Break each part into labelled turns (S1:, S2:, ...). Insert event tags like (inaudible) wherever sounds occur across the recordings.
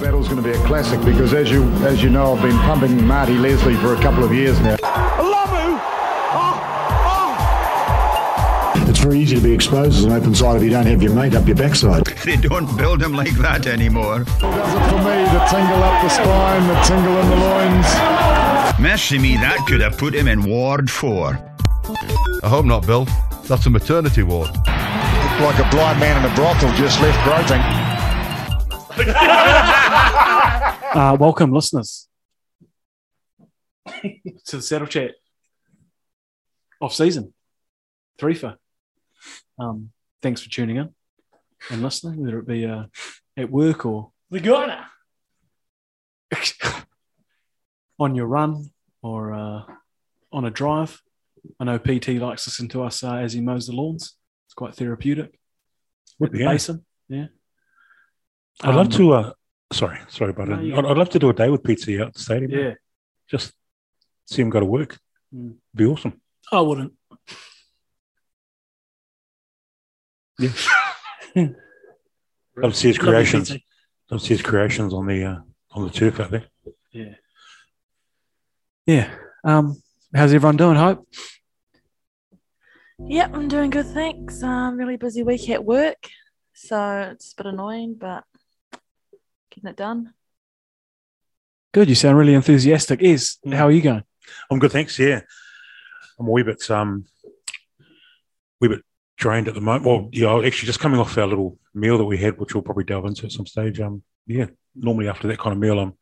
S1: battle's going to be a classic because, as you as you know, I've been pumping Marty Leslie for a couple of years now.
S2: Lamu! Oh,
S3: It's very easy to be exposed as an open side if you don't have your mate up your backside.
S4: They don't build them like that anymore.
S1: Does it for me? The tingle up the spine, the tingle in the loins.
S4: Mercy me, that could have put him in Ward 4.
S5: I hope not, Bill. That's a maternity ward.
S1: Looked like a blind man in a brothel just left groping.
S6: Uh, welcome, listeners, to the Saddle Chat off season three for. Um, thanks for tuning in and listening, whether it be uh, at work or
S7: Laguna.
S6: (laughs) on your run or uh, on a drive. I know PT likes listening to us uh, as he mows the lawns. It's quite therapeutic. At the
S7: yeah.
S6: basin, yeah.
S7: I'd love
S6: Um,
S7: to. Uh, sorry, sorry about
S6: No,
S7: it.
S6: you-
S7: I'd, I'd love to do a day with PT out at the stadium.
S6: Yeah,
S7: Just see him go to work.
S6: Mm.
S7: Be awesome.
S6: I wouldn't.
S8: (laughs)
S7: Love to see his
S6: Lovely
S7: creations.
S6: PT.
S7: Love to see his creations on the uh, on the turf out there.
S6: Yeah. Yeah. Um, how's everyone doing? Hope.
S9: Yep, I'm doing good, thanks. Um, really busy week at work, so it's a bit annoying, but getting it done.
S6: Good. You sound really enthusiastic. Is
S7: Mm.
S6: how are you going?
S7: I'm good, thanks. Yeah, I'm a wee bit um, wee bit drained at the moment. Well, yeah, I was actually just coming off our little meal that we had, which we'll probably delve into at some stage. Um, yeah, normally after that kind of meal, I'm,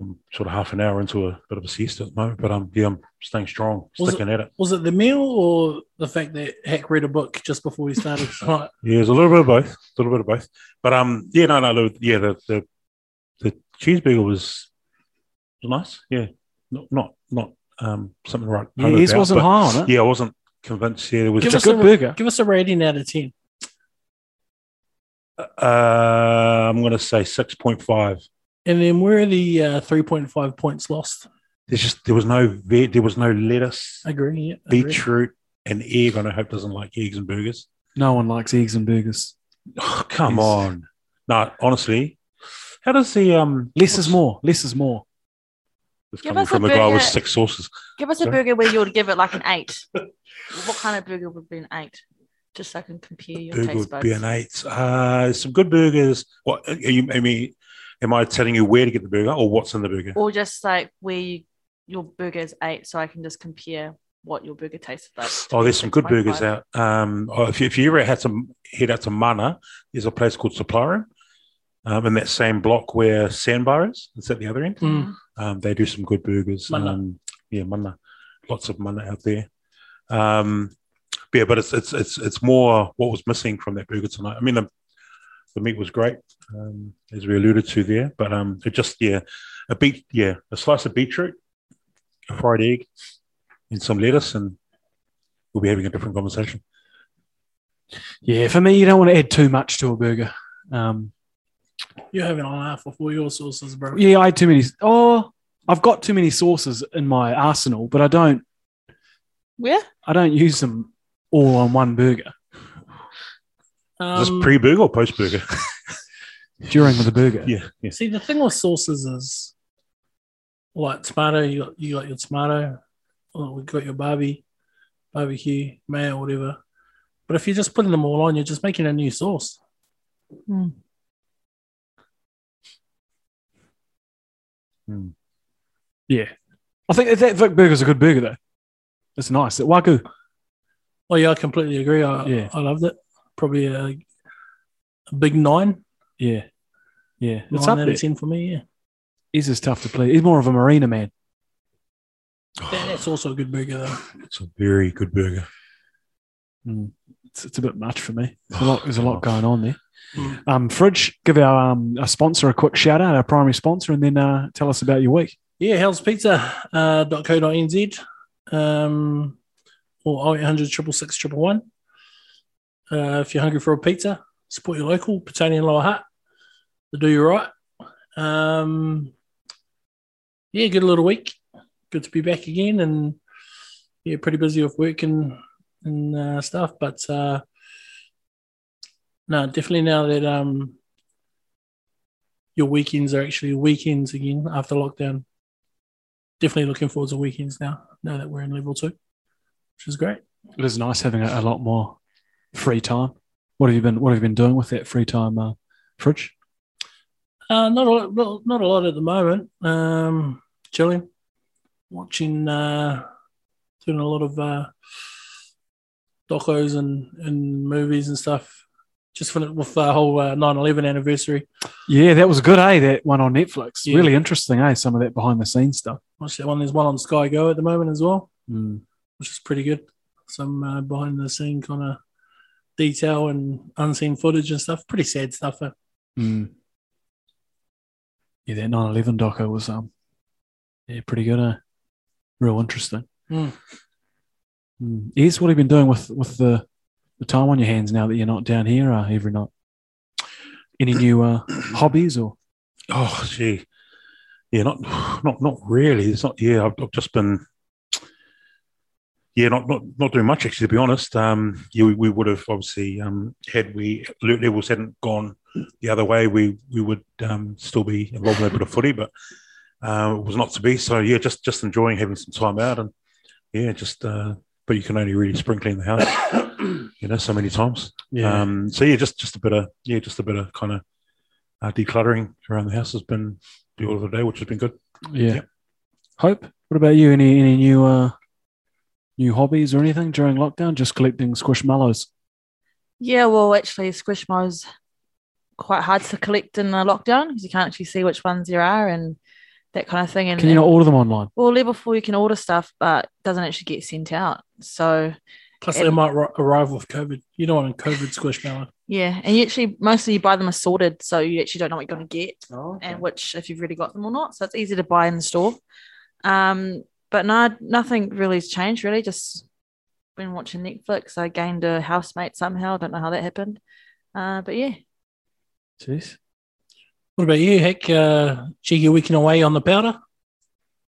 S7: I'm sort of half an hour into a bit of a siesta at the moment. But um, yeah, I'm staying strong,
S8: Was it-
S7: sticking at it.
S8: Was it the meal or the fact that Hack read a book just before we started (laughs) tonight?
S7: Yeah, it's a little bit of both, a little bit of both. But um, yeah, no, no, the- yeah, the the, the cheeseburger was was nice. Yeah, not not not um something right.
S6: Yeah,
S7: home
S6: his
S7: about,
S6: wasn't
S7: but-
S6: high on it.
S7: Yeah, I wasn't convinced. Yeah, there was
S8: Give
S6: It's a
S7: just
S8: us
S6: good burger.
S8: Give us a rating out of 10.
S7: uh, I'm going to say six point five.
S8: And then where are the uh, 3.5 points lost?
S7: There's just there was no veg, there was no lettuce,
S8: Agree. Yeah, agree.
S7: beetroot, and egg. I know Hope doesn't like eggs and burgers.
S6: No one likes eggs and burgers.
S7: Oh, come
S6: Yes.
S7: on, no, honestly, how does the um
S6: Less is more. Less is more.
S7: This
S9: Give
S7: coming
S9: us a
S7: from a guy with
S9: burger.
S7: six sauces.
S9: Give us a
S7: Sorry?
S9: burger where you would give it
S7: (laughs)
S9: like an eight. what kind of burger would be an eight? Just so I can compare your
S7: burger
S9: taste
S7: would
S9: buds.
S7: be an eight. Uh, some good burgers. What are you? I mean, am I telling you where to get the burger or what's in the burger?
S9: Or just like where you, your burger is eight, so I can just compare what your burger tasted like.
S7: Oh, there's some good burgers
S9: 6.5.
S7: out. Um, oh, if, you, if you ever had some head out to Mana, there's a place called Supplirum, um, in that same block where Sandbar is. It's at the other end.
S6: Hmm.
S8: Mm.
S7: Um, they do some good burgers.
S8: Mana.
S7: Um, yeah, Mana, lots of Mana out there. Um, but yeah, but it's it's it's it's more what was missing from that burger tonight. I mean, the, the meat was great, um, as we alluded to there, but um, it just yeah, a beet yeah, a slice of beetroot, a fried egg, and some lettuce, and we'll be having a different conversation.
S6: Yeah, for me, you don't want to add too much to a burger. Um,
S8: You're having a laugh with all your sauces, bro.
S6: yeah, I had too many. Oh, I've got too many sauces in my arsenal, but I don't.
S9: Where?
S6: I don't use them all on one burger
S7: Is
S8: Um,
S7: this pre burger or post burger?
S6: during the burger.
S7: yeah, yeah.
S8: see, the thing with sauces is like tomato, you got, you got your tomato, or we got your barbie, barbecue, mayo, whatever. But if you're just putting them all on, you're just making a new sauce.
S7: Hmm.
S6: Yeah. I think that- that Vic burger's a good burger though. It's nice. That Wagyu.
S8: Well, Oh, yeah, I completely agree. I,
S6: Yeah.
S8: I loved it. Probably a, a big nine.
S6: Yeah. Yeah. It's up
S8: nine out
S6: there.
S8: of 10 for
S6: (sighs)
S8: me. Yeah.
S6: He's just tough to play. He's more of a marina man.
S8: That- that's also a good burger, though.
S7: It's a very good burger.
S6: It's, it's a bit much for me. There's a lot, there's a lot going on there. Um, Fridge, give our um, a sponsor a quick shout out, our primary sponsor, and then uh, tell us about your week.
S8: Yeah, Hell's Pizza, uh, .co.nz um, or 0800 666 111. Uh, if you're hungry for a pizza, support your local, Petonian Lower Hutt. They do you right. Um, yeah, good little week. Good to be back again and yeah, pretty busy with work and, and uh, stuff. But uh, no, definitely now that um, your weekends are actually weekends again after lockdown. Definitely looking forward to weekends now, now that we're in level two, which is great.
S6: It is nice having a, a lot more free time. What have you been? What have you been doing with that free time, uh, Fridge?
S8: Uh, not a lot, not- not a lot at the moment. Um, chilling, watching, uh, doing a lot of uh, docos and, and movies and stuff. Just fin- with the whole uh, 9/11 anniversary,
S6: Yeah, that was good, eh? That one on Netflix.
S8: Yeah.
S6: Really interesting, eh? Some of that behind the scenes stuff.
S8: watch that one. There's one on Sky Go at the moment as well,
S6: Mm.
S8: which is pretty good. Some uh, behind the scene kind of detail and unseen footage and stuff. Pretty sad stuff. eh?
S6: Yeah, that 9 11 doco was um, yeah, pretty good, eh? Real interesting.
S8: Mm.
S6: Mm. Is what have you been doing with, with the, the time on your hands now that you're not down here uh, every night? Any new uh, hobbies or?
S7: Oh, gee, yeah, not, not, not really. It's not. Yeah, I've, I've just been, yeah, not, not, not doing much actually. To be honest, um, yeah, we, we would have obviously um, had we alert levels hadn't gone the other way, we we would um, still be involved in a bit of footy, but uh, it was not to be. So yeah, just just enjoying having some time out and yeah, just. Uh, but you can only really spring clean the house, (coughs) you know, so many times. Um, so yeah, just just a bit of yeah, just a bit of kind of uh, decluttering around the house has been the order of the day, which has been good.
S6: yeah.
S7: yeah.
S6: Hope, what about you? Any any new uh, new hobbies or anything during lockdown? Just collecting squishmallows.
S9: Yeah, well, actually, Squishmallows quite hard to collect in the lockdown because you can't actually see which ones there are and that kind of thing. And
S6: Can you not order them online?
S9: well, level four, you can order stuff, but it doesn't actually get sent out. So
S8: Plus, they might ri- arrive with COVID. You don't want a COVID squishmallow.
S9: yeah, and you actually mostly you buy them assorted, so you actually don't know what you're going to get. and which if you've really got them or not. So it's easy to buy in the store. Um, but no, nothing really has changed. Really, just been watching Netflix. I gained a housemate somehow. I don't know how that happened. Uh, but yeah,
S6: Jeez.
S8: What about you, Heck? Uh, cheeky weekend away on the powder.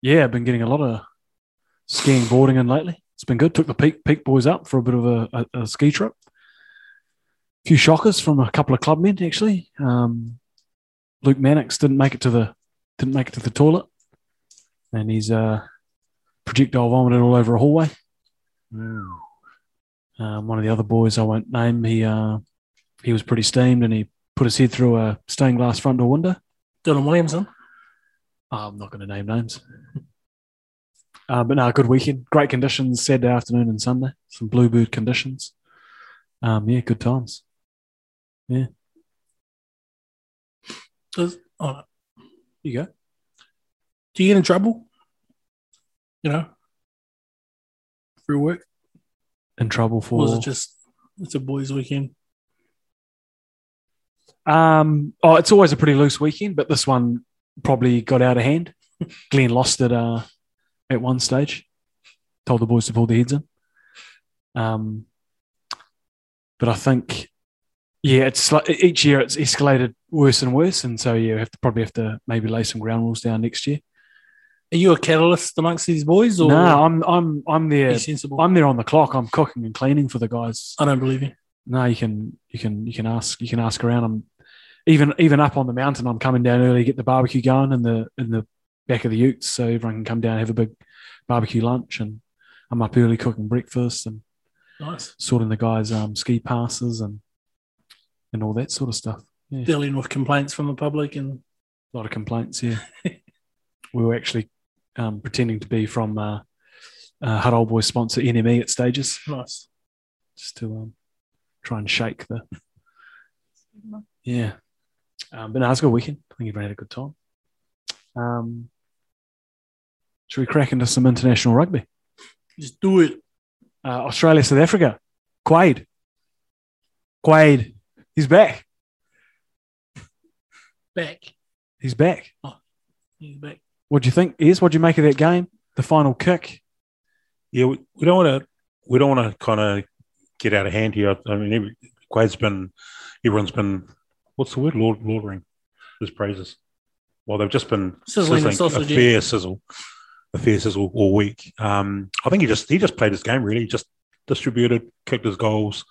S6: Yeah, I've been getting a lot of skiing, boarding in lately. It's been good. Took the peak peak boys up for a bit of a, a, a ski trip. A few shockers from a couple of clubmen actually. Um, Luke Mannix didn't make it to the didn't make it to the toilet, and he's uh, projectile vomited all over a hallway. Um, one of the other boys I won't name, he uh, he was pretty steamed, and he put his head through a stained glass front door window.
S8: Dylan Williamson.
S6: Ah, I'm not going to name names. Uh, but no, good weekend. Great conditions Saturday afternoon and Sunday. Some bluebird conditions. Um, yeah, good times.
S8: Does, oh, no.
S6: You go.
S8: do you get in trouble? You know, through work,
S6: In trouble for.
S8: or is it just it's a boys' weekend?
S6: Um, oh, it's always a pretty loose weekend, but this one probably got out of hand. (laughs) Glenn lost it uh, at one stage. Told the boys to pull their heads in. Um, but I think, yeah, it's like each year it's escalated worse and worse, and so yeah, we have to probably have to maybe lay some ground rules down next year.
S8: Are you a catalyst amongst these boys, or
S6: No, I'm I'm I'm
S8: are
S6: there.
S8: you sensible?
S6: I'm there on the clock. I'm cooking and cleaning for the guys.
S8: I don't believe you.
S6: No, you can you can you can ask you can ask around. I'm even even up on the mountain. I'm coming down early, get the barbecue going in the in the back of the utes, so everyone can come down and have a big barbecue lunch. And I'm up early cooking breakfast and
S8: Nice
S6: sorting the guys' um, ski passes and and all that sort of stuff. Yeah.
S8: dealing with complaints from the public, and
S6: A lot of complaints here. we were actually um, pretending to be from uh, uh, Hut Old Boy sponsor NME at stages.
S8: nice.
S6: just to um, try and shake the yeah. Um, but no, it's a good weekend. I think everyone had a good time. Um, should we crack into some international rugby?
S8: Just do it.
S6: Uh, Australia, South Africa, Quaid. Quaid, he's back.
S8: Back,
S6: He's back.
S8: He's back.
S6: What do you think? Is what do you make of that game? The final kick.
S7: Yeah, we, we don't want to we don't want to kind of get out of hand here. I mean, every, Quade's been everyone's been what's the word Laud, laudering his praises. Well, they've just been
S8: Sizzling the
S7: sizzling
S8: sausage,
S7: a
S8: yeah.
S7: fair sizzle, a fair sizzle all week. Um, I think he just he just played his game really, He just distributed, kicked his goals.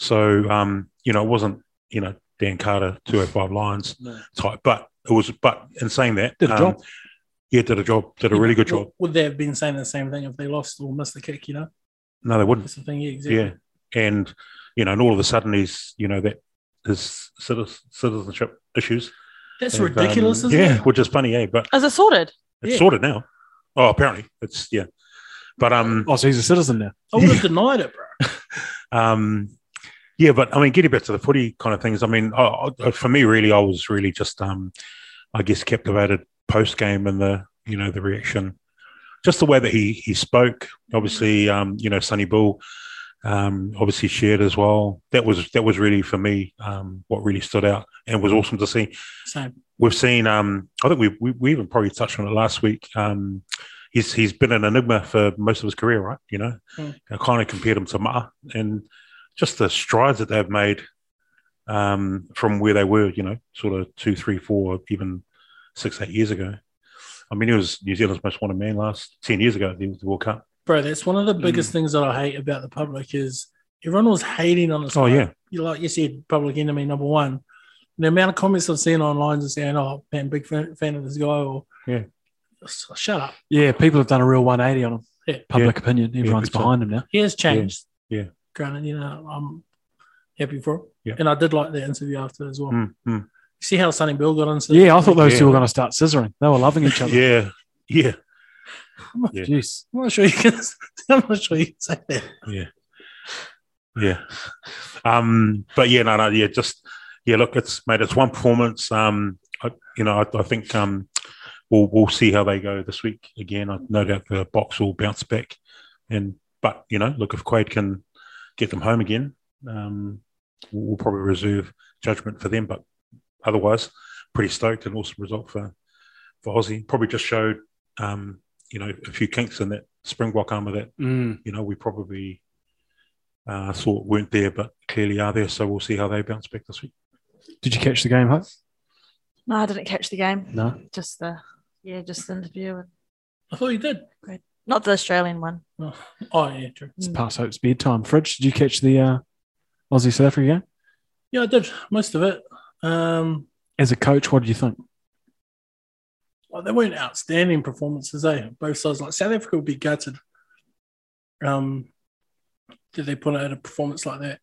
S7: So um, you know, it wasn't you know Dan Carter two hundred five lines
S8: No.
S7: type, but It was, but in saying that, um,
S6: Did a job.
S7: Yeah, did a job. Did a really good job.
S8: Would they have been saying the same thing if they lost or missed the kick? You know,
S7: No, they wouldn't.
S8: that's the thing. Yeah, exactly.
S7: Yeah, and you know, and all of a sudden he's, you know, that his citi- citizenship issues.
S8: that's
S7: have,
S8: ridiculous,
S7: um,
S8: isn't
S7: yeah,
S8: it?
S7: which is funny, eh? But
S9: Is it sorted?
S7: it's
S8: Yeah.
S7: sorted now. Oh, apparently it's yeah, but um,
S6: Oh, so he's a citizen now.
S8: I would have denied it, bro.
S7: um, yeah, but I mean, getting back to the footy kind of things. I mean, I, I, for me, really, I was really just, um, I guess, captivated post game and the, you know, the reaction, just the way that he he spoke. Obviously, um, you know, Sonny Bull, um, obviously shared as well. That was that was really for me um, what really stood out and was awesome to see
S8: Same.
S7: we've seen. Um, I think we, we we even probably touched on it last week. Um, he's he's been an enigma for most of his career, right? You know,
S8: Mm.
S7: I kind of compared him to Ma, and just the strides that they've made um, from where they were, you know, sort of two, three, four, even six, eight years ago. I mean, he was New Zealand's most wanted man last ten years ago at the the World Cup.
S8: bro. That's one of
S7: Mm.
S8: the biggest things that I hate about the public is everyone was hating on this.
S7: Oh,
S8: guy.
S7: yeah.
S8: you like you said, public enemy number one. The amount of comments I've seen online just saying, "Oh man, big fan, fan of this guy," or
S7: Yeah.
S8: S- shut up.
S6: Yeah, people have done a real 180 on him.
S8: Yeah.
S6: Public opinion. Everyone's
S7: big time.
S6: behind him now.
S8: He has changed.
S7: Yeah.
S8: granted, you know, I'm happy for him.
S7: Yeah.
S8: and I did like the interview after as well.
S7: Mm, mm.
S8: See how Sonny Bill got into
S6: Yeah, I thought those two
S7: Yeah.
S6: were going to start scissoring. They were loving each other.
S7: Yeah, yeah.
S6: (laughs)
S7: yeah.
S6: Jeez.
S8: I'm not sure you can. (laughs) I'm not sure you can say that.
S7: Yeah. Um, but yeah, no, no, yeah, just yeah, look, it's mate, it's one performance. Um, I, you know, I, I think um we'll we'll see how they go this week again. I no doubt the box will bounce back. And but you know, look, if Quade can get them home again, um we'll, we'll probably reserve judgment for them. But otherwise, pretty stoked and awesome result for for Aussie. Probably just showed um, you know, a few kinks in that springbok armor that you know, we probably uh, thought weren't there, but clearly are there. So we'll see how they bounce back this week.
S6: Did you catch the game, Hope?
S9: No, I didn't catch the game.
S6: No.
S9: Just the yeah, just the interview and
S8: I thought you did.
S9: not the Australian one.
S8: Oh yeah, true.
S6: It's past Hope's bedtime. Fridge, did you catch the uh, Aussie South Africa game?
S8: Yeah, I did most of it. Um,
S6: As a coach, what did you think?
S8: well, oh, they weren't outstanding performances, eh? Both sides, like South Africa, would be gutted. Um, did they put out a performance like that?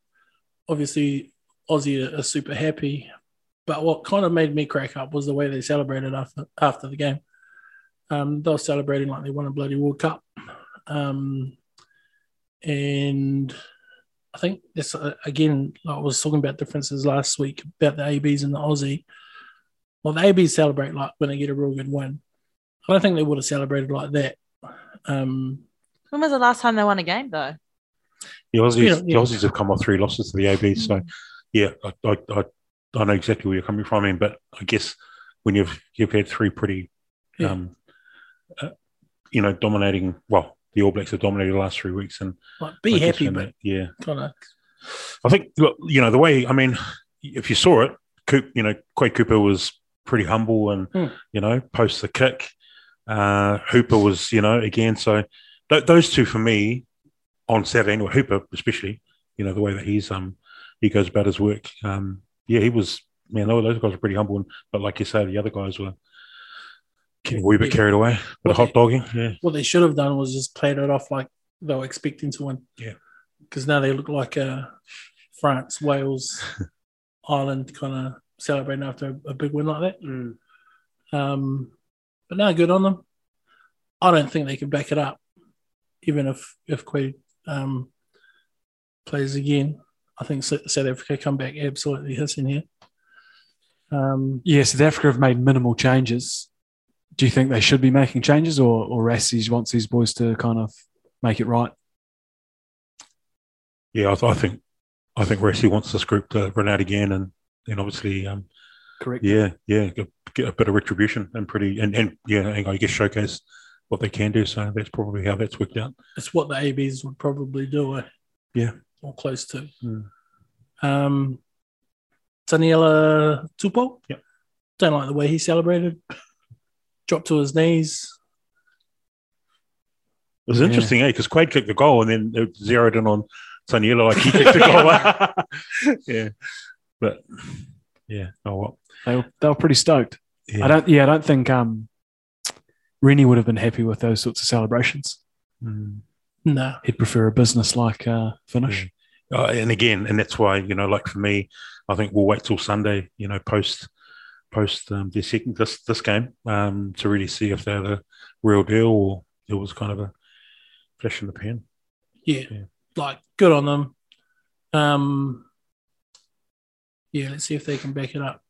S8: Obviously, Aussie are, are super happy, but what kind of made me crack up was the way they celebrated after after the game. Um, they were celebrating like they won a bloody World Cup, um, and I think that's uh, again like I was talking about differences last week about the ABs and the Aussie. Well, the ABs celebrate like when they get a real good win. I don't think they would have celebrated like that. Um,
S9: When was the last time they won a game though?
S7: The Aussies,
S8: Yeah, yeah. Mm.
S7: the Aussies have come off three losses to the AB. So yeah, I, I, I, I know exactly where you're coming from, and but I guess when you've you've had three pretty,
S8: Yeah.
S7: um, uh, you know, dominating. Well, the All Blacks have dominated the last three weeks, and
S8: like be
S7: I guess
S8: happy,
S7: in
S8: but
S7: that- yeah,
S8: kind of
S7: I think look, you know the way. I mean, if you saw it, Coop, you know, Quade Cooper was pretty humble, and
S8: Hmm.
S7: you know, post the kick, uh, Hooper was, you know, again. So th- those two for me on Saturday, anyway, Hooper especially, you know, the way that he's um he goes about his work. Um, yeah, he was man. Those those guys were pretty humble, and, but like you say, the other guys were getting a wee bit
S8: Yeah.
S7: carried away, but a
S8: Well,
S7: hot dogging. Yeah,
S8: what they should have done was just played it off like they were expecting to win.
S7: Yeah.
S8: Because now they look like uh, France, Wales, Ireland kind of celebrating after a, a big win like that. Um, but no, good on them. I don't think they can back it up, even if if Quaid um, plays again. I think S- South Africa come back absolutely hissing here. Um,
S6: Yeah, South Africa have made minimal changes. Do you think they should be making changes, or or Rassies wants these boys to kind of make it right?
S7: yeah. I, th- I think I think Racey wants this group to run out again, and and obviously um
S6: Correct.
S7: Yeah, yeah, get, get a bit of retribution and pretty and and yeah, and I guess showcase what they can do. So that's probably how that's worked out.
S8: it's what the ABs would probably do. eh?
S7: Yeah.
S8: Or close to.
S7: Hmm.
S8: Um, Daniela Tupo.
S7: Yep.
S8: Don't like the way he celebrated. Dropped to his knees.
S7: It was
S6: Yeah.
S7: interesting, eh? Because Quade kicked the goal and then it zeroed in on Taniela like he kicked the (laughs) goal. yeah, but yeah, oh well.
S6: They were, they were pretty stoked.
S7: Yeah.
S6: I don't. Yeah, I don't think um, Rennie would have been happy with those sorts of celebrations.
S7: Mm.
S8: No.
S6: He'd prefer a business like uh, finish.
S7: Uh, and again, and that's why you know, like for me, I think we'll wait till Sunday. You know, post post um, their second this this game um, to really see if they're the real deal or it was kind of a flash in the pan.
S8: Yeah.
S7: Yeah.
S8: Like, good on them. Um, yeah, let's see if they can back it up.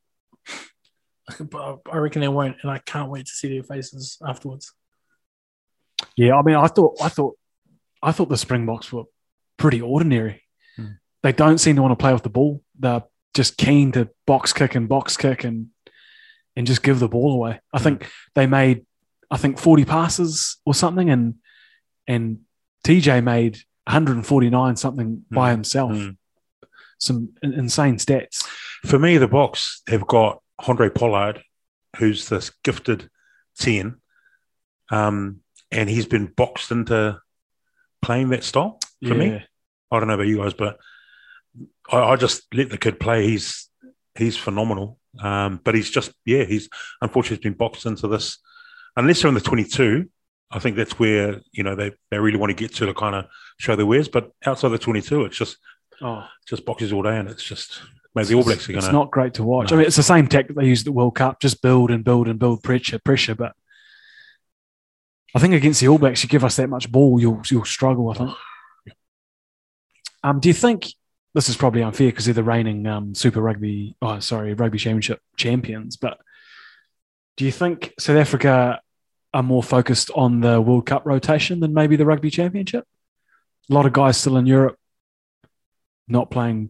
S8: I could- I I reckon they won't, and I can't wait to see their faces afterwards.
S6: Yeah, I mean, I thought, I thought, I thought the Springboks were pretty ordinary.
S7: Hmm.
S6: They don't seem to want to play with the ball. They're just keen to box kick and box kick and and just give the ball away.
S7: Hmm.
S6: I think they made, I think, forty passes or something, and and TJ made one hundred and forty nine something by himself.
S7: Hmm.
S6: Some in- insane stats.
S7: For me, the box have got Andre Pollard, who's this gifted ten, um, and he's been boxed into playing that style for me. I don't know about you guys, but I, I just let the kid play. He's he's phenomenal. Um, but he's just yeah, he's unfortunately been boxed into this. Unless they're in the twenty two, I think that's where you know they, they really want to get to to kind of show their wares. But outside the twenty two, it's just
S6: Oh,
S7: just boxes all day, and it's just maybe the All Blacks are going
S6: It's
S7: to
S6: not great to watch. I
S7: No.
S6: mean, it's the same tactic they used at the World Cup: just build and build and build pressure, pressure. But I think against the All Blacks, you give us that much ball, you'll you'll struggle. I think. Um, do you think this is probably unfair because they're the reigning um, Super Rugby, oh sorry, Rugby Championship champions? But do you think South Africa are more focused on the World Cup rotation than maybe the Rugby Championship? A lot of guys still in Europe, not playing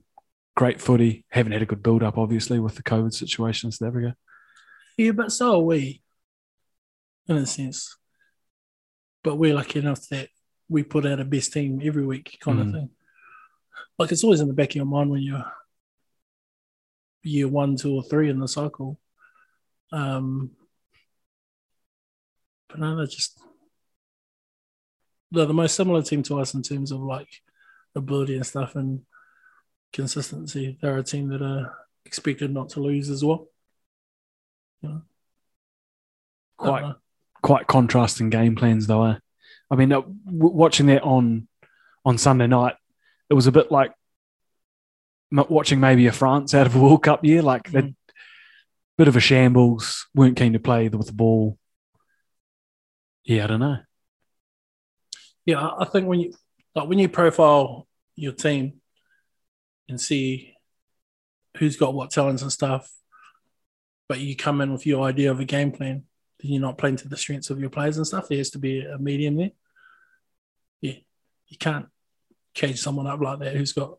S6: great footy. Haven't had a good build up, obviously, with the COVID situation in South Africa.
S8: Yeah, but so are we, in a sense. But we're lucky enough that we put out a best team every week, kind
S6: Mm.
S8: of thing. Like it's always in the back of your mind when you're year one, two, or three in the cycle. Um, but no, they're just they're the most similar team to us in terms of like ability and stuff and consistency. They're a team that are expected not to lose as well.
S6: Quite
S8: Uh-huh.
S6: quite contrasting game plans, though. Eh? I mean, uh, w- watching that on on Sunday night, it was a bit like m- watching maybe a France out of a World Cup year. Like that, bit of a shambles. weren't keen to play with the ball. Yeah, I don't know.
S8: Yeah, I- I think when you like when you profile your team and see who's got what talents and stuff, but you come in with your idea of a game plan, then you're not playing to the strengths of your players and stuff. There has to be a medium there. Yeah, you can't cage someone up like that who's got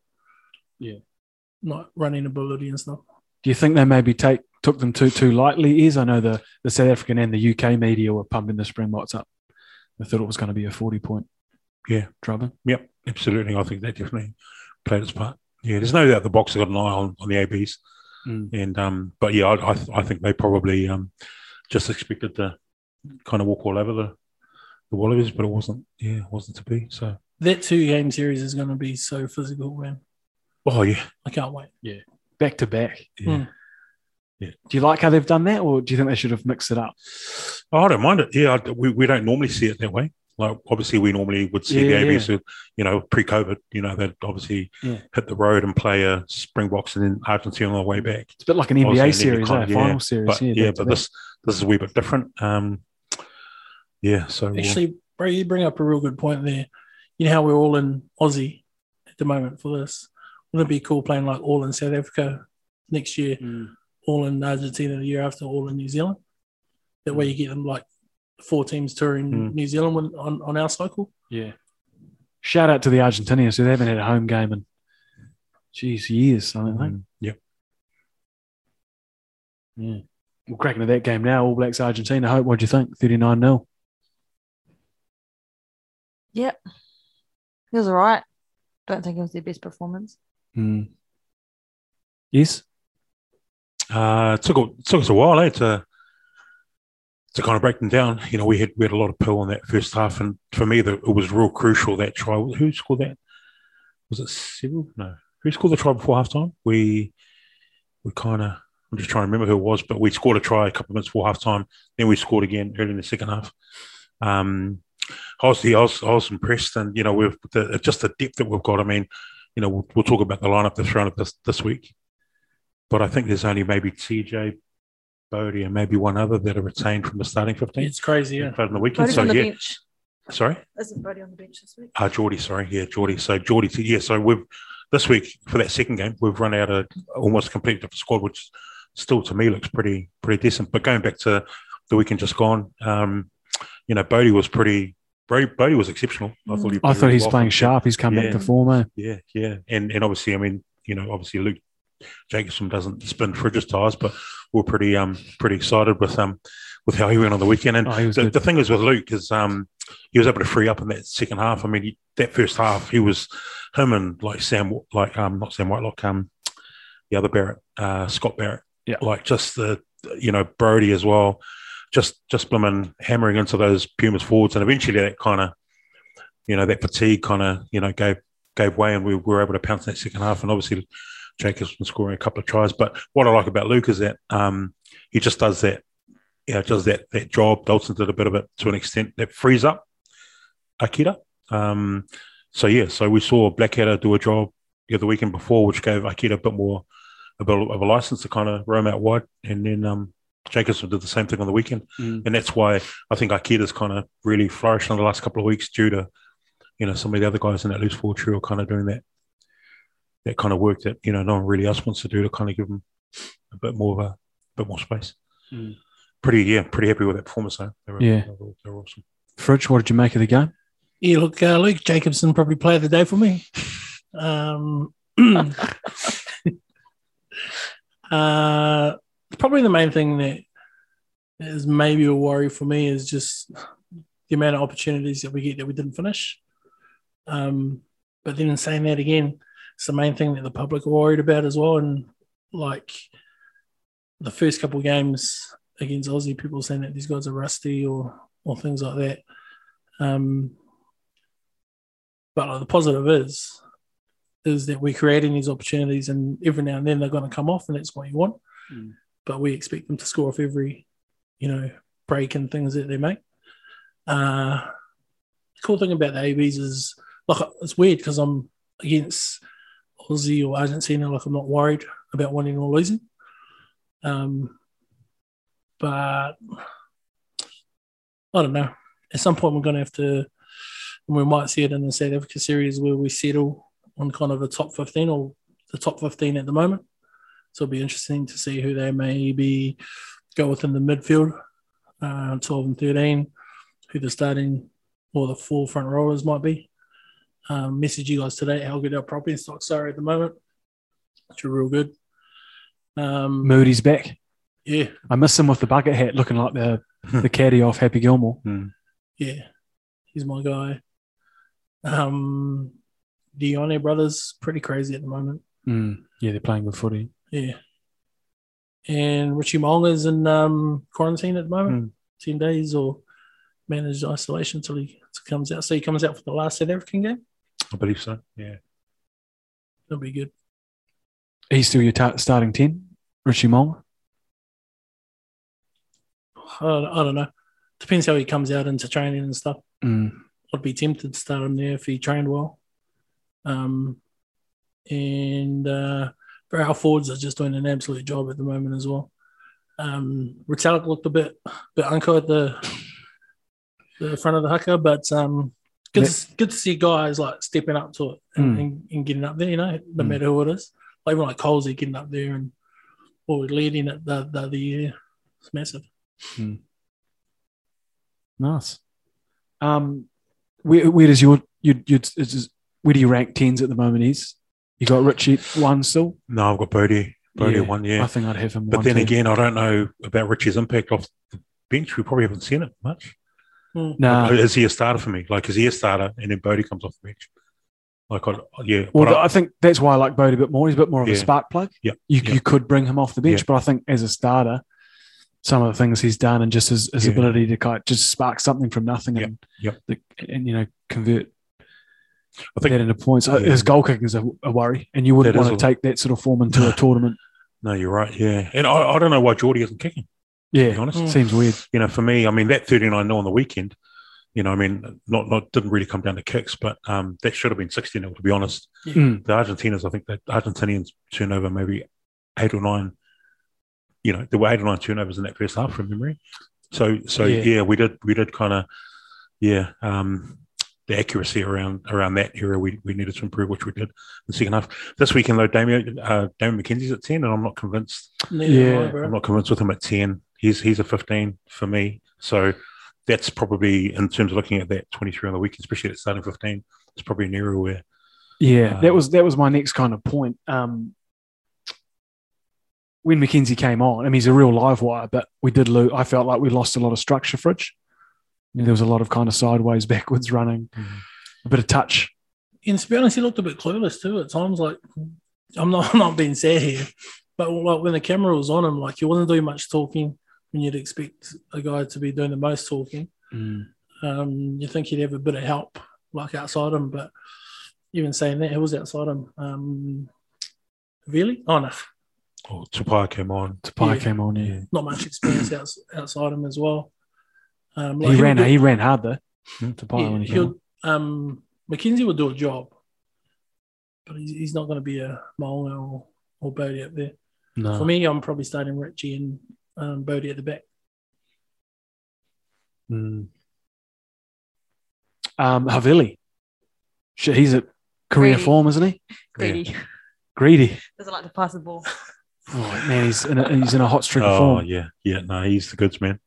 S6: Yeah.
S8: not running ability and stuff.
S6: Do you think they maybe take took them too too lightly? Is I know the the South African and the UK media were pumping the Springboks up. They thought it was going to be a forty point
S7: Yeah.
S6: drubbing.
S7: Yep, absolutely. I think that definitely played its part. Yeah, there's no doubt the box have got an eye on, on the ABs,
S6: Mm.
S7: and um, but yeah, I, I, I think they probably um, just expected to kind of walk all over the the Wallabies, but it wasn't. Yeah, it wasn't to be. So,
S8: That two game series is going to be so physical, man.
S7: oh yeah,
S8: I can't wait.
S6: back to back.
S7: yeah.
S8: Mm.
S6: Do you like how they've done that, or do you think they should have mixed it up? Hmm.
S7: Oh, I don't mind it. Yeah, I, we, we don't normally see it that way. Like, obviously, we normally would see
S6: Yeah,
S7: the ABs, with, you know, pre COVID, you know, they'd obviously
S6: Yeah.
S7: hit the road and play a Springboks and then Argentina on the way back.
S6: It's a bit like an
S7: I was
S6: NBA
S7: gonna
S6: series,
S7: leave it
S6: eh?
S7: kind of-
S6: final
S7: yeah,
S6: series.
S7: but yeah, but
S6: back-to-back.
S7: this this is a wee bit different. Um, yeah, so we'll-
S8: Actually, bro, you bring up a real good point there. You know how we're all in Aussie at the moment for this. Wouldn't it be cool playing like all in South Africa next year, all in Argentina the year after, all in New Zealand? That way you get them like four teams touring
S7: Mm.
S8: New Zealand when, on, on our cycle.
S6: yeah. Shout out to the Argentinians who they haven't had a home game in, geez, years. I don't think.
S7: Mm, yep.
S6: Yeah. We're cracking into that game now. All Blacks Argentina. Hope. What'd you think? Thirty nine 0
S9: Yep. It was all right. Don't think it was their best performance.
S7: Mm.
S6: Yes.
S7: uh, it took a- took us a while eh, to to kind of break them down. You know, we had we had a lot of pill in that first half, and for me, the, it was real crucial that try. Who scored that? Was it Cyril? No, who scored the try before halftime? We we kind of I'm just trying to remember who it was, but we scored a try a couple of minutes before half time. Then we scored again early in the second half. Um, I was, I was, I was impressed, and you know, we've the, just the depth that we've got. I mean, you know, we'll, we'll talk about the lineup that's round up this this week, but I think there's only maybe TJ Bodie and maybe one other that are retained from the starting fifteen
S8: It's crazy, yeah.
S7: from the weekend.
S9: Bodie's
S7: So
S9: on the
S7: yeah,
S9: bench.
S7: sorry.
S9: Isn't Bodie on the bench this week?
S7: Ah, Geordie, sorry. Yeah, Geordie. So Geordie, yeah. So we've this week for that second game, we've run out a almost complete different squad, which still to me looks pretty pretty decent. But going back to the weekend just gone, um, you know, Bodie was pretty. Bodie, Bodie was exceptional. I thought he.
S6: Mm. I thought
S7: really
S6: he's
S7: well.
S6: playing sharp. He's come
S7: Yeah.
S6: back to form. eh?
S7: Yeah, yeah, and and obviously, I mean, you know, obviously Luke Jacobson doesn't spin fridges tires, but we're pretty um pretty excited with um with how he went on the weekend. And
S6: Oh, he was
S7: the,
S6: good.
S7: the thing is with Luke is um he was able to free up in that second half. I mean, he, that first half he was him and like Sam like um not Sam Whitelock um the other Barrett uh Scott Barrett
S6: Yeah.
S7: like just the you know Brody as well. Just, just blooming hammering into those Pumas forwards, and eventually that kind of, you know, that fatigue kind of, you know, gave gave way and we were able to pounce in that second half. And obviously, Jacob's been scoring a couple of tries. But what I like about Luke is that um, he just does that, you know, does that that job. Dalton did a bit of it to an extent that frees up Akita. Um, so yeah, so we saw Blackadder do a job the other weekend before, which gave Akita a bit more a bit of a license to kind of roam out wide, and then um, Jacobson did the same thing on the weekend,
S6: Mm.
S7: and that's why I think Akita's kind of really flourished in the last couple of weeks due to you know some of the other guys in that loose forward trio kind of doing that that kind of work that you know no one really else wants to do to kind of give them a bit more of a bit more space.
S6: Mm.
S7: Pretty yeah, pretty happy with that performance though. They were,
S6: Yeah.
S7: they were, they were awesome.
S6: Fridge, what did you make of the game?
S8: Yeah, look, uh, Luke Jacobson probably play of the day for me. Um, (clears throat) uh, probably the main thing that is maybe a worry for me is just the amount of opportunities that we get that we didn't finish. Um, but then in saying that again, it's the main thing that the public are worried about as well. And like the first couple of games against Aussie, people saying that these guys are rusty or or things like that. Um, but like, the positive is, is that we're creating these opportunities, and every now and then they're going to come off, and that's what you want.
S6: Mm.
S8: But we expect them to score off every, you know, break and things that they make. Uh, the cool thing about the ABs is, like, it's weird because I'm against Aussie or Argentina, like I'm not worried about winning or losing. Um, but I don't know. At some point, we're going to have to and we might see it in the South Africa series where we settle on kind of a top 15 or the top 15 at the moment. So it'll be interesting to see who they maybe go within the midfield, uh, 12 and 13, who the starting or the four front rowers might be. Um, message you guys today how good our property stocks are at the moment, which are real good. Um,
S6: Moody's back.
S8: yeah,
S6: I miss him with the bucket hat, looking like
S7: (laughs)
S6: the the caddy off Happy Gilmore.
S8: yeah, he's my guy. Um, Dione brothers, pretty crazy at the moment.
S6: Mm. Yeah, they're playing good footy.
S8: Yeah. And Richie Monga's in um, quarantine at the moment, 10 days or managed isolation until he till he comes out. So he comes out for the last South African game.
S7: I believe so. Yeah.
S8: That'll be good.
S6: He's still your ta starting ten, Richie Mong.
S8: I don't, I don't know. Depends how he comes out into training and stuff.
S6: Mm.
S8: I'd be tempted to start him there if he trained well. Um, and uh, but our forwards are just doing an absolute job at the moment as well. Um, Retallick looked a bit bit unco at the the front of the hooker, but um, good to, good to see guys like stepping up to it and,
S6: Mm.
S8: and, and getting up there. You know, no
S6: Mm.
S8: matter who it is, like even like Colsey getting up there and or leading it the the, the year. It's massive.
S6: Nice. Um, where where does your you you it's just- where do you rank tens at the moment? Is you got Richie at one still?
S7: No, I've got Bodie. Bodie
S6: Yeah,
S7: one, yeah.
S6: I think I'd have him.
S7: But
S6: one
S7: then
S6: too.
S7: again, I don't know about Richie's impact off the bench. We probably haven't seen it much.
S6: nah.
S7: Like, is he a starter for me? Like, is he a starter? And then Bodie comes off the bench. Like, I, yeah.
S6: Well,
S7: but
S6: th- I, think that's why I like Bodie a bit more. He's a bit more of a
S7: Yeah.
S6: spark plug.
S7: Yeah,
S6: You,
S7: yeah.
S6: you could bring him off the bench,
S7: Yeah.
S6: but I think as a starter, some of the things he's done and just his, his
S7: Yeah.
S6: ability to kind of just spark something from nothing
S7: Yeah,
S6: and
S7: yeah.
S6: the- and you know convert
S7: I think-
S6: that into points. Uh,
S7: Yeah.
S6: His goal kicking is a, a worry, and you wouldn't
S7: That is
S6: want to
S7: a- (sighs)
S6: take that sort of form into a tournament
S7: No, you're right. Yeah, and I, I don't know why Geordie isn't kicking.
S6: Yeah,
S7: To be honest, Hmm.
S6: seems weird.
S7: you know, for me, I mean that 39 0 on the weekend. You know, I mean, not not didn't really come down to kicks, but um, that should have been 60 0 to be honest.
S8: Yeah.
S6: Mm.
S7: The Argentinians, I think that Argentinians turn over maybe eight or nine. You know, there were eight or nine turnovers in that first half from memory. So so
S6: Yeah.
S7: yeah, we did we did kind of yeah. Um, the accuracy around around that area we, we needed to improve, which we did in the second half. This weekend though, Damien uh, Damien McKenzie's at ten, and I'm not convinced
S8: Neither am I,
S6: Yeah.
S8: bro.
S7: I'm not convinced with him at 10. He's he's a 15 for me. So that's probably in terms of looking at that 23 on the week, especially at starting 15, it's probably an area where
S6: Yeah, that
S7: Um,
S6: was that was my next kind of point. Um, when McKenzie came on, I mean, he's a real live wire, but we did lose. I felt like we lost a lot of structure, Fridge. I mean, there was a lot of kind of sideways, (laughs) backwards running,
S8: Mm-hmm.
S6: a bit of touch.
S8: And to be honest, he looked a bit clueless too at times. Like, I'm not, (laughs) I'm not being sad here, but like when the camera was on him, like he wasn't doing much talking when you'd expect a guy to be doing the most talking.
S6: Mm.
S8: Um, you think he'd have a bit of help, like outside him, but even saying that, who was outside him? Um, really? Oh no,
S7: oh, Tupai came on.
S6: Pai
S8: Yeah.
S6: came on, yeah.
S8: not much
S6: (clears throat)
S8: experience outs, outside him as well. Um,
S6: he
S8: he'll
S6: ran.
S8: do-
S6: He ran hard though.
S7: Hmm.
S6: To Pai when he came
S8: yeah, he'll,
S6: on.
S8: um, McKenzie will do a job, but he's, he's not going to be a Molnar or, or Bodie up there.
S6: No.
S8: For me, I'm probably starting Richie and um, Bodie at the back.
S6: Mm. Um, Havili, Shit, he's at career
S9: Greedy.
S6: form, isn't he?
S9: Greedy
S8: (sighs)
S6: Greedy.
S9: doesn't like to pass the ball.
S6: Oh, man, he's in a, he's in a hot streak of
S7: Oh,
S6: form.
S7: yeah. Yeah. No, he's the goods, man.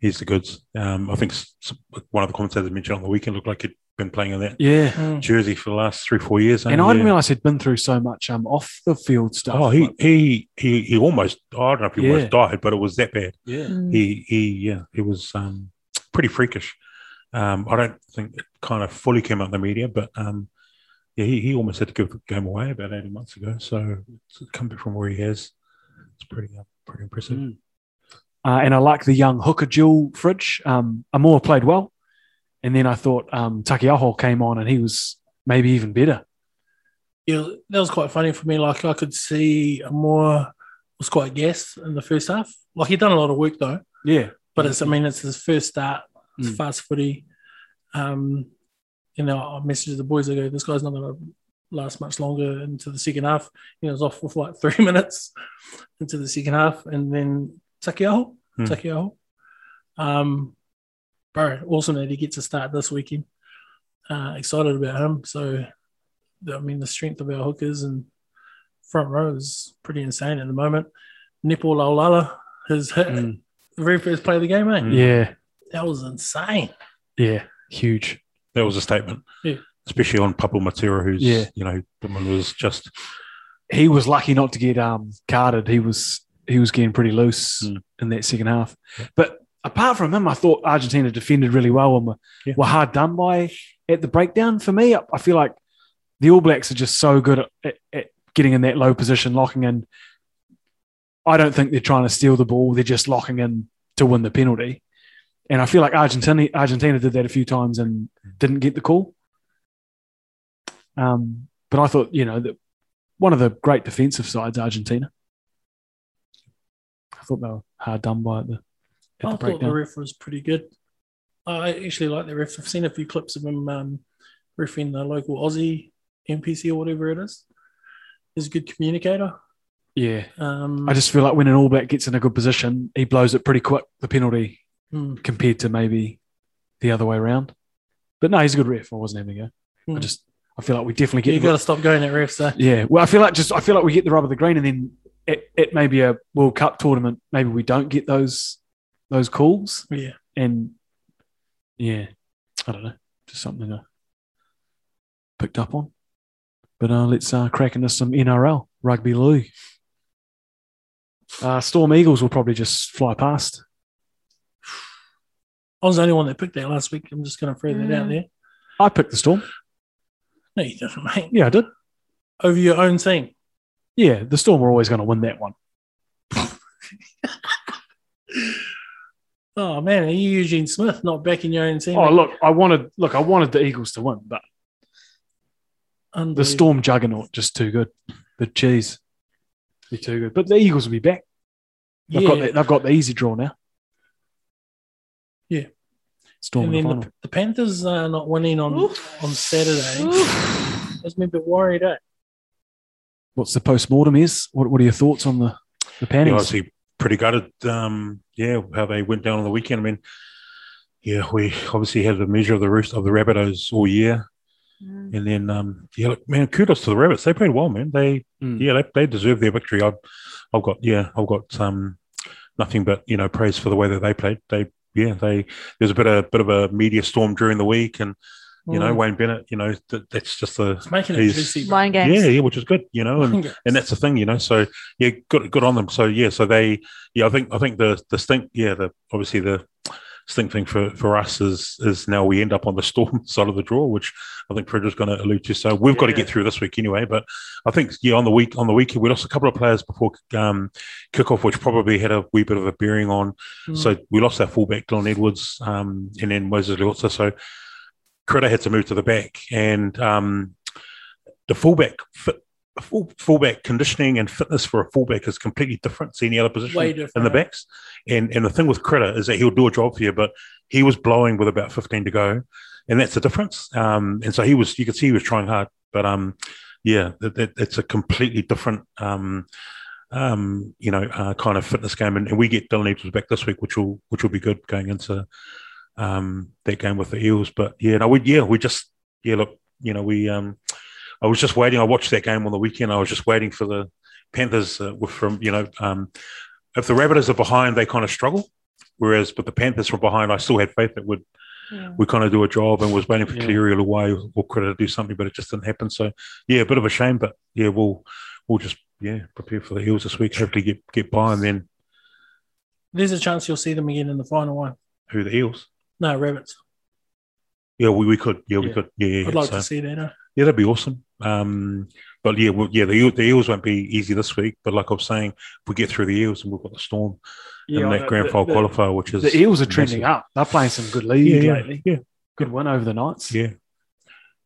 S7: He's the goods. Um, I think s- s- one of the commentators mentioned on the weekend looked like he'd been playing in that
S6: yeah.
S7: jersey for the last three, four years. eh?
S6: And I didn't
S7: Yeah.
S6: realize he'd been through so much um, off the field stuff.
S7: Oh, he, he he he almost I don't know if he
S6: Yeah.
S7: almost died, but it was that bad.
S6: yeah.
S9: Mm.
S7: he he yeah he was um pretty freakish um i don't think it kind of fully came out in the media but um yeah he, he almost had to give the game away about 18 months ago so to come back from where he has it's pretty uh, pretty impressive
S6: Mm. Uh, and I like the young hooker dual fridge. Um, Amor played well. And then I thought um, Takiaho came on and he was maybe even better.
S8: Yeah, that was quite funny for me. Like I could see more was quite gassed in the first half. Like he'd done a lot of work though,
S6: Yeah.
S8: but it's I mean it's his first start. It's
S6: Mm.
S8: fast footy. Um, you know, I messaged the boys. I go, this guy's not going to last much longer into the second half. You know, it's off with like three (laughs) minutes into the second half, and then Takiaho,
S7: Hmm.
S8: Takiaho, um, bro, awesome that he gets a start this weekend. Uh, excited about him. So, I mean, the strength of our hookers and front row is pretty insane at the moment. Nipo Laulala, his hit,
S6: Mm.
S8: the very first play of the game, eh?
S7: Mm.
S6: Yeah.
S8: That was insane.
S6: Yeah. Huge.
S7: that was a statement
S8: Yeah.
S7: especially on Papu Matera who's
S6: Yeah.
S7: you know the one was just
S6: He was lucky not to get um, carded. He was he was getting pretty loose
S7: Mm.
S6: in that second half. But apart from him, I thought Argentina defended really well and were,
S7: Yeah.
S6: were hard done by at the breakdown. For me, I, I feel like the All Blacks are just so good at, at, at getting in that low position, locking in. I don't think they're trying to steal the ball; they're just locking in to win the penalty. And I feel like Argentina Argentina did that a few times and didn't get the call. Um, but I thought, you know, that one of the great defensive sides, Argentina. I thought they were hard done by at the, at
S8: I
S6: the
S8: thought
S6: breakdown.
S8: the ref was pretty good. I actually like the ref. I've seen a few clips of him um, refing the local Aussie NPC or whatever it is. He's a good communicator.
S6: yeah,
S8: Um,
S6: I just feel like when an All Black gets in a good position, he blows it pretty quick. The penalty
S8: Hmm.
S6: compared to maybe the other way around. But no, he's a good ref. I wasn't having a go. I
S8: Hmm.
S6: just I feel like we definitely
S8: you
S6: get.
S8: got to stop going at refs. So.
S6: yeah, well, I feel like just I feel like we get the rub of the green, and then it, it may be a World Cup tournament. Maybe we don't get those those calls,
S8: Yeah.
S6: and yeah, I don't know, just something I picked up on. But uh, let's uh, crack into some NRL rugby league. Uh, Storm Eagles will probably just fly past.
S8: I was the only one that picked that last week. I'm just going to throw that out
S9: Mm.
S8: there.
S6: I picked the Storm.
S8: No, you didn't, (laughs) mate.
S6: Yeah, I did.
S8: Over your own team.
S6: Yeah, the Storm were always going to win that one.
S8: Oh, man. Are you Eugene Smith not backing your own team?
S6: Oh, look, I wanted look, I wanted the Eagles to win, but
S8: Unbelievable.
S6: the Storm juggernaut just too good. But geez, They're too good. But the Eagles will be back. They've, got, the, they've got the easy draw now.
S8: Yeah.
S6: Storm
S8: and
S6: in
S8: then
S6: the final.
S8: the, the Panthers are not winning on
S9: Oof.
S8: on Saturday.
S9: Oof.
S8: Has me a bit worried. Eh?
S6: What's the post-mortem is? What, what are your thoughts on the, the
S7: Yeah,
S6: Panthers?
S7: obviously pretty gutted. Um, yeah, how they went down on the weekend. I mean, yeah, we obviously had the measure of the roost of the Rabbitohs all year,
S9: Mm.
S7: and then um, yeah, look, man, kudos to the Rabbits. They played well, man. They
S6: Mm.
S7: yeah, they, they deserve their victory. I've I've got yeah, I've got um, nothing but you know praise for the way that they played. They yeah, they there's a bit of bit of a media storm during the week, and you
S8: Hmm.
S7: know Wayne Bennett, you know that, that's just a
S8: It's making Mm. it
S7: He's-
S8: juicy. bro.
S9: Lion games.
S7: yeah, yeah, which is good, you know, and and that's the thing, you know. So yeah, good good on them. So yeah, so they yeah, I think I think the the stink yeah, the obviously the stink thing for for us is is now we end up on the storm (laughs) side of the draw, which I think Fred was going to allude to. So we've got to get through this week anyway. But I think yeah, on the week on the weekend we lost a couple of players before um, kickoff, which probably had a wee bit of a bearing on.
S8: Mm.
S7: So we lost our fullback Dylan Edwards, um, and then Moses Leotza. So Critter had to move to the back, and um, the fullback fit. Full, fullback conditioning and fitness for a fullback is completely different to any other position
S8: Way
S7: in the
S8: different.
S7: backs. And and the thing with Critter is that he'll do a job for you, but he was blowing with about 15 to go, and that's the difference. Um, and so he was, you could see he was trying hard, but um, yeah, that, that, it's a completely different um, um, you know, uh, kind of fitness game, and, and we get Dylan Edwards back this week, which will which will be good going into um, that game with the Eels. But yeah, no, we yeah we just yeah look, you know, we um, I was just waiting. I watched that game on the weekend. I was just waiting for the Panthers uh, were from you know, um, if the Rabbitohs are behind, they kind of struggle. Whereas, but the Panthers from behind, I still had faith that would
S9: Yeah.
S7: we kind of do a job and was waiting for
S6: Yeah.
S7: Cleary or away or Critter to do something, but it just didn't happen. So yeah, a bit of a shame, but yeah, we'll we'll just yeah prepare for the heels this week. Hopefully get get by and then
S8: There's a chance you'll see them again in the final one.
S7: who the heels?
S8: No, rabbits.
S7: Yeah, we, we could. Yeah, we
S6: Yeah.
S7: could. Yeah, yeah. yeah.
S8: I'd like
S7: So,
S8: to see that. eh?
S7: yeah, that'd be awesome. Um, but yeah, well, yeah, the, Eels- the Eels won't be easy this week. But like I was saying, if we get through the Eels and we've got the Storm and that grand final qualifier, which is
S6: The Eels are trending
S7: massive.
S6: up. They're playing some good
S7: Yeah,
S6: league
S7: yeah,
S6: lately.
S7: yeah.
S6: Good win over the Knights.
S7: Yeah.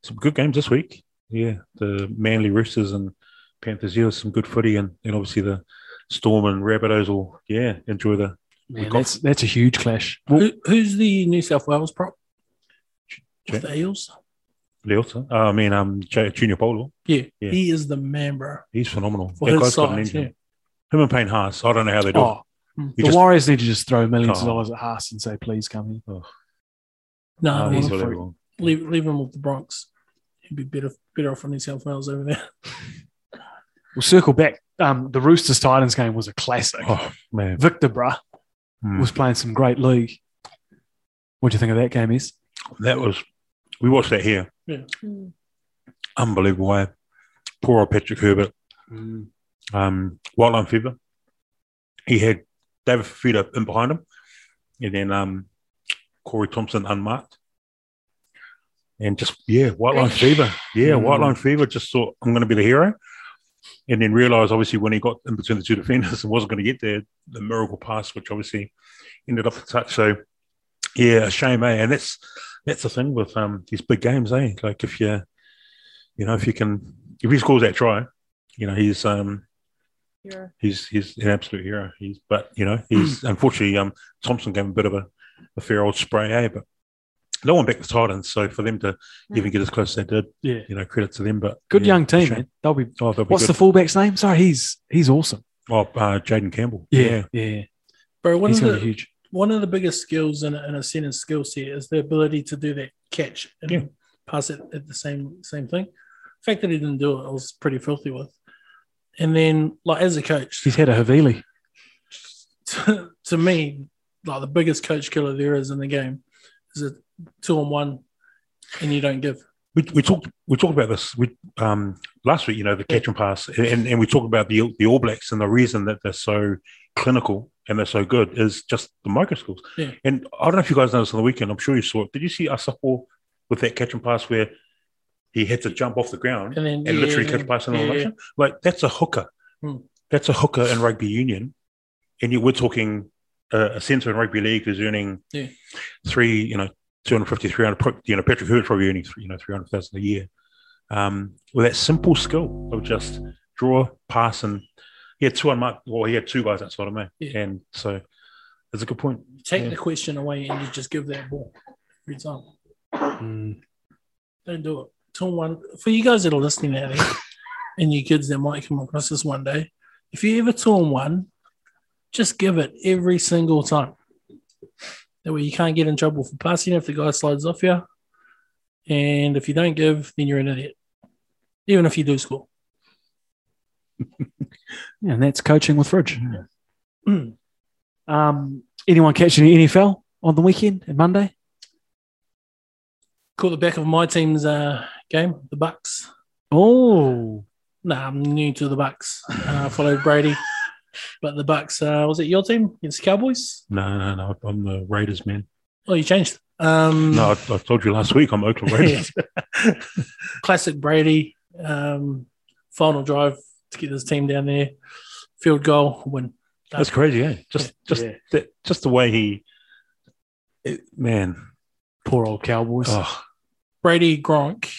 S7: Some good games this week. Yeah. The Manly Roosters and Panthers, yeah, some good footy and, and obviously the Storm and Rabbitohs will, yeah, enjoy the
S6: Man,
S7: got-
S6: that's that's a huge clash.
S8: Who, who's the New South Wales prop?
S7: Jack?
S8: The Eels.
S7: Leota. Uh, I mean, um, J- Junior Polo.
S8: Yeah.
S7: Yeah.
S8: he is the man, bro.
S7: He's phenomenal.
S8: For his
S7: got an
S8: size,
S7: engine.
S8: yeah.
S7: Him and Payne Haas. I don't know how they do
S6: Oh,
S8: Mm.
S7: You
S6: the
S7: just-
S6: Warriors need to just throw millions of
S7: Oh.
S6: dollars at Haas and say, "Please come here."
S8: No,
S7: it.
S8: I
S7: Oh,
S8: don't
S7: he's
S8: want
S6: freak.
S7: unbelievable.
S8: to- leave, leave him with the Bronx. He'd be better better off in New South Wales over there.
S6: We'll circle back. Um, the Roosters Titans game was a classic.
S7: Oh, man.
S6: Victor Bruh
S7: Hmm.
S6: was playing some great league. What do you think of that game? Is
S7: That was, we watched that here.
S9: Mm.
S7: Unbelievable way. Poor old Patrick Herbert. um, Wildland Fever. He had David Fafita in behind him, and then um, Corey Thompson unmarked. And just, yeah, Wildline Fever. Yeah,
S6: Mm.
S7: White Wildline Fever just thought, I'm going to be the hero. And then realised, obviously, when he got in between the two defenders (laughs) and wasn't going to get there, the miracle pass, which obviously ended up a touch. So, yeah, a shame, eh? And that's that's the thing with um, these big games, eh? Like, if you, you know, if you can, if he scores that try, you know, he's um,
S9: Yeah.
S7: he's he's an absolute hero. He's but you know
S6: (clears throat)
S7: he's unfortunately um Thompson gave him a bit of a, a fair old spray, eh? But no one backed the Titans, so for them to even get as close as they did,
S6: Yeah.
S7: you know, credit to them. But
S6: good
S7: yeah,
S6: young team,
S7: shame.
S6: man. They'll be.
S7: Oh, they'll be
S6: What's the
S7: good.
S6: fullback's name? Sorry, he's he's awesome.
S7: oh uh, Jaden Campbell?
S6: yeah, yeah.
S8: Bro, one
S6: he's
S8: of
S6: going to
S8: the
S6: be huge.
S8: one of the biggest skills in a, in a center's skill set is the ability to do that catch and
S7: Yeah.
S8: pass it at the same same thing. The fact that he didn't do it, I was pretty filthy with. And then, like as a coach,
S6: He's had a Havili.
S8: (laughs) to, to me, like the biggest coach killer there is in the game is a two on one, and you don't give.
S7: We, we talked we talked about this we, um, last week. You know the catch and pass, and, and we talked about the the All Blacks and the reason that they're so clinical and they're so good is just the micro skills.
S8: Yeah.
S7: And I don't know if you guys noticed on the weekend. I'm sure you saw it. Did you see Asapo with that catch and pass where he had to jump off the ground
S8: And then
S7: and
S8: yeah,
S7: literally catch a pass in the
S8: yeah,
S7: election? Like that's a hooker.
S8: Hmm.
S7: That's a hooker in rugby union, and you, we're talking uh, a centre in rugby league who's earning
S8: Yeah.
S7: three, you know, 250, 300, pro- you know, Patrick Hurt's probably earning, you know, 300,000 a year. Um, with that simple skill of just draw, pass, and He had two on my, well, he had two guys outside of me.
S8: Yeah.
S7: And so that's a good point.
S8: Take
S7: Yeah.
S8: the question away and you just give that ball every time. Don't do it. Till one for you guys that are listening out there and you kids that might come across this one day, if you ever torn one, just give it every single time. That way you can't get in trouble for passing if the guy slides off you. And if you don't give, then you're an idiot. Even if you do score.
S6: Yeah, and that's coaching with Fridge.
S8: Mm.
S6: (clears throat) Um, anyone catching the NFL on the weekend and Monday?
S8: Caught the back of my team's uh, game, the Bucks.
S6: Oh,
S8: Nah, I'm new to the Bucks. Uh, I followed Brady, but the Bucks. Uh, was it your team against the Cowboys?
S7: No, no, no. I'm the Raiders, man.
S8: Oh, you changed. Um,
S7: No, I, I told you last week I'm Oakland
S8: (laughs)
S7: Raiders.
S8: classic Brady. Um, final drive to get his team down there. Field goal win.
S7: That's crazy, eh? Just, just,
S8: Yeah.
S7: that, just the way he, it, man.
S6: poor old Cowboys.
S7: Oh,
S8: Brady Gronk,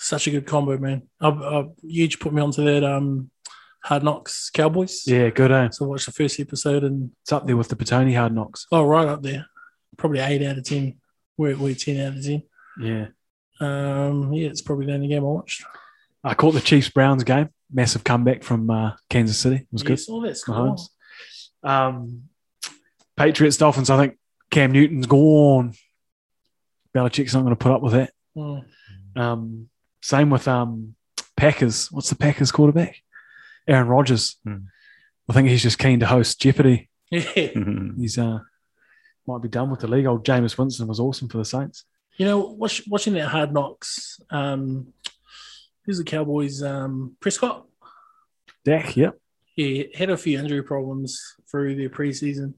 S8: such a good combo, man. I, I, huge put me onto that um, Hard Knocks Cowboys.
S6: Yeah, good. Eh?
S8: So I watched the first episode and
S6: It's up there with the Petone hard knocks.
S8: oh, right up there, probably eight out of ten. We're, we're ten out of ten.
S6: Yeah,
S8: Um, yeah, it's probably the only game I watched.
S6: I caught the Chiefs Browns game. Massive comeback from uh, Kansas City. It was good.
S8: Yes, all that's cool.
S6: Mahomes. Um, Patriots Dolphins. I think Cam Newton's gone. Belichick's not going to put up with that.
S8: Mm.
S6: Um, same with um, Packers. What's the Packers quarterback? Aaron Rodgers.
S7: Hmm.
S6: I think he's just keen to host Jeopardy.
S8: Yeah.
S7: Mhm.
S6: He's uh, might be done with the league. Old Jameis Winston was awesome for the Saints.
S8: (laughs) You know, watch, watching that Hard Knocks. Um, who's the Cowboys? Um, Prescott.
S6: Dak, yep.
S8: He had a few injury problems through their preseason, and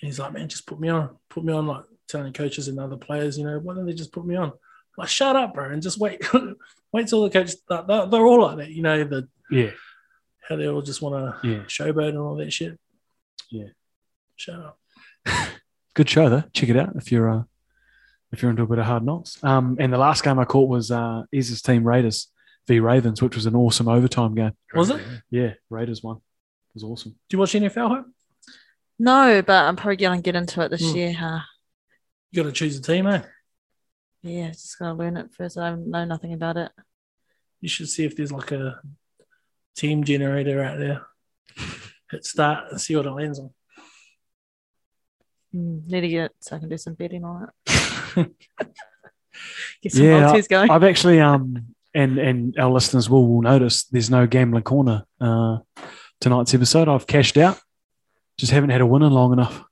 S8: he's like, "Man, just put me on, put me on." Like telling coaches and other players, you know, why don't they just put me on? Like, shut up, bro, and just wait, (laughs) wait till the coach. They're, they're all like that, you know. The
S6: Yeah,
S8: how they all just want to
S6: yeah.
S8: showboat and all that shit.
S6: Yeah.
S8: shut up.
S6: Good show though. Check it out if you're uh, if you're into a bit of hard knocks. Um, and the last game I caught was uh, Ez's team Raiders v Ravens, which was an awesome overtime game.
S8: Was it?
S6: Yeah, Raiders won. It was (laughs) awesome.
S8: Do you watch NFL? Hope?
S9: No, but I'm probably going to get into it this
S8: Mm.
S9: year. Huh?
S8: You got to choose a team, eh?
S9: Yeah, just got to learn it first. I know nothing about it.
S8: You should see if there's like a team generator
S6: (laughs)
S8: out there. Hit start and see what it lands on.
S9: Mm, need to get it so I can do some betting on it. get some
S6: Yeah,
S9: multis going.
S6: I've actually um and and our listeners will will notice there's no gambling corner uh tonight's episode. I've cashed out. Just haven't had a winner long enough.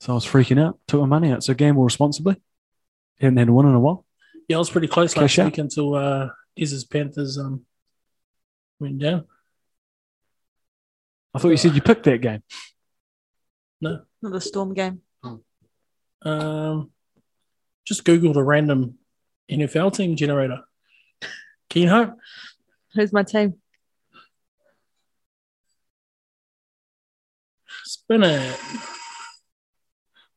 S6: So I was freaking out, took my money out. So gamble responsibly. Haven't had a win in a while.
S8: Yeah, I was pretty close
S6: Cash
S8: last
S6: out.
S8: week until uh Iz's Panthers um went down.
S6: I thought you said you picked that game.
S9: Not the storm game.
S8: Um just googled a random NFL team generator. Keen hope.
S9: Who's my team? (laughs)
S8: Spin it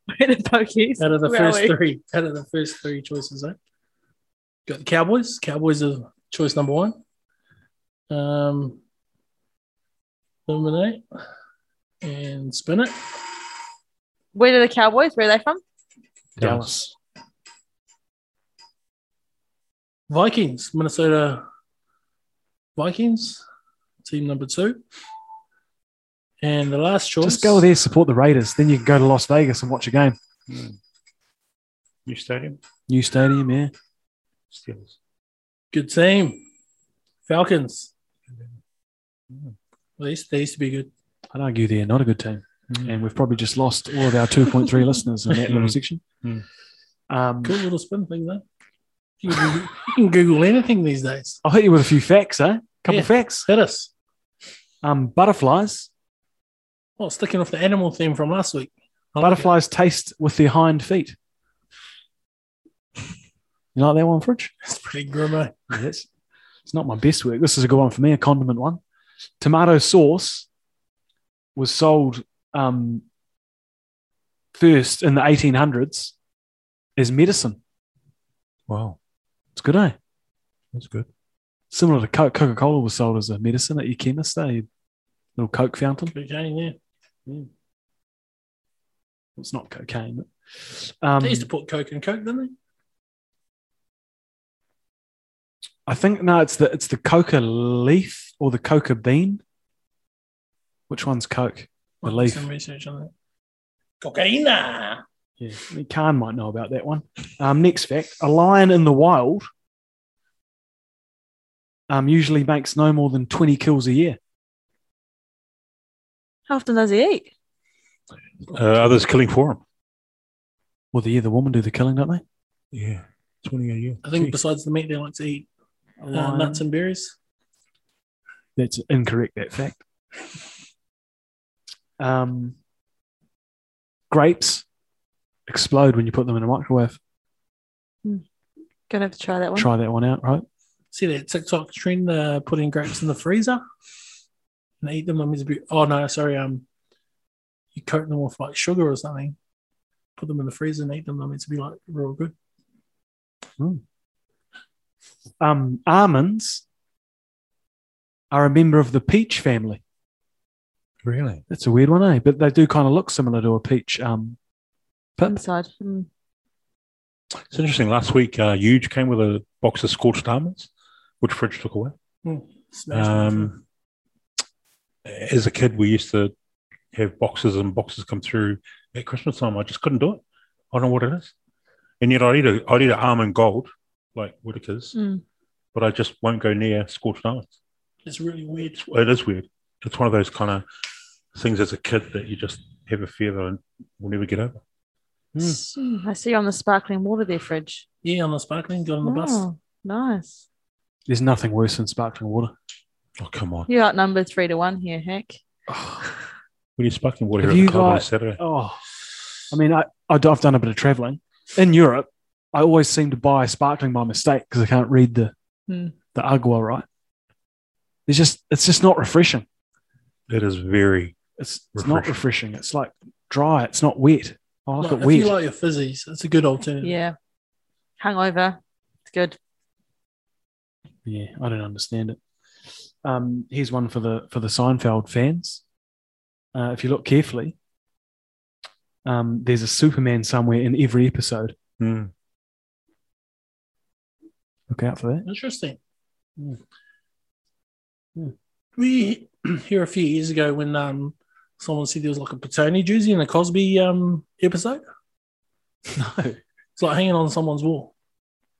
S9: We're in pokies.
S8: out of the
S9: Where
S8: first
S9: are we?
S8: three. Out of the first three choices, eh? Got the Cowboys. Cowboys are choice number one. Um eliminate and spin it.
S9: Where are the Cowboys? Where are they from?
S6: Dallas.
S8: Vikings, Minnesota Vikings, team number two. And the last choice.
S6: Just go there, support the Raiders. Then you can go to Las Vegas and watch a game.
S7: Mm. New stadium?
S6: New stadium, yeah.
S7: Steelers.
S8: Good team. Falcons. Well, they, used, they used to be good.
S6: I'd argue they're not a good team. And we've probably just lost all of our (laughs) 2.3 listeners in that little section.
S7: Mm.
S6: Um,
S8: Cool little spin thing, though. You can, Google- you can Google anything these days.
S6: I'll hit you with a few facts, eh? Couple
S8: Yeah.
S6: facts.
S8: Hit us.
S6: Um, butterflies.
S8: Well, sticking off the animal theme from last week. I like
S6: Butterflies taste with their hind feet. You like that one, Fridge?
S8: it. It's pretty grim, eh?
S6: Yes. It's not my best work. This is a good one for me, a condiment one. Tomato sauce was sold um, first in the 1800s as medicine.
S7: Wow.
S6: It's good, eh?
S7: That's good.
S6: Similar to Coca Cola was sold as a medicine at your chemist. Eh? You Little Coke fountain.
S8: Cocaine, yeah.
S6: It's not cocaine, but um,
S8: they used to put Coke in Coke, didn't they?
S6: I think no, it's the it's the coca leaf or the coca bean. Which one's Coke? The
S8: Might do
S6: leaf.
S8: Some research on that. Cocaina.
S6: Yeah, I mean, Khan might know about that one. Um, next fact: a lion in the wild um, usually makes no more than twenty kills a year.
S9: How often does he eat?
S7: Uh, others killing for him.
S6: Well, the year the woman do the killing, don't they?
S7: Yeah, twenty a year.
S8: I think
S7: Gee.
S8: besides the meat, they like to eat uh,
S6: Lion.
S8: nuts and berries.
S6: That's incorrect. That fact. Um, grapes explode when you put them in a microwave.
S9: Gonna have to try that one.
S6: Try that one out, right?
S8: See that TikTok trend, uh, putting grapes in the freezer and they eat them. I mean, it's a bit- oh no, sorry. Um, you coat them with like sugar or something, put them in the freezer and eat them. I mean, to be like real good.
S6: Um, almonds are a member of the peach family.
S7: Really?
S6: That's a weird one, eh? But they do kind of look similar to a peach. Um, pip.
S9: Inside. Mm.
S7: It's interesting. Last week, uh, Huge came with a box of scorched almonds, which Fridge took away.
S8: Smash them.
S7: Um, as a kid, we used to have boxes and boxes come through at Christmas time. I just couldn't do it. I don't know what it is. And yet, I would eat a, I eat an almond gold, like Whitaker's,
S9: Mm.
S7: but I just won't go near scorched almonds.
S8: it's really weird.
S7: It is weird. It's one of those kind of things as a kid that you just have a fear that I will never get over.
S9: Mm, I see you on the sparkling water there, fridge.
S8: Yeah, on the sparkling, got on the bus.
S9: Oh, nice.
S6: There's nothing worse than sparkling (sighs) water.
S7: Oh, come on.
S9: You're outnumbered three to one here, Heck.
S7: When you're sparkling water
S6: Have
S7: here at
S6: you
S7: the club on a
S6: got-
S7: Saturday.
S6: Oh, I mean, I, I d- I've done a bit of traveling in Europe. I always seem to buy sparkling by mistake because I can't read the
S9: Hmm.
S6: the agua right. It's just it's just not refreshing.
S7: It is very
S6: It's it's not refreshing. It's like dry. It's not wet. I like
S8: Like,
S6: it
S8: if
S6: wet.
S8: you like your fizzies, it's a good alternative.
S9: Yeah. Hangover. It's good.
S6: yeah, I don't understand it. Um, here's one for the for the Seinfeld fans. Uh, if you look carefully, um, there's a Superman somewhere in every episode.
S7: Mm.
S6: Look out for that.
S8: Interesting.
S6: Hmm. Hmm.
S8: We (clears throat) here a few years ago when um someone said there was like a Patoni jersey in a Cosby um episode.
S6: (laughs) No,
S8: It's like hanging on someone's wall.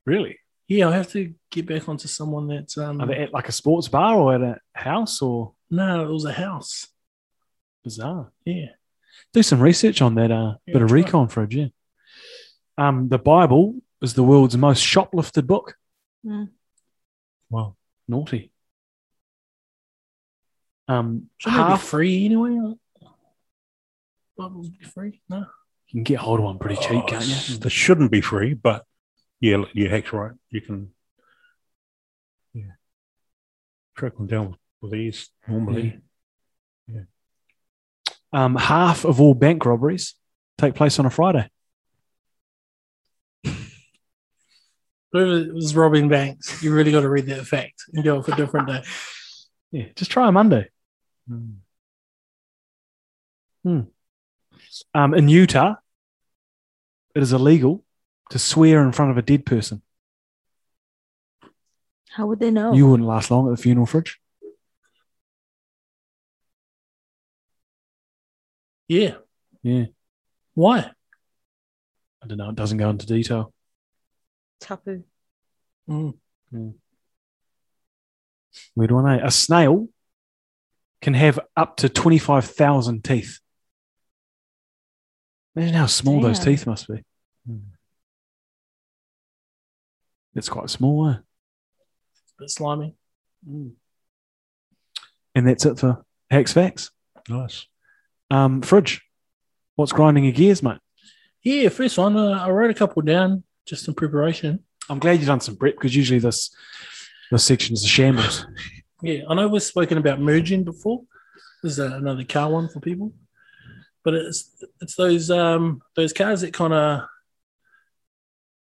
S6: really.
S8: Yeah, I have to get back onto someone that's um
S6: Are they at like a sports bar or at a house or
S8: no, it was a house.
S6: bizarre?
S8: Yeah.
S6: Do some research on that. Uh,
S8: Yeah,
S6: bit of
S8: try it.
S6: recon for a gym. Um, the Bible is the world's most shoplifted book.
S9: Mm.
S7: Wow.
S6: naughty. Um,
S8: Shouldn't it be
S6: half
S8: free anyway? Bibles be free? No.
S6: you can get hold of one pretty cheap,
S7: Oh,
S6: can't
S7: s-
S6: you?
S7: They shouldn't be free, but yeah, look, yeah, heck's right. You can yeah, track them down with these normally.
S6: Um, half of all bank robberies take place on a Friday.
S8: Whoever was robbing banks, you really got to read that fact and go off a different day.
S6: Yeah, just try a Monday. Hmm.
S7: Mm.
S6: Um, in Utah, it is illegal to swear in front of a dead person.
S9: How would they know?
S6: You wouldn't last long at the funeral fridge.
S8: Yeah.
S6: Yeah.
S8: Why?
S6: I don't know. It doesn't go into detail.
S9: Tapu.
S8: Mm.
S6: Weird one, eh? A snail can have up to 25,000 teeth. Imagine how small those
S9: Damn.
S6: teeth must be. Hmm. It's quite small, eh?
S8: bit slimy. Mm.
S6: And that's it for Hex Facts.
S7: Nice.
S6: Um, fridge, what's grinding your gears, mate?
S8: Yeah, first one. Uh, I wrote a couple down just in preparation.
S6: I'm glad you've done some prep because usually this this section is a shambles.
S8: Yeah, I know we've spoken about merging before. This is uh, another car one for people, but it's it's those um those cars that kind of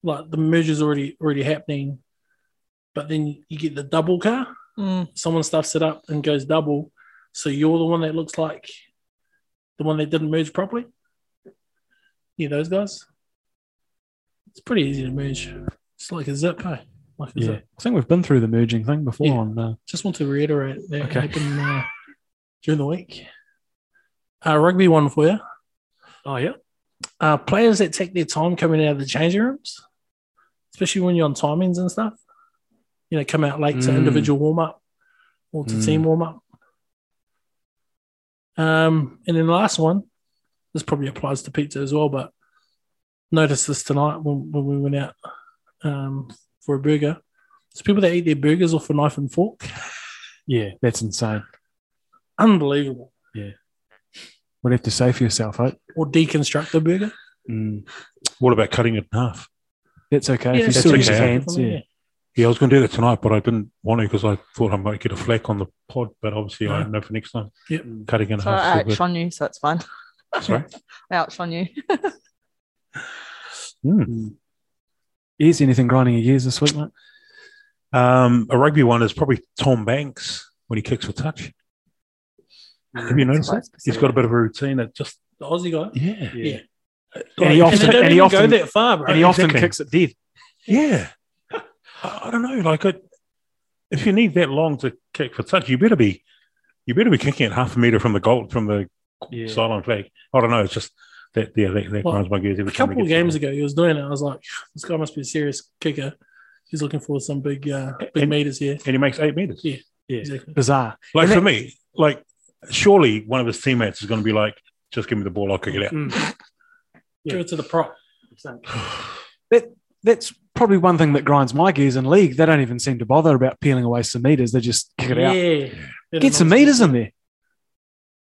S8: like the merger's already already happening, but then you get the double car.
S9: Mm.
S8: Someone stuffs it up and goes double, So you're the one that looks like the one that didn't merge properly. You those guys. It's pretty easy to merge. It's like a zip, hey? Like a
S6: Yeah.
S8: zip.
S6: I think we've been through the merging thing before.
S8: Yeah.
S6: On uh,
S8: Just want to reiterate that
S6: Okay.
S8: happened uh, during the week. Uh, rugby one for you.
S6: oh yeah,
S8: uh, players that take their time coming out of the changing rooms, especially when you're on timings and stuff. You know, come out late to
S6: Mm.
S8: individual warm up or to
S6: Mm.
S8: team warm up. Um, and then the last one, this probably applies to pizza as well, but notice this tonight when, when we went out um, for a burger. It's people that eat their burgers off a knife and fork.
S6: yeah, that's insane.
S8: Unbelievable.
S6: What do you have to say for yourself, eh? Hope?
S8: Or deconstruct the burger.
S6: Mm,
S7: What about cutting it in half?
S6: That's okay. if you
S8: that's
S6: still
S7: okay.
S6: use your
S8: deconstruct
S6: hands,
S8: something,
S6: yeah.
S7: Yeah, I was going to do that tonight, but I didn't want to because I thought I might get a flack on the pod. But obviously, I
S8: No.
S7: know for next time.
S8: Yep.
S7: Cutting in
S9: So
S7: half.
S9: I
S7: is a good-
S9: outshone you, so it's fine. (laughs)
S7: Sorry.
S9: I outshone you.
S6: Is anything grinding your gears this week, mate?
S7: Um, a rugby one is probably Tom Banks when he kicks for touch. Have
S6: Mm,
S7: you noticed that?
S9: quite
S7: He's got a bit of a routine that just,
S8: The Aussie guy.
S7: yeah.
S8: Yeah.
S6: And he often-
S8: they don't
S6: and he
S8: even
S6: often-
S8: go that far, bro.
S6: And he often
S7: exactly.
S6: kicks it dead.
S7: Yeah. I, I don't know. Like, it, if you need that long to kick for touch, you better be, you better be kicking it half a meter from the goal, from the
S6: Yeah.
S7: sideline flag. I don't know. It's just that, yeah, that, that
S8: Well,
S7: grinds my gears every
S8: a
S7: time.
S8: couple of games ago, he was doing it. I was like, this guy must be a serious kicker. He's looking for some big, uh, big
S7: And-
S8: meters here.
S7: And he makes eight meters.
S8: Yeah.
S6: Yeah.
S8: Exactly.
S6: Bizarre.
S7: Like,
S6: And
S7: for
S6: that-
S7: me, like, surely one of his teammates is going to be like, just give me the ball, I'll kick it out.
S8: Mm. Give it to the prop.
S6: That's probably one thing that grinds my gears in league. They don't even seem to bother about peeling away some meters. They just kick it out.
S8: Yeah.
S6: Get some meters in there.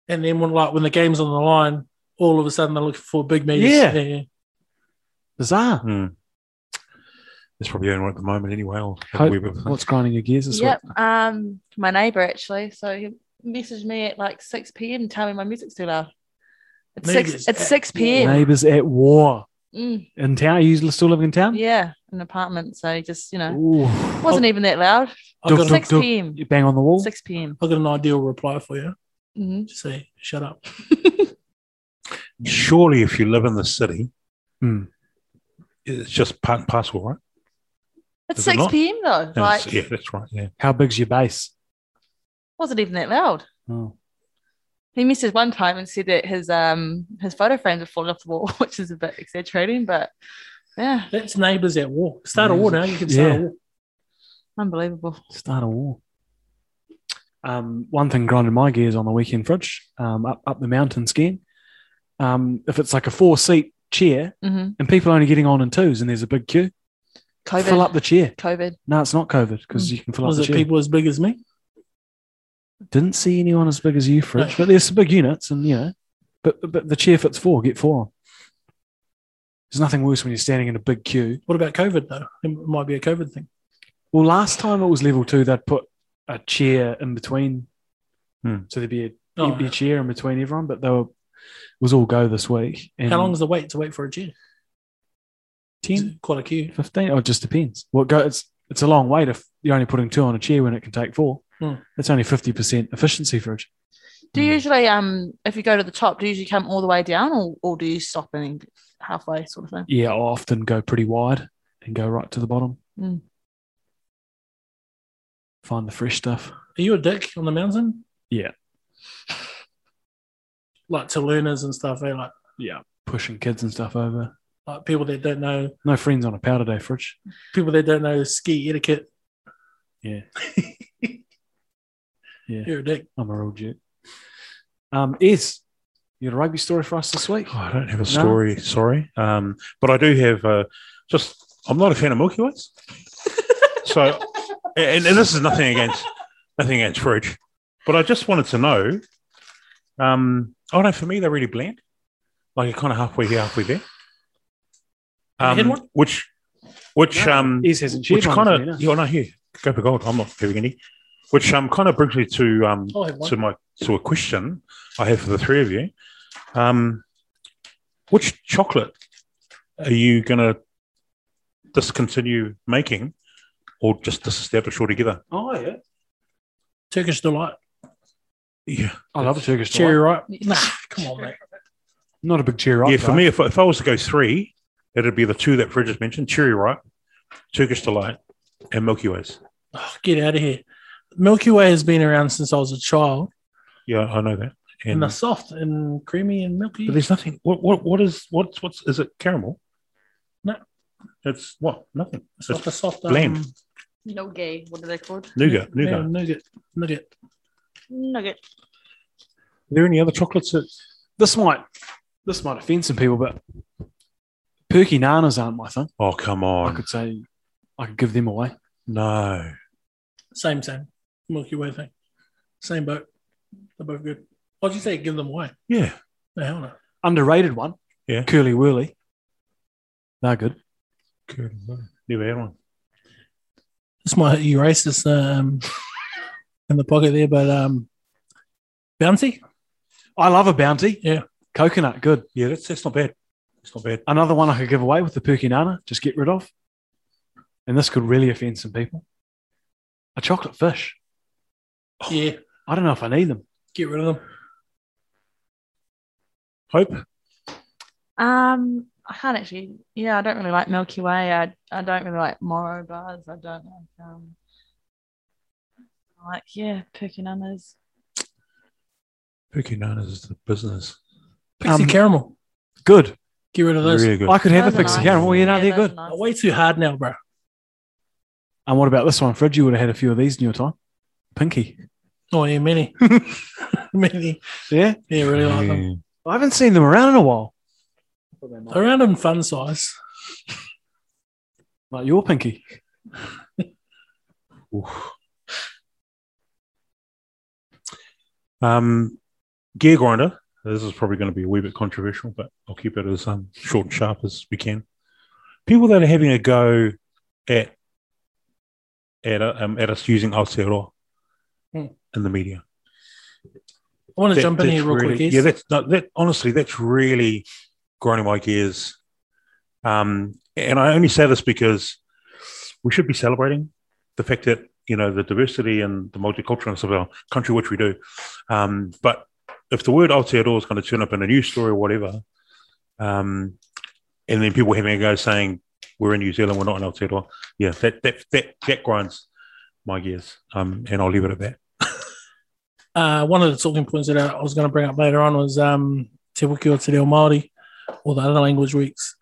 S8: And then when like when the game's on the line, all of a sudden they're looking for big meters.
S6: Yeah.
S8: yeah.
S6: Bizarre.
S7: Hmm. It's probably the only one at the moment anyway. I'll have a
S6: Hope-
S7: wee bit of-
S6: What's grinding your gears this
S9: Yep. Um, my neighbour actually. So he messaged me at like six p.m. telling me my music's too loud. It's
S8: Neighbours
S9: six. It's
S8: at
S9: six
S6: week?
S9: p.m.
S6: Neighbours at war
S9: Mm,
S6: in town. Are you still living in town?
S9: yeah, an apartment. So he just you know,
S6: Ooh.
S9: wasn't even that loud.
S8: I've got, an,
S9: Six
S6: dog.
S9: p.m.
S6: You bang on the wall.
S9: Six p.m.
S8: I've got an ideal reply for you.
S9: hmm
S8: Just say, shut up.
S7: Surely, if you live in the city,
S6: Hmm.
S7: it's just part and parcel, right?
S9: It's
S7: Is it
S9: six
S7: not?
S9: p.m. though.
S7: Yeah,
S9: like,
S7: yeah, that's right. Yeah.
S6: How big's your base?
S9: wasn't even that loud.
S6: Oh.
S9: He messaged one time and said that his um his photo frames had fallen off the wall, (laughs) which is a bit exaggerating, but yeah,
S8: That's neighbors at war. Start a war now. You can start a
S6: Yeah.
S8: war.
S9: unbelievable.
S6: Start a war. Um, one thing grinded my gears on the weekend fridge, um, up, up the mountain skiing. Um, if it's like a four seat chair
S9: hmm
S6: and people are only getting on in twos and there's a big queue,
S9: COVID.
S6: fill up the chair.
S9: COVID.
S6: No, it's not COVID because you can fill up
S8: Was
S6: the
S8: it
S6: chair.
S8: people as big as me?
S6: Didn't see anyone as big as you, Fridge,
S8: No.
S6: but there's some big units and, you know, but, but the chair fits four, get four on. There's nothing worse when you're standing in a big queue
S8: What about COVID though? It might be a COVID thing.
S6: Well, last time it was level two, they'd put a chair in between.
S7: Hmm.
S6: So there'd be a,
S8: Oh,
S6: there'd be a chair in between everyone, but they were, it was all go this week. And
S8: How long is the wait to wait for a chair?
S6: 10,
S8: Quite a queue.
S6: 15? Oh, it just depends. Well, it go, it's, it's a long wait if you're only putting two on a chair when it can take four.
S8: Hmm.
S6: That's only 50% efficiency for it.
S9: Do
S6: Mm-hmm.
S9: you usually um if you go to the top, do you usually come all the way down or, or do you stop and halfway sort of thing?
S6: Yeah, I often go pretty wide and go right to the bottom.
S9: Hmm.
S6: Find the fresh stuff.
S8: Are you a dick on the mountain?
S6: Yeah.
S8: Like to learners and stuff, eh? like
S6: Yeah. Pushing kids and stuff over.
S8: like people that don't know
S6: No friends on a powder day, Fridge.
S8: people that don't know ski etiquette. (laughs)
S6: Yeah.
S8: You're a dick.
S6: I'm a real jerk. Um, is you got a rugby story for us this week?
S7: Oh, I don't have a story. Sorry. Um, but I do have uh, just, I'm not a fan of Milky Ways. so, and, and this is nothing against, nothing against Fridge, but I just wanted to know. Um, I don't know. For me, they're really bland. Like you're kind of halfway here, halfway there.
S8: Have you had
S7: Um,
S8: one?
S7: which, which, um,
S6: Is hasn't shared
S7: which
S6: one
S7: kind
S6: with me, no.
S7: of yeah, no, here go for gold. I'm not having any. Which um kind of brings me to um
S8: I'll have one.
S7: to my to a question I have for the three of you. Um, which chocolate are you going to discontinue making, or just disestablish altogether?
S8: Oh yeah. Turkish delight.
S7: Yeah,
S6: I love a Turkish
S8: Cherry
S6: delight.
S8: ripe. Nah, come on, mate.
S6: I'm Not a big cherry.
S7: yeah.
S6: ripe
S7: For
S6: guy.
S7: me, if, if I was to go three, it'd be the two that Fred just mentioned: Cherry Ripe, Turkish Delight, and Milky Ways.
S8: Oh, get out of here. Milky Way has been around since I was a child,
S7: Yeah, I know that.
S8: and
S7: And
S8: they're soft and creamy and milky.
S7: but there's nothing. What what what is what's what's is it caramel? No, it's what nothing.
S8: It's like a soft
S7: bland.
S8: um,
S9: Nougat. What are they called?
S7: Nougat, nougat.
S8: yeah, nougat, nougat.
S9: Nugget.
S7: Are there any other chocolates that
S6: this might this might offend some people, but perky nanas aren't my thing.
S7: Oh, come
S6: I
S7: on.
S6: could say I could give them away.
S7: No.
S8: Same, same. Milky Way thing. Same boat. They're both good. What'd you say? Give them away.
S7: Yeah.
S8: No, hell no.
S6: Underrated one.
S7: Yeah.
S6: Curly whirly. They're good.
S7: Never had one.
S8: This might hit you racist um, (laughs) in the pocket there, but um, bouncy.
S6: I love a bounty.
S8: Yeah.
S6: Coconut, good.
S7: Yeah, that's, that's not bad. It's not bad.
S6: Another one I could give away with the perky nana, just get rid of. And this could really offend some people. A chocolate fish.
S8: Yeah,
S6: I don't know if I need them.
S8: get rid of them.
S7: Hope.
S9: Um, I can't actually. Yeah, I don't really like Milky Way. I I don't really like Morrow bars. I don't like um. I Like yeah, Perkinanas.
S7: Pookie Nanas is the business.
S8: Pixie
S6: Um,
S8: caramel.
S6: Good.
S8: Get rid of those.
S7: Really good.
S6: I could have
S9: Those
S6: a
S9: are
S6: pixie
S9: nice.
S6: caramel. You know, they're
S9: those
S6: good.
S9: are
S8: They're
S9: nice.
S8: way too hard now, bro.
S6: And what about this one, Fridge? You would have had a few of these in your time. Pinky.
S8: Oh
S7: (laughs)
S8: yeah, many, many.
S6: Yeah.
S8: Yeah, really like them.
S6: I haven't seen them around in a while.
S8: Around in fun size.
S6: Like your pinky.
S7: Oof. Um, gear grinder. This is probably going to be a wee bit controversial, but I'll keep it as um, short and sharp as we can. People that are having a go at at, uh, um, at us using Aotearoa
S8: Hmm.
S7: in the media.
S8: I want to
S7: That-
S8: jump in
S7: that's
S8: here real
S7: really,
S8: quick. Yes.
S7: Yeah, that's no, that. Honestly, that's really grinding my gears. Um, and I only say this because we should be celebrating the fact that you know the diversity and the multiculturalness of our country, which we do. Um, but if the word Aotearoa is going to turn up in a news story or whatever, um, and then people having a go saying we're in New Zealand, we're not in Aotearoa, yeah, that that that, that grinds my gears. Um, and I'll leave it at that.
S8: uh, one of the talking points that I I was going to bring up later on was um, Te Wiki or Te Reo Māori, or the other language weeks,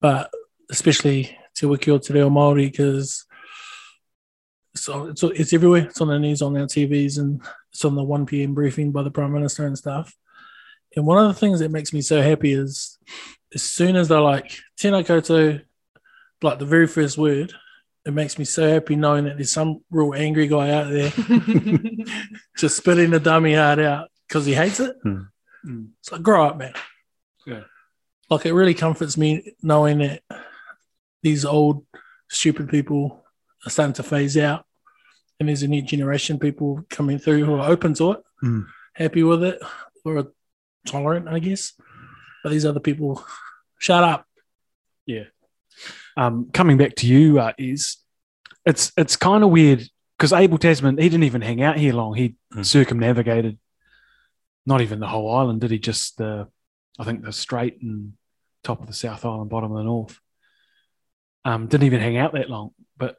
S8: but especially Te Wiki or Te Reo Māori because so it's, it's everywhere. It's on the news, on our TVs, and it's on the 1 p.m. briefing by the Prime Minister and stuff. And one of the things that makes me so happy is as soon as they're like, tēnā koutou, like the very first word, it makes me so happy knowing that there's some real angry guy out there just spitting the dummy hard out because he hates it.
S7: Hmm.
S6: Hmm.
S8: It's like, grow up, man.
S6: Yeah.
S8: Like, it really comforts me knowing that these old, stupid people are starting to phase out. And there's a new generation of people coming through who are open to it,
S7: Hmm.
S8: happy with it, or are tolerant, I guess. But these other people, shut up.
S6: um, coming back to you uh, is it's it's kind of weird because Abel Tasman he didn't even hang out here long. He
S7: Mm.
S6: circumnavigated not even the whole island, did he? Just the I think the Strait and top of the South Island, bottom of the North. Um, didn't even hang out that long, but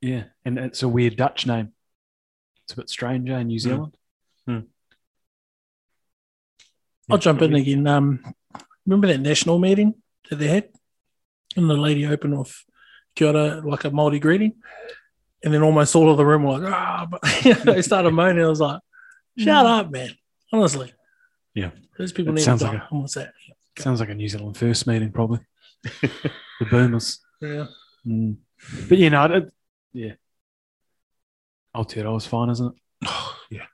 S6: yeah, and it's a weird Dutch name. It's a bit strange eh, in New Zealand.
S8: I'll jump in again. Um, remember that national meeting that they had, and the lady opened with "Kia ora," like a Maori greeting, and then almost all of the room were like, "Ah!" But (laughs) they started moaning. I was like, "Shut up, man!" Honestly,
S7: Yeah.
S8: those people
S6: It
S8: need
S6: sounds
S8: to
S6: like
S8: die. And What's that?
S6: Sounds like a New Zealand first meeting, probably. (laughs) the boomers.
S8: Yeah.
S6: Mm. But you know, it, yeah. Aotearoa is fine, isn't it?
S7: yeah.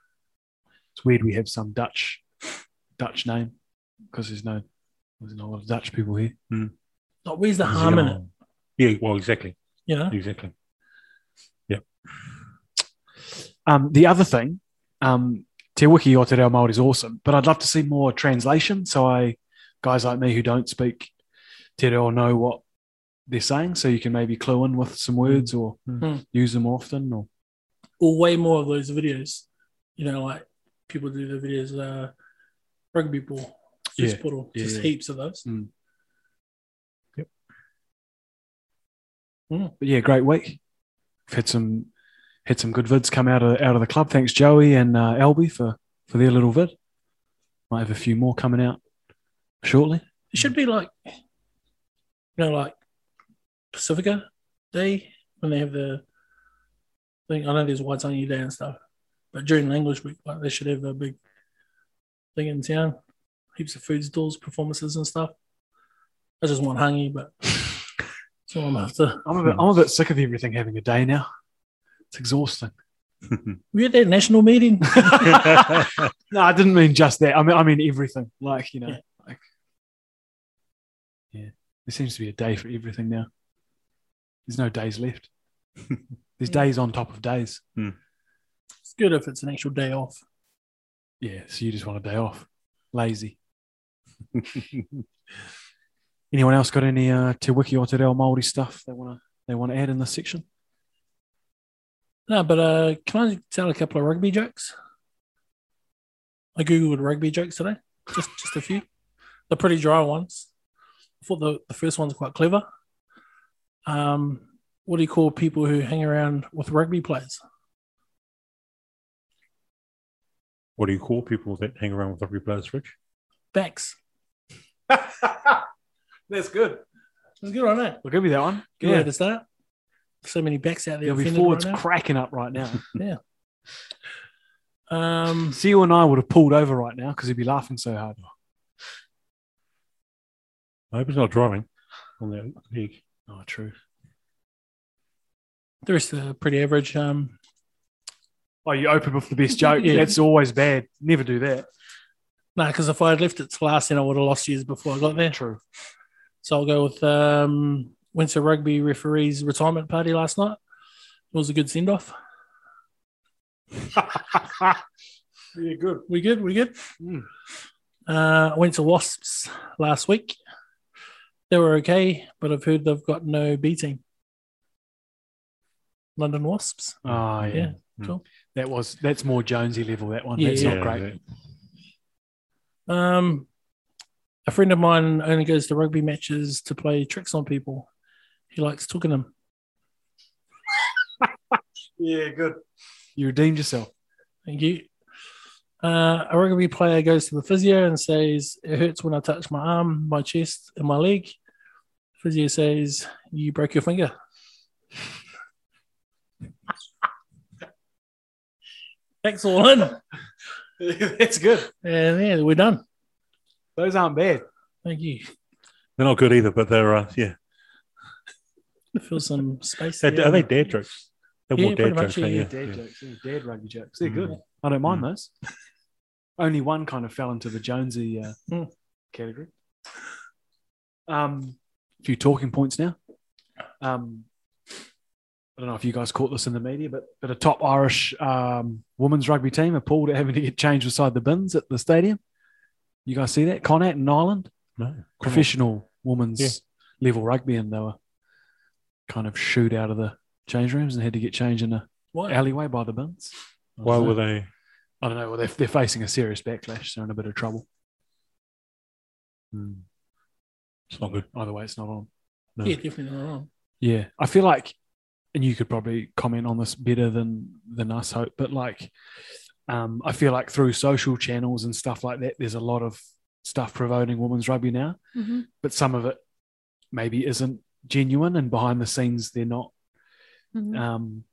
S6: It's weird we have some Dutch Dutch name because there's no there's not a lot of Dutch people here.
S8: Like, where's the harm in it?
S7: Yeah, well, exactly,
S8: You know, (laughs)
S7: exactly.
S6: Um, the other thing, um, Te Wiki o Te Reo Māori is awesome, but I'd love to see more translation. So I, guys like me who don't speak Te Reo know what they're saying, so you can maybe clue in with some words or
S8: Mm.
S6: use them more often. Or
S8: or way more of those videos. You know, like people do the videos, uh, rugby ball,
S6: Yeah.
S8: portal,
S6: Yeah,
S8: just
S6: yeah.
S8: heaps of those.
S6: But yeah, great week. We've had some had some good vids come out of out of the club. Thanks Joey and uh, Albie for for their little vid. Might have a few more coming out shortly.
S8: It should be like, you know, like Pacifica Day when they have the thing. I know there's White Onion Day and stuff, but during Language Week, like they should have a big thing in town. Heaps of food stalls, performances and stuff. I just want hangi, but (laughs) that's all I'm after.
S6: I'm a bit I'm a bit sick of everything having a day now. It's (laughs) exhausting.
S8: We had that national meeting.
S6: No, I didn't mean just that. I mean I mean everything. Like you know,
S8: Yeah.
S6: like yeah, there seems to be a day for everything now. There's no days (laughs) left. There's days on top of days.
S8: It's good if it's an actual day off.
S6: Yeah, so you just want a day off. Lazy. Anyone else got any uh, Te Wiki or Te Reo Māori stuff they want to they want to add in this section?
S8: No, but uh, can I tell a couple of rugby jokes? I googled rugby jokes today, just just a few. They're pretty dry ones. I thought the, the first one's quite clever. Um, what do you call people who hang around with rugby players?
S7: What do you call people that hang around with rugby players, Rich?
S8: Backs. That's good. That's good on that.
S6: Well, give me that one.
S8: Good way to start. So many backs out there.
S6: There'll be
S8: offended
S6: forwards
S8: right now.
S6: cracking up right now.
S8: um,
S6: See, you and I would have pulled over right now because he'd be laughing so hard.
S7: I hope he's not driving on that league.
S6: Oh, true.
S8: the rest are pretty average. Um,
S6: Oh, you open with the best (laughs) joke.
S8: Yeah.
S6: That's always bad. Never do that.
S8: nah, because if I had left it to last, then I would have lost years before I got there.
S6: True.
S8: So I'll go with um, Windsor Rugby referees retirement party last night. It was a good send off.
S6: (laughs) Yeah, good.
S8: We good. We good.
S6: Mm.
S8: Uh, I went to Wasps last week. They were okay, but I've heard they've got no B team. London Wasps.
S6: Oh, yeah.
S8: Yeah, cool.
S6: That was that's more Jonesy level. That one.
S8: Yeah,
S6: that's
S8: yeah.
S6: not great.
S8: Um, a friend of mine only goes to rugby matches to play tricks on people. He likes talking to them.
S6: Yeah, good. You redeemed yourself.
S8: Thank you. Uh, a rugby player goes to the physio and says, It hurts when I touch my arm, my chest, and my leg. Physio says, You broke your finger. (laughs) That's all in. And
S6: (laughs) that's good.
S8: yeah, we're done.
S6: Those aren't bad.
S8: Thank you.
S7: They're not good either, but they're uh, yeah.
S8: Fill some space.
S7: They're,
S8: there.
S7: are they dad jokes? They're
S8: um, Yeah,
S7: more
S8: pretty
S7: dad
S8: much,
S7: jokes.
S8: yeah,
S7: eh?
S8: yeah,
S7: yeah,
S6: Dad
S7: yeah.
S6: jokes, yeah, dad rugby jokes. They're
S7: Mm.
S6: good. Hmm. I don't mind those. Only one kind of fell into the Jonesy uh,
S8: Mm.
S6: category. Um, a few talking points now. Um, I don't know if you guys caught this in the media, but but a top Irish um, women's rugby team are pulled at having to get changed beside the bins at the stadium. You guys see that? Connacht in Ireland.
S7: No.
S6: professional women's level rugby, and they were kind of shooed out of the change rooms and had to get changed in a
S8: What?
S6: alleyway by the bins.
S7: Why were they?
S6: I don't know. Well, they're, they're facing a serious backlash. They're in a bit of trouble.
S7: Hmm. It's not good.
S6: Either way, it's not on.
S7: No.
S8: Yeah, definitely not wrong.
S6: Yeah, I feel like, and you could probably comment on this better than than us, hope. But like, um, I feel like through social channels and stuff like that, there's a lot of stuff promoting women's rugby now.
S9: Mhm.
S6: But some of it maybe isn't genuine, and behind the scenes, they're not
S9: Mhm.
S6: um,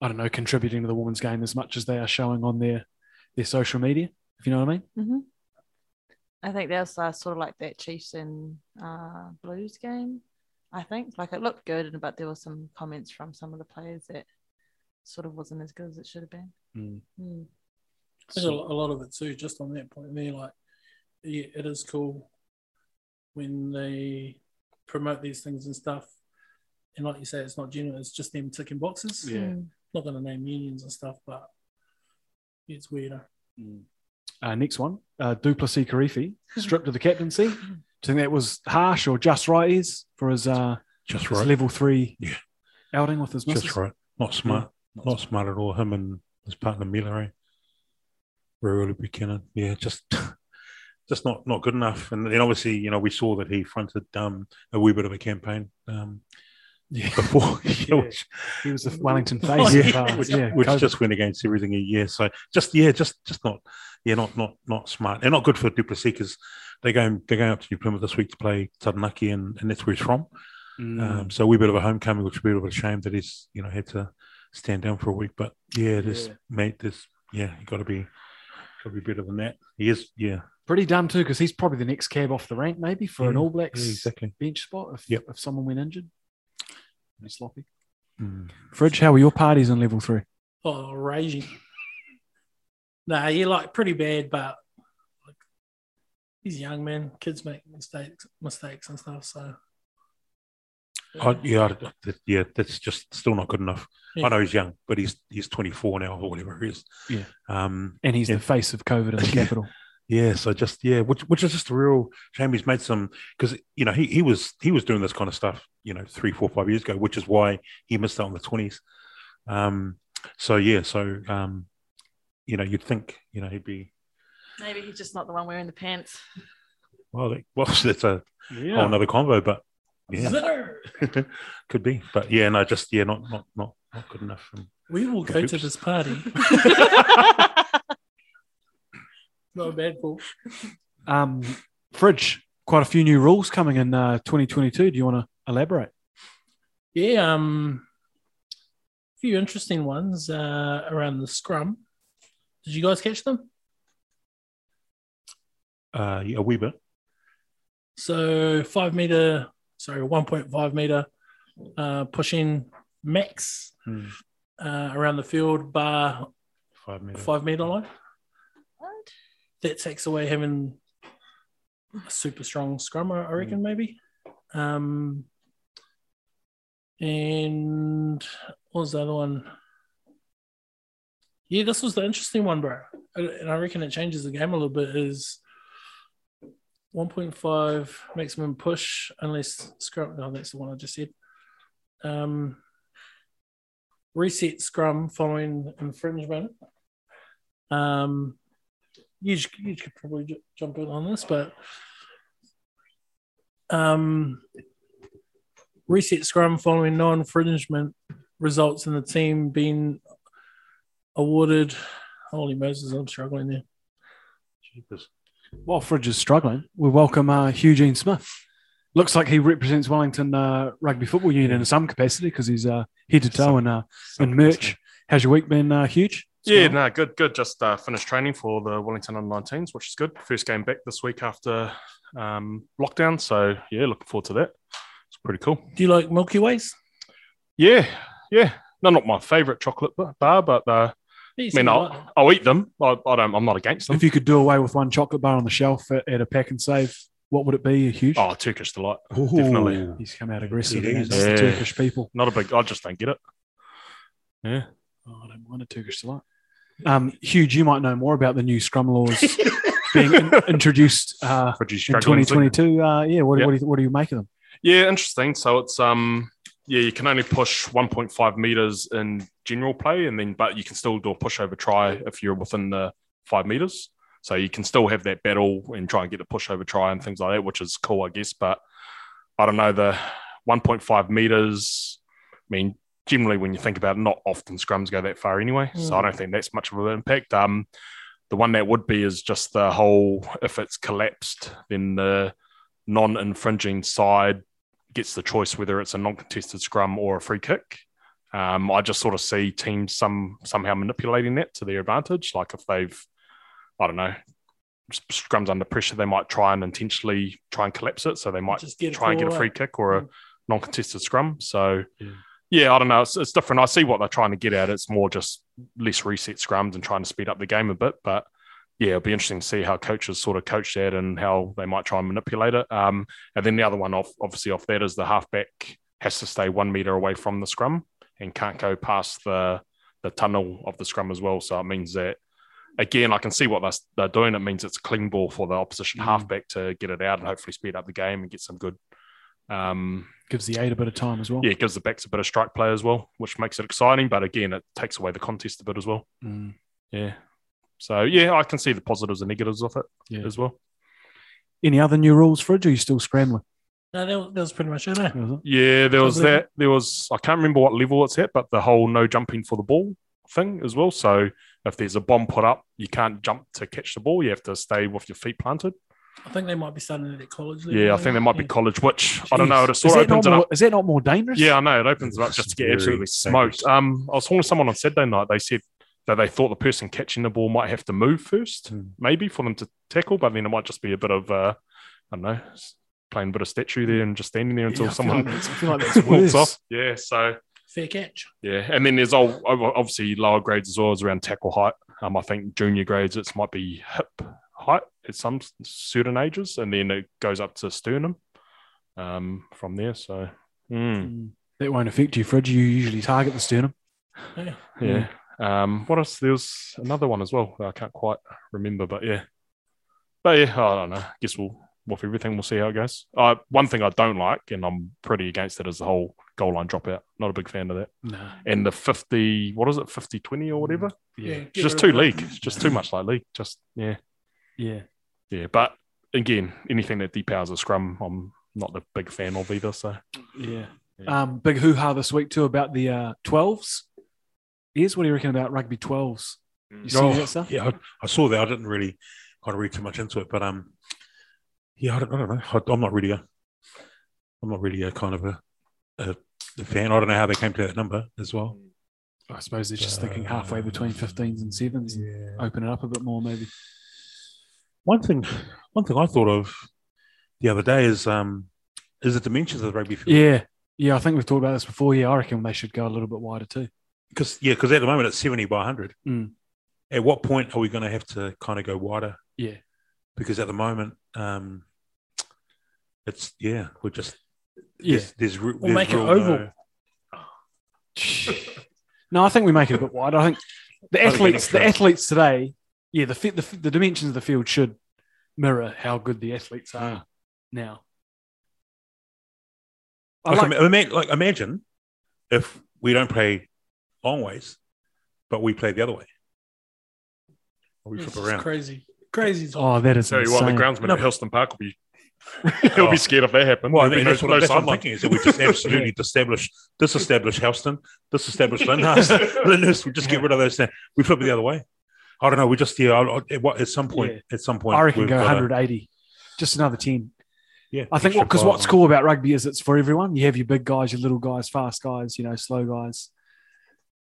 S6: I don't know, contributing to the women's game as much as they are showing on their their social media. If you know what I mean?
S9: I think that was uh, sort of like that Chiefs and uh, Blues game. I think like it looked good, but there were some comments from some of the players that sort of wasn't as good as it should have been.
S6: Mm.
S9: Mm.
S8: I think a lo- a lot of it too, just on that point there, like yeah, it is cool when they promote these things and stuff. And like you say, it's not genuine, it's just them ticking boxes.
S9: Mm.
S8: Not gonna name unions and stuff, but it's weirder.
S6: Uh, next one, uh, Duplessis Karifi stripped of the captaincy. Do you think that was harsh or just right? Is for his, uh,
S7: Just
S6: his
S7: right.
S6: level three
S7: Yeah.
S6: outing with his missus?
S7: Just right. Not smart. Not smart at all. Him and his partner Miller, eh? Rory Buchanan. Yeah, just (laughs) just not not good enough. And then obviously, you know, we saw that he fronted um, a wee bit of a campaign um, before, (laughs) yeah, which
S6: He was the Wellington
S8: Oh,
S6: face.
S8: yeah.
S6: yeah,
S7: which,
S6: yeah,
S7: which
S6: COVID.
S7: just went against everything a year. So just yeah, just just not yeah, not not not smart and not good for Duplessis because they're going they're going up to New Plymouth this week to play Taranaki and, and that's where he's from.
S6: Mm.
S7: Um, so a wee bit of a homecoming, which would be a bit of a shame that he's you know had to stand down for a week. But yeah, this
S6: Yeah.
S7: mate, this yeah, you got to be got to be better than that. He is yeah,
S6: Pretty dumb too, because he's probably the next cab off the rank, maybe for an
S7: Yeah,
S6: All Blacks
S7: Mm. yeah, exactly.
S6: bench spot if,
S7: Yep.
S6: if someone went injured. Pretty sloppy.
S7: Mm.
S6: Fridge, how were your parties on level three?
S8: Oh, raging. (laughs) Nah, you're like pretty bad, but like, he's young, man. Kids make mistakes, mistakes and stuff. So
S7: I, yeah, I- that- yeah. That's just still not good enough.
S8: Yeah.
S7: I know he's young, but he's he's 24 now or whatever he is.
S6: Yeah.
S7: Um,
S6: And he's
S7: Yeah.
S6: the face of COVID in the
S7: (laughs) Yeah.
S6: capital.
S7: Yeah, so just yeah, which which is just a real shame. He's made some because you know he he was he was doing this kind of stuff you know three four five years ago, which is why he missed out on the twenties. Um, so yeah, so um, you know you'd think you know he'd be
S9: Maybe he's just not the one wearing the pants.
S7: well that, (laughs) well that's a
S6: Yeah.
S7: whole another convo, but yeah,
S8: Zero.
S7: could be, but yeah, no, just yeah, not not not not good enough. And,
S8: we will go to
S7: Oops.
S8: this party. (laughs) Not a bad call.
S6: Um, Fridge, quite a few new rules coming in uh, 2022. Do you want to elaborate?
S8: Yeah, um, a few interesting ones uh, around the scrum. Did you guys catch them?
S7: uh, yeah, a wee bit.
S8: So five meter, sorry, one point five meter uh, pushing max
S7: Hmm.
S8: uh, around the field bar
S7: Five minutes.
S8: five meter line.
S9: What?
S8: That takes away having a super strong scrum, I I reckon maybe. Um, and what was the other one? Yeah, this was the interesting one, bro. And- And I reckon it changes the game a little bit. Is 1.5 maximum push unless scrum. No, that's the one I just said. Um, reset scrum following infringement. Um, you j- you could probably j- jump in on this, but um, reset scrum following no infringement results in the team being awarded. Holy Moses, I'm struggling there.
S7: Jeepers.
S6: While Fridge is struggling, we welcome uh, Eugene Smith. Looks like he represents Wellington uh, Rugby Football Union in some capacity because he's uh, head to toe in, uh, in merch. How's your week been, uh, Huge?
S10: Yeah, no, good, good. Just uh, finished training for the Wellington under 19s, which is good. First game back this week after um, lockdown. So, yeah, looking forward to that. It's pretty cool.
S8: Do you like Milky Ways?
S10: Yeah, yeah. No, not my favorite chocolate bar- bar, but uh,
S8: Yeah, you
S10: I mean,
S8: seem to
S10: I'll,
S8: like them.
S10: I'll eat them. I, I don't, I'm not against them.
S6: If you could do away with one chocolate bar on the shelf at, at a pack and save, what would it be, Huge?
S10: Oh, Turkish delight. Definitely.
S6: He's come out aggressive
S7: Yeah.
S6: against the Turkish people.
S10: Not a big, I just don't get it.
S6: Oh, I don't mind a Turkish delight. Um, Huge, you might know more about the new scrum
S10: (laughs)
S6: laws being in- introduced uh,
S10: But you
S6: in
S10: struggle with it.
S6: 2022. Uh, yeah, what,
S10: Yeah.
S6: What, do you, what do you make of them?
S10: Yeah, interesting. So it's um yeah, you can only push 1.5 meters in general play, and then but you can still do a pushover try if you're within the five meters. So you can still have that battle and try and get a pushover try and things like that, which is cool, I guess. But I don't know the 1.5 meters. I mean, generally when you think about it, not often scrums go that far anyway, so I don't think that's much of an impact. Um, the one that would be is just the whole if it's collapsed, then the non-infringing side gets the choice whether it's a non-contested scrum or a free kick. Um, I just sort of see teams some somehow manipulating that to their advantage. Like if they've, I don't know, s- scrums under pressure, they might try and intentionally try and collapse it. So they might
S8: just get
S10: try and get a
S8: forward.
S10: free kick or a
S8: Mm.
S10: non-contested scrum. So yeah. I don't know. It's, it's different. I see what they're trying to get at. It's more just less reset scrums and trying to speed up the game a bit. But yeah, it'll be interesting to see how coaches sort of coach that and how they might try and manipulate it. Um, and then the other one, off obviously off that, is the halfback has to stay one meter away from the scrum and can't go past the the tunnel of the scrum as well. So it means that again, I can see what they're, they're doing. It means it's a clean ball for the opposition
S6: Mm.
S10: halfback to get it out and hopefully speed up the game and get some good Um,
S6: Gives the eight a bit of time as well.
S10: yeah, it gives the backs a bit of strike play as well, which makes it exciting. But again, it takes away the contest a bit as well.
S6: Mm.
S10: Yeah. So yeah, I can see the positives and negatives of it
S6: Yeah.
S10: as well.
S6: Any other new rules, Fridge? Or are you still scrambling?
S8: uh, No, that, that was pretty much it. Eh?
S6: That was
S10: Hmm.
S6: it.
S10: Yeah, there was
S8: Lovely.
S10: that. There was I can't remember what level it's at, but the whole no jumping for the ball thing as well. So if there's a bomb put up, you can't jump to catch the ball. You have to stay with your feet planted.
S8: I think they might be starting it at college level. eh?
S10: Yeah, I think that might be
S8: Yeah.
S10: college, which I don't know. It
S6: Jeez.
S10: sort
S6: is,
S10: of
S6: that
S10: opens
S6: not
S10: it
S6: more,
S10: up.
S6: is that not more dangerous?
S10: Yeah, I know. It opens it up just to get
S7: Very
S10: absolutely
S7: dangerous.
S10: smoked. Um, I was talking to someone on Saturday night. They said that they thought the person catching the ball might have to move first,
S7: Hmm.
S10: maybe for them to tackle, but then it might just be a bit of, uh, I don't know, s- playing a bit of statue there and just standing there until
S6: Yeah, I feel
S10: someone (laughs)
S6: like that's- I feel (laughs) like that's
S10: walks
S6: worse.
S10: off. Yeah, so
S8: Fair catch.
S10: yeah, and then there's all obviously lower grades as well as around tackle height. Um, I think junior grades it's might be hip height at some certain ages, and then it goes up to sternum um, from there. So mm,
S6: Mm. That won't affect you, Fridge. You usually target the sternum.
S8: Yeah.
S10: yeah. Um, what else? There was another one as well. that I can't quite remember, but yeah. But yeah, I don't know. I guess we'll with everything, we'll see how it goes. Uh, one thing I don't like, and I'm pretty against it, is the whole goal line dropout. Not a big fan of that.
S6: No.
S10: And the 50, what is it, 50 20 or whatever?
S6: Yeah.
S8: get
S10: It's just
S8: rid
S10: too
S8: of it.
S10: league. It's just too much like league. Just yeah,
S6: Yeah.
S10: yeah. But again, anything that depowers a scrum, I'm not the big fan of either. So
S6: Yeah. Um, big hoo ha this week too about the uh, 12s. Here's what do you reckon about rugby 12s? You see
S7: Oh,
S6: that stuff?
S7: Yeah, I, I saw that. I didn't really kind of read too much into it, but um, yeah, I don't, I don't know. I, am not really a, I'm not really a kind of a, a, a fan. I don't know how they came to that number as well.
S6: I suppose they're just thinking halfway between 15s and 7s and
S7: Yeah.
S6: open it up a bit more, maybe.
S7: Uh, One thing, one thing I thought of the other day is um, is the dimensions of the rugby field.
S6: Yeah. Yeah. I think we've talked about this before. Yeah. I reckon they should go a little bit wider too.
S7: because yeah, because at the moment it's seventy by hundred.
S6: Mm.
S7: At what point are we going to have to kind of go wider?
S6: Yeah.
S7: because at the moment, um, it's yeah, we're just
S6: Yeah.
S7: There's, there's, re- there's
S8: We'll make it
S7: real
S8: oval.
S7: no-
S6: No, I think we make it a bit wider. I think the
S7: I think we
S6: athletes,
S7: need
S6: the
S7: to-
S6: athletes today, yeah, the, fi- the fi- the dimensions of the field should mirror how good the athletes are now. I
S7: Like,
S6: like,
S7: ima- ima- like, imagine if we don't play long ways, but we play the other way. We
S8: It's
S7: flip
S8: just
S7: around.
S8: crazy. Crazy. talk.
S6: oh, that is
S10: tell you what, the
S6: insane.
S10: groundsman
S7: No,
S10: at Helston Park (laughs) will be he'll be scared if that happened.
S7: Well, I
S10: There'll
S7: mean,
S10: be
S7: that's, what, that's what I'm
S10: sideline.
S7: thinking is that we just absolutely disestablish, disestablish Houston, disestablish
S10: (laughs)
S7: Lindhurst, (laughs) Lindhurst. We just get rid of those. things. We flip it the other way. I don't know. We just yeah. I- I- At, what, at some point, at some point,
S6: I reckon
S7: we've
S6: go
S7: gotta-
S6: 180, just another 10.
S7: Yeah,
S6: I think
S7: extra
S6: because
S7: five
S6: what's
S7: on.
S6: cool about rugby is it's for everyone. You have your big guys, your little guys, fast guys, you know, slow guys.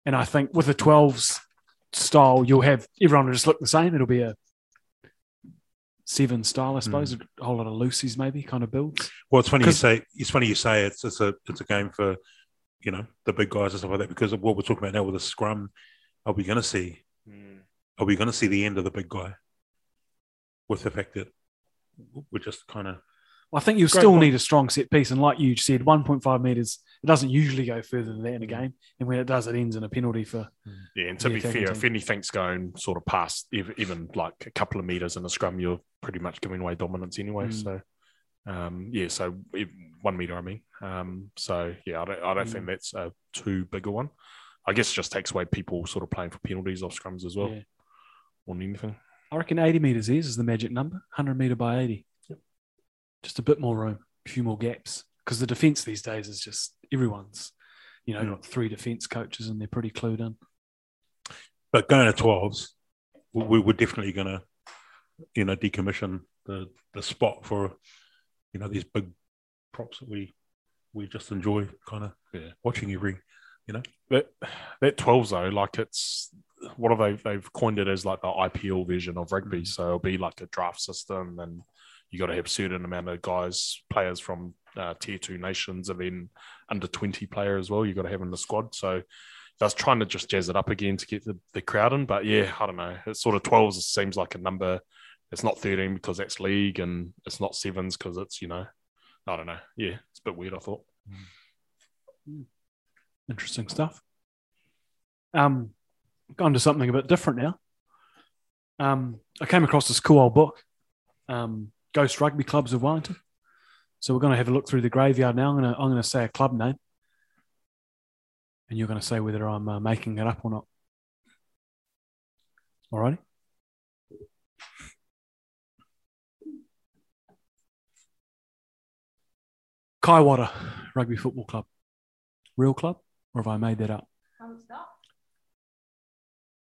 S6: And I think with the 12s style, you'll have everyone will just look the same. It'll be a seven style,
S7: Hmm.
S6: I suppose, a whole lot of loosies maybe kind of builds.
S7: Well, it's funny you
S6: 'Cause-
S7: say. It's funny you say it's it's a it's a game for you know the big guys and stuff like that because of what we're talking about now with the scrum. Are we going to see?
S6: Hmm.
S7: Are we going to see the end of the big guy? With the fact that we're just kind of
S6: I think you'll
S7: Great
S6: still
S7: point.
S6: need a strong set piece. And like you said, 1.5 meters, it doesn't usually go further than that in a
S7: Hmm.
S6: game. And when it does, it ends in a penalty for.
S10: Yeah, and to
S6: Yeah,
S10: be
S6: taking
S10: fair,
S6: time.
S10: if anything's going sort of past ev- even like a couple of meters in a scrum, you're pretty much giving away dominance anyway.
S6: Mm.
S10: So, um, yeah, so if- one meter, I mean. Um, so yeah, I don't, I don't think
S6: Hmm.
S10: that's a too big a one. I guess it just takes away people sort of playing for penalties off scrums as well,
S6: Yeah.
S10: or anything.
S6: I reckon 80 meters is, is the magic number 100 meter by 80. Just a bit more room, a few more gaps. Because the defense these days is just everyone's, you know, got three defense coaches and they're pretty clued in.
S7: but going to twelves, we, we're definitely going to you know decommission the the spot for you know these big props that we we just enjoy kind of
S10: Yeah.
S7: watching every
S10: That that twelves though, like it's what have they they've coined it as like the IPL version of rugby. So it'll be like a draft system, and you got to have certain amount of guys, players from uh, tier two nations, and then under twenty player as well. You got to have in the squad. So that's trying to just jazz it up again to get the, the crowd in. But yeah, I don't know. It's sort of twelves seems like a number. It's not thirteen because that's league, and it's not sevens because it's you know, I don't know. Yeah, it's a bit weird. I thought.
S6: Interesting stuff. Um, gone to something a bit different now. Um, I came across this cool old book, um, Ghost Rugby Clubs of Wellington. So we're going to have a look through the graveyard now. I'm going to I'm going to say a club name, and you're going to say whether I'm uh, making it up or not. Alrighty. Kaiwata Rugby Football Club, real club, or have I made that up?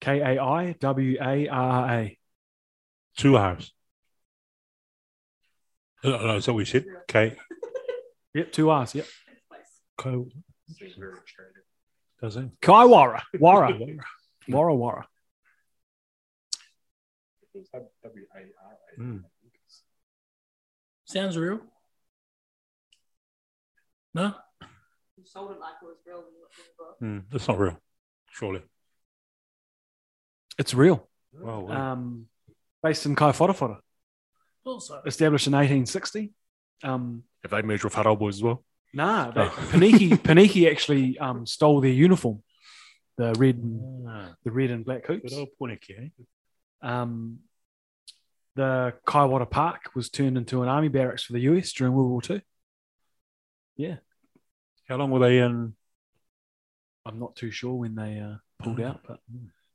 S6: K A I W A R R A.
S7: Two hours. No, no, uh, is that what you said? Okay.
S6: Yep, two R's. Yep.
S7: Co- Does it?
S6: Kaiwara. Wara.
S7: (laughs)
S6: Wara Wara.
S7: Mm.
S8: Sounds real. No?
S7: Mm, that's not real, surely.
S6: It's real.
S7: Wow, wow.
S6: Um, based in Kaiwharawhara.
S8: Thought so.
S6: Established in 1860. Um,
S10: Have they merged with Harrow Boys as well?
S6: nah, they,
S7: Oh. (laughs)
S6: Paniki, Paniki actually um, stole their uniform, the red, and-
S7: Ah,
S6: the red and black hoops.
S7: good old Puniki, eh?
S6: Um, the Kaiwata Park was turned into an army barracks for the US during World War II.
S7: How long were they in?
S6: I'm not too sure when they uh, pulled out, but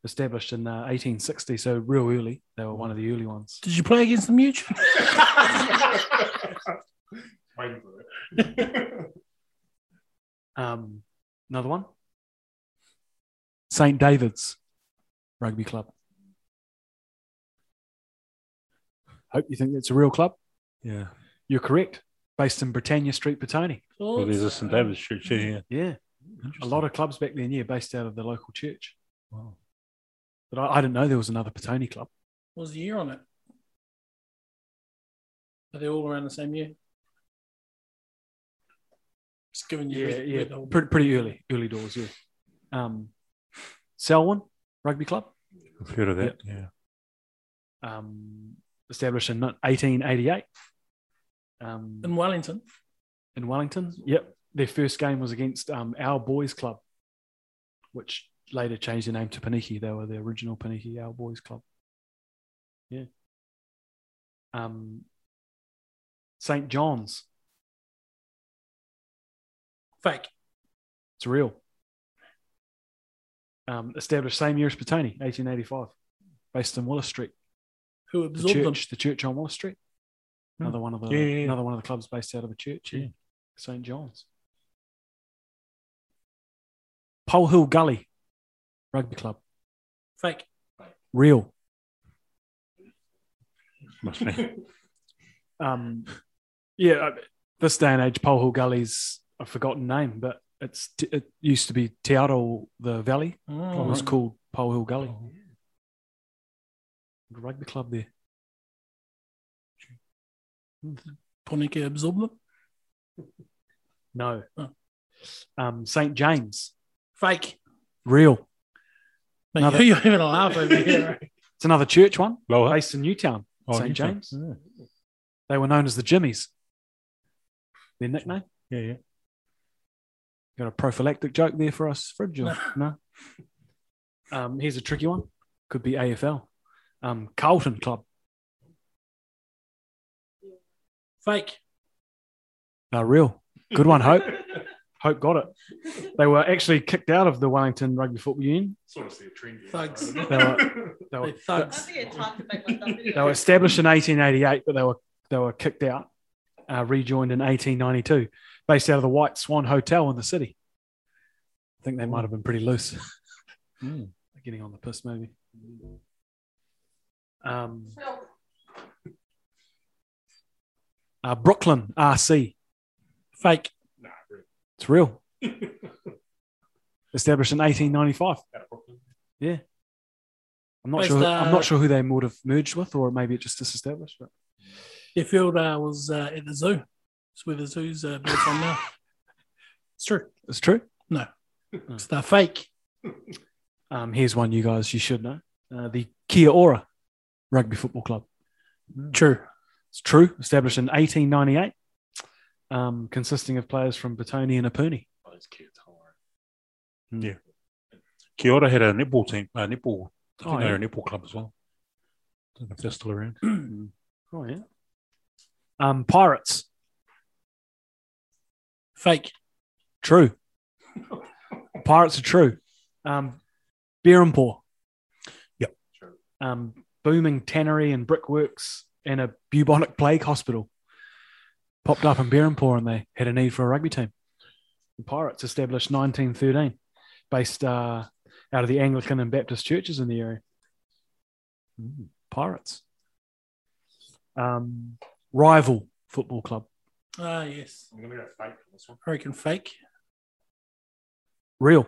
S6: established in uh, 1860, so real early. They were one of the early ones.
S8: Did you play against the Mute?
S6: Um, another one. St. David's Rugby Club. Hope you think it's a real club.
S7: Yeah.
S6: You're correct. Based in Britannia Street, Petone.
S7: Well, there's a St. David's Church here.
S6: Yeah. A lot of clubs back then, yeah, based out of the local church.
S7: Wow.
S6: But I, I didn't know there was another Petone club.
S8: What was the year on it? Are they all around the same year? Just giving you
S6: Yeah,
S8: red-
S6: yeah.
S8: red old-
S6: Pretty, pretty early, early doors, yeah. Um, Selwyn Rugby Club,
S7: I've heard of that. Yeah.
S6: um, established in 1888 um,
S8: in Wellington.
S6: in Wellington. Yep. Their first game was against um, Our Boys Club, which later changed their name to Paniki. They were the original Paniki Our Boys Club. Yeah. Um, St. John's.
S8: Fake.
S6: It's real. Um, established same year as Petone, 1885, based in Willis Street.
S8: Who
S6: The
S8: absorbed them?
S6: church, the church on Willis Street.
S7: Hmm.
S6: Another one of the
S7: Yeah, yeah, yeah.
S6: another one of the clubs based out of a church, yeah.
S7: Yeah.
S6: St. John's. Pole Hill Gully Rugby Club.
S8: Fake.
S6: Real.
S7: Must be.
S6: Um, yeah, I- this day and age, Pole Hill Gully's a forgotten name, but it's it used to be Te Aro, the valley.
S7: Oh,
S6: It was
S8: Mm.
S6: called Pole Hill Gully. Good Rugby club there.
S8: Ponika absorbed them.
S6: No.
S8: Oh.
S6: Um, St. James.
S8: Fake.
S6: Real.
S8: Mate,
S6: Another-
S8: You're having a laugh over here. (laughs) eh?
S6: It's another church one
S7: Lower.
S6: based in Newtown,
S7: Oh,
S6: St.
S7: Newtown.
S6: James. They were known as the Jimmies. Their nickname.
S7: Yeah, yeah.
S6: Got a prophylactic joke there for us, Fridge? (laughs) Or, no. Um, here's a tricky one. Could be AFL. Um, Carlton Club.
S8: Fake.
S6: No, real. Good one, (laughs) Hope. Hope got it. They were actually kicked out of the Wellington Rugby Football Union.
S10: Sort of see a trend.
S6: (laughs)
S8: Thugs.
S6: They were, they
S8: They
S6: were,
S8: thugs.
S6: they were established in 1888, but they were they were kicked out, uh, rejoined in 1892, based out of the White Swan Hotel in the city. I think they might have been pretty loose. (laughs) Getting on the piss, maybe. Um, uh, Brooklyn RC.
S8: Fake.
S6: It's real. Established in 1895. Yeah. I'm not
S8: Based,
S6: sure. I'm
S8: uh,
S6: not sure who they would have merged with, or maybe it just disestablished. But
S8: Their field uh, was uh, at the zoo. It's where the zoo's uh, built on now. It's true.
S6: it's true. Hmm.
S8: It's the fake.
S6: Um, here's one you guys you should know: uh, the Kia Ora Rugby Football Club.
S8: True.
S6: It's true. Established in 1898, um, consisting of players from Batoni and Apuni.
S7: Kia ora had a netball team, uh, netball. I think
S6: Oh,
S7: they
S6: yeah.
S7: were a netball club as well. er
S6: Mm.
S7: Don't know if they're still around.
S6: Oh yeah. Um, Pirates
S8: Fake.
S6: True. Pirates are true. Um, Berampore.
S7: Yep.
S6: Um, booming tannery and brickworks and a bubonic plague hospital popped up in Berampore and they had a need for a rugby team. The Pirates established 1913, based uh, out of the Anglican and Baptist churches in the area. Mm, Pirates. Um, rival football club.
S8: Ah, yes.
S10: I'm going to go fake for this one.
S8: I reckon fake.
S6: Real.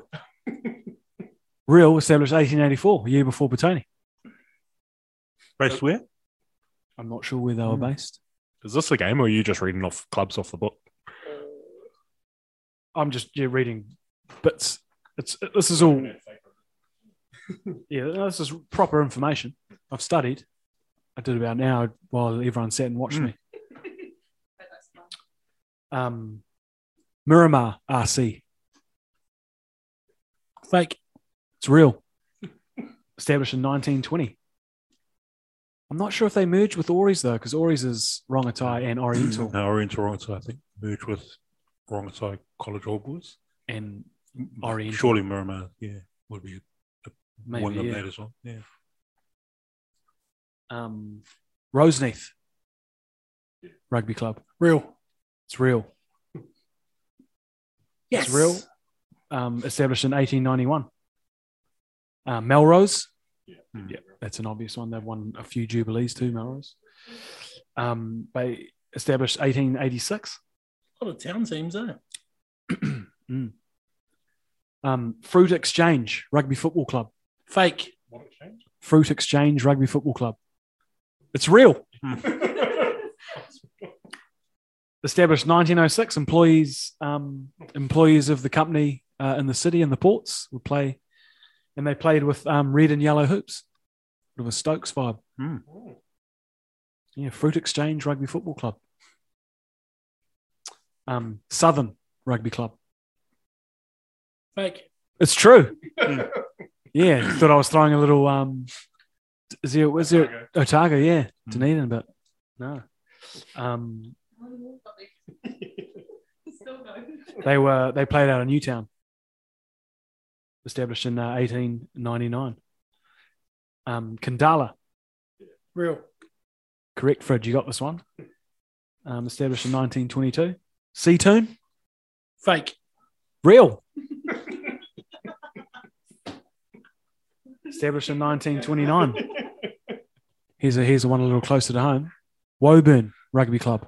S6: Real established 1884, a year before Petone.
S7: Based where?
S6: I'm not sure where they were
S8: Hmm.
S6: based.
S10: Is this a game or are you just reading off clubs off the book?
S6: I'm just yeah, reading bits. It's this is all yeah, no, this is proper information. I've studied. I did about an hour while everyone sat and watched
S7: Hmm.
S6: me. Um, Miramar RC.
S8: Fake.
S6: It's real. Established in 1920. I'm not sure if they merged with Ori's though, because Ori's is Rongatai and Oriental
S7: No, we're in Toronto, I think. Merged with Rongatai College All Boys.
S6: and Oriental.
S7: Surely Miramar, yeah, would be one
S6: maybe
S7: of the
S6: yeah.
S7: latest one. Yeah.
S6: um, Roseneath Rugby Club.
S8: Real.
S6: It's real. It's real. Um, established in 1891. Uh, Melrose. Yeah.
S7: Hmm.
S6: that's an obvious one. They've won a few jubilees too, Melrose. Um, they established 1886.
S8: A lot of town teams, eh?
S6: Um, Fruit Exchange Rugby Football Club.
S8: Fake.
S6: Fruit Exchange Rugby Football Club. It's real. Established 1906. Employees, um, employees of the company uh, in the city and the ports would play, and they played with um, red and yellow hoops. It was Stokes vibe.
S7: Hmm.
S6: Yeah, Fruit Exchange Rugby Football Club. Um, Southern Rugby Club.
S8: Fake.
S6: It's true. yeah, thought I was throwing a little. Um, is there was there Otago? Yeah, Dunedin, but no. Um, they were they played out of Newtown, established in uh, 1899. Um, Kandala,
S8: Real.
S6: correct, Fred? You got this one. Um, established in 1922. Seatoon,
S8: Fake.
S6: real. established in 1929. Here's a here's one a little closer to home. Woburn Rugby Club.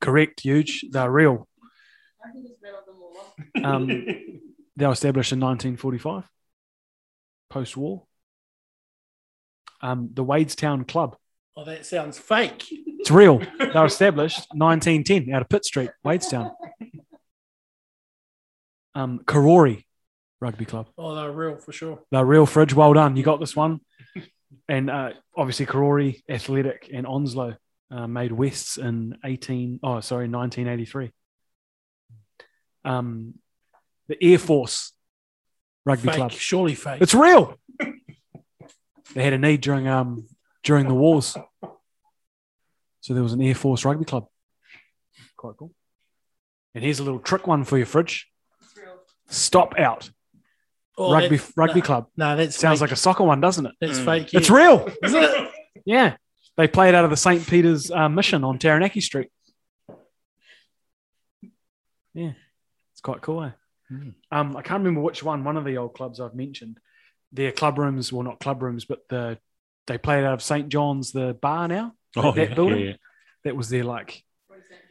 S6: Correct, huge. They're real. Um, they were established in 1945, post war. Um, the Wadestown Club.
S8: Oh, that sounds fake.
S6: It's real. They were established 1910 out of Pitt Street, Wadestown. Um, Karori Rugby Club.
S8: Oh, they're real for sure.
S6: The real fridge. Well done. You got this one. And uh, obviously, Karori, Athletic, and Onslow uh, made Wests in 18, oh, sorry, 1983. Um, the Air Force Rugby
S8: fake.
S6: Club.
S8: Surely fake.
S6: It's real. they had a need during, um, during the wars. So there was an Air Force Rugby Club. Quite cool. And here's a little trick one for your fridge. Stop out.
S8: Oh,
S6: rugby
S8: that-
S6: rugby
S8: nah,
S6: club.
S8: Nah, that
S6: Sounds like a soccer one, doesn't it?
S8: That's fake.
S6: It's
S8: yeah.
S6: real.
S8: Is it?
S6: Yeah. They played out of the St. Peter's uh, Mission on Taranaki Street. Yeah. It's quite cool, eh?
S7: Hmm.
S6: Um, I can't remember which one, one of the old clubs I've mentioned. Their club rooms, well, not club rooms, but the they played out of St. John's, the bar now.
S7: Oh,
S6: that
S7: yeah,
S6: building?
S7: yeah, yeah.
S6: That was their, like,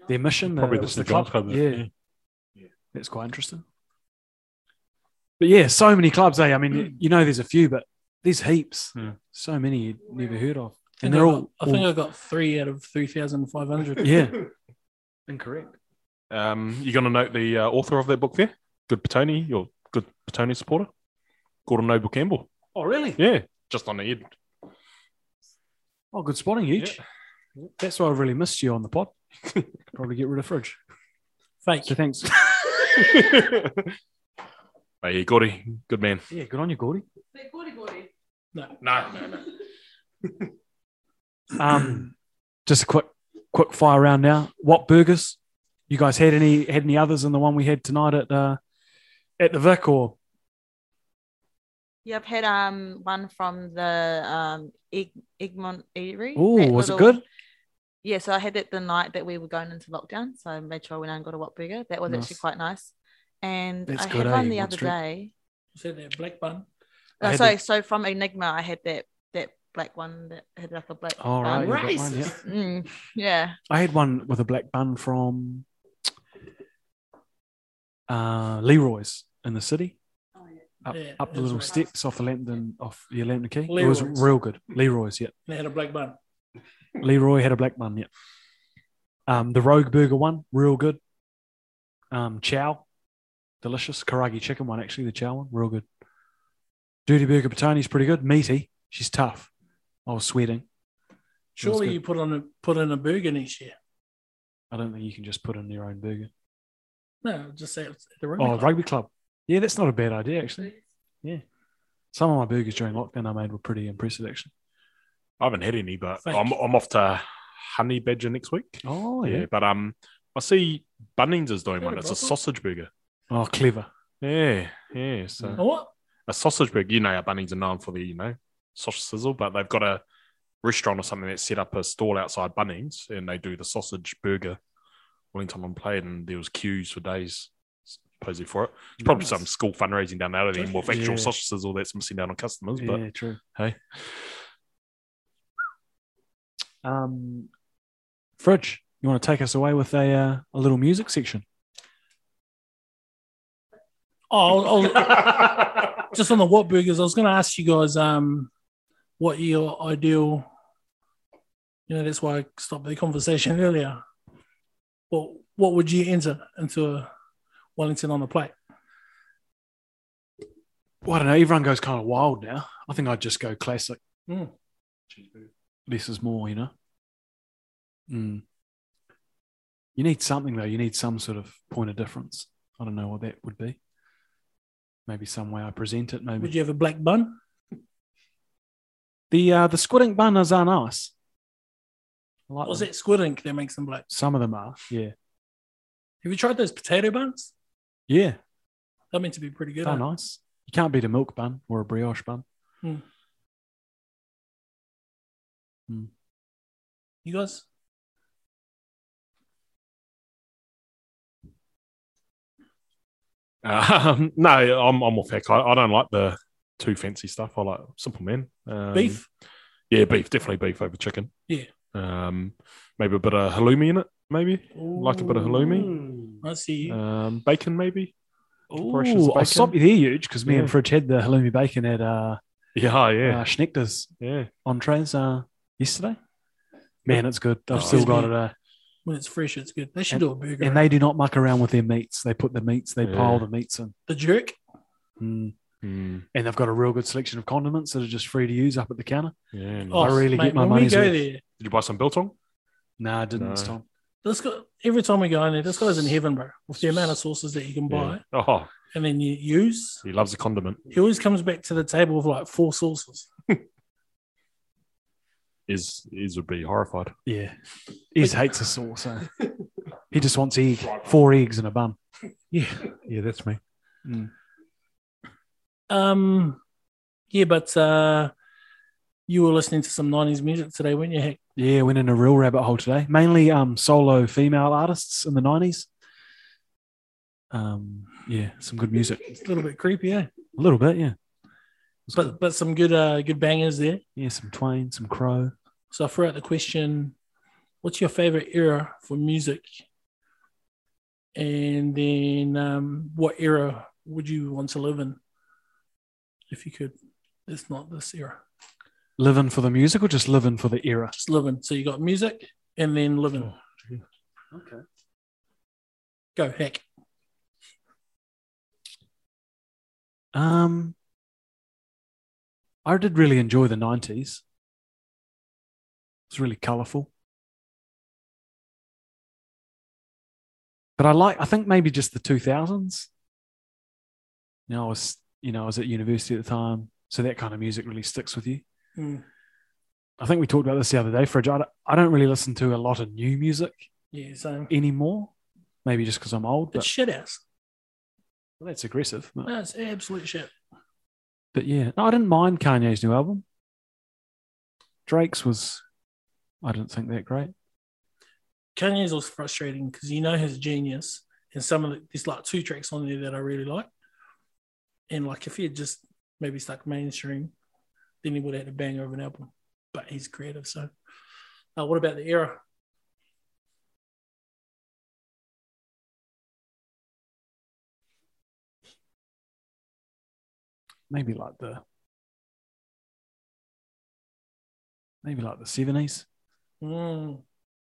S6: their mission.
S7: Probably
S6: uh,
S7: the
S6: was
S7: St. John's Club.
S6: Yeah. That's quite interesting. But yeah, so many clubs, eh? I
S7: Hmm.
S6: mean, you know, there's a few, but there's heaps.
S7: Yeah.
S6: So many you'd never heard of. (laughs)
S8: I
S6: And
S8: think I
S6: they're all,
S8: got- I think
S6: all-
S8: I got three out of three thousand five hundred.
S6: yeah. (laughs) Incorrect.
S10: Um, you going to note the uh, author of that book there? Good Petone, your good Petone supporter? Gordon Noble Campbell.
S6: Oh, really?
S10: Yeah, just on the head.
S6: Oh, good spotting, Huge. That's why I really missed you on the (laughs) pod. Probably get rid of Fridge.
S8: Fake.
S6: So thanks. (laughs)
S10: (laughs) hey, Gordy, good man.
S6: yeah, good on you, Gordy.
S10: No, no, no.
S6: (clears throat) Um, just a quick quick fire round now. What burgers? You guys had any had any others in the one we had tonight at uh, at the Vic or
S9: Yeah, I've had um one from the um Egg, Egmont Eatery.
S6: Ooh,
S9: that
S6: was it
S9: little-
S6: good?
S9: Yeah, so I had that the night that we were going into lockdown. So I made sure I went out and got a Whop burger. That was actually
S6: Nice.
S9: quite nice. And
S6: That's
S9: I
S6: good,
S9: had
S6: eh,
S9: one the
S6: Egmont
S9: other
S6: Street?
S9: day.
S8: Is that that black bun?
S6: I
S9: Oh,
S6: had
S9: sorry,
S6: the-
S9: so from Enigma, I had that that black one that had like a black.
S6: All right,
S9: bun.
S6: you got mine, yeah.
S9: Mm, yeah.
S6: I had one with a black bun from uh, Leroy's in the city. Up,
S8: Yeah,
S6: up the
S8: that's
S6: little
S8: right.
S6: steps off the Lambton off your Lambton Key. It was
S8: Leroy's.
S6: real good. Leroy's, yeah.
S8: They had a black bun.
S6: Leroy had a black bun, yeah. Um, the Rogue Burger one, real good. Um, chow, delicious. Karagi chicken one, actually, the chow one, real good. Dirty Burger Patani's pretty good. Meaty, she's tough. I was sweating.
S8: Surely
S6: good.
S8: you put on a put in a burger next year.
S6: I don't think you can just put in your own burger.
S8: No, just say it's the rugby
S6: Oh,
S8: club.
S6: rugby club. Yeah, that's not a bad idea, actually. Yeah. Some of my burgers during lockdown I made were pretty impressive, actually.
S10: I haven't had any, but
S8: Thank
S10: I'm, I'm off to Honey Badger next week.
S6: Oh,
S10: Oh,
S6: yeah.
S10: yeah, but um, I see Bunnings is doing
S8: Yeah,
S10: one. It's a
S8: Russell.
S10: sausage burger.
S6: Oh, clever.
S10: Yeah, yeah. So
S8: Oh, what?
S10: a sausage burger. You know how Bunnings are known for the you know sausage sizzle, but they've got a restaurant or something that set up a stall outside Bunnings, and they do the sausage burger. Wellington on played, and there was queues for days. Posing for it. It's probably
S8: Nice.
S10: some school fundraising down there then with
S6: Yeah.
S10: actual sausage sizzle that's missing down on customers.
S6: Yeah, true.
S10: Hey.
S6: Um, Fridge, you want to take us away with a uh, a little music section?
S8: Oh, I'll- I'll-
S10: But
S6: (laughs)
S8: just on the what burgers, I was going to ask you guys um, what your ideal, you know, that's why I stopped the conversation earlier. What what would you enter into a Wellington on the plate?
S6: Well, I don't know. Everyone goes kind of wild now. I think I'd just go classic.
S8: Mm.
S6: Less is more, you know. Mm. You need something though. You need some sort of point of difference. I don't know what that would be. Maybe some way I present it. Maybe
S8: Would you have a black bun?
S6: the uh, the squid ink banners are nice. I like
S8: Or is
S6: them.
S8: that squid ink that makes them black?
S6: Some of them are. Yeah.
S8: Have you tried those potato buns?
S6: Yeah.
S8: They're meant to be pretty good.
S6: They're
S8: aren't they?
S6: Oh, nice. You can't beat a milk bun or a brioche bun.
S8: You guys?
S10: Um, (laughs) no, I'm, I'm off heck. I, I don't like the too fancy stuff. I like simple men. Um,
S8: Beef?
S10: Yeah, beef. Definitely beef over chicken.
S8: Yeah.
S10: Um, maybe a bit of halloumi in it. Maybe like a bit of halloumi.
S8: I see you.
S6: Uh,
S10: Um, bacon maybe. Precious
S6: Oh, I'll stop you there, huge, because me and Fridge had the halloumi bacon at uh,
S10: Yeah,
S6: uh,
S10: yeah,
S6: Schnickter's
S10: yeah.
S6: entrees uh, yesterday. Man, it's good. I've
S8: Oh,
S6: still
S8: it's
S6: got it.
S8: good.
S6: Uh,
S8: when it's fresh, it's good. They should do a burger.
S6: and they do not muck around with their meats. They put the meats, they pile
S10: Yeah.
S6: the meats in.
S8: the jerk.
S6: Mm.
S10: Mm,
S6: And they've got a real good selection of condiments that are just free to use up at the counter.
S10: yeah. nice.
S8: Oh,
S6: really
S8: mate,
S6: get my
S8: when
S6: money's
S8: we go
S6: worth.
S8: there.
S10: Did you buy some biltong?
S6: Nah, I didn't this
S10: No.
S6: time.
S8: This guy, every time we go in there, this guy's in heaven, bro. With the amount of sauces that you can buy
S10: Yeah. Oh,
S8: and then you use,
S10: he loves a condiment.
S8: he always comes back to the table with like four sauces.
S10: Is is would be horrified.
S6: Yeah. He just hates a sauce. eh? he just wants egg, four eggs and a bun.
S7: Yeah, yeah, that's me.
S8: Um, yeah, but uh, you were listening to some '90s music today, weren't you? Heck,
S6: Yeah, went in a real rabbit hole today. Mainly um, solo female artists in the nineties. Um, yeah, some good music.
S8: it's a little bit creepy, eh?
S6: A little bit, yeah. It's good.
S8: But but some good uh, good bangers there.
S6: yeah, some Twain, some Crow.
S8: So I threw out the question: What's your favorite era for music? And then, um, what era would you want to live in, if you could? It's not this era.
S6: Living for the music or just living for the era?
S8: Just living. So you got music and then living. okay. Go heck.
S6: Um, I did really enjoy the nineties. It's really colourful. But I like, I think maybe just the two thousands. You know, I was, you know, I was at university at the time, so that kind of music really sticks with you.
S8: Mm,
S6: I think we talked about this the other day, Fridge. I don't, I don't really listen to a lot of new music
S8: yeah. So
S6: anymore. Maybe just because I'm old,
S8: It's
S6: but
S8: shit ass.
S6: that's aggressive. But,
S8: That's absolute shit.
S6: but yeah, no, I didn't mind Kanye's new album. Drake's was, I didn't think that great.
S8: Kanye's was frustrating because you know his genius, and some of the, there's like two tracks on there that I really like, and like if he had just maybe stuck mainstream, then he would have had a banger of an album. But he's creative, so. Uh, what about the era?
S6: Maybe like the, maybe like the seventies,
S8: Mm,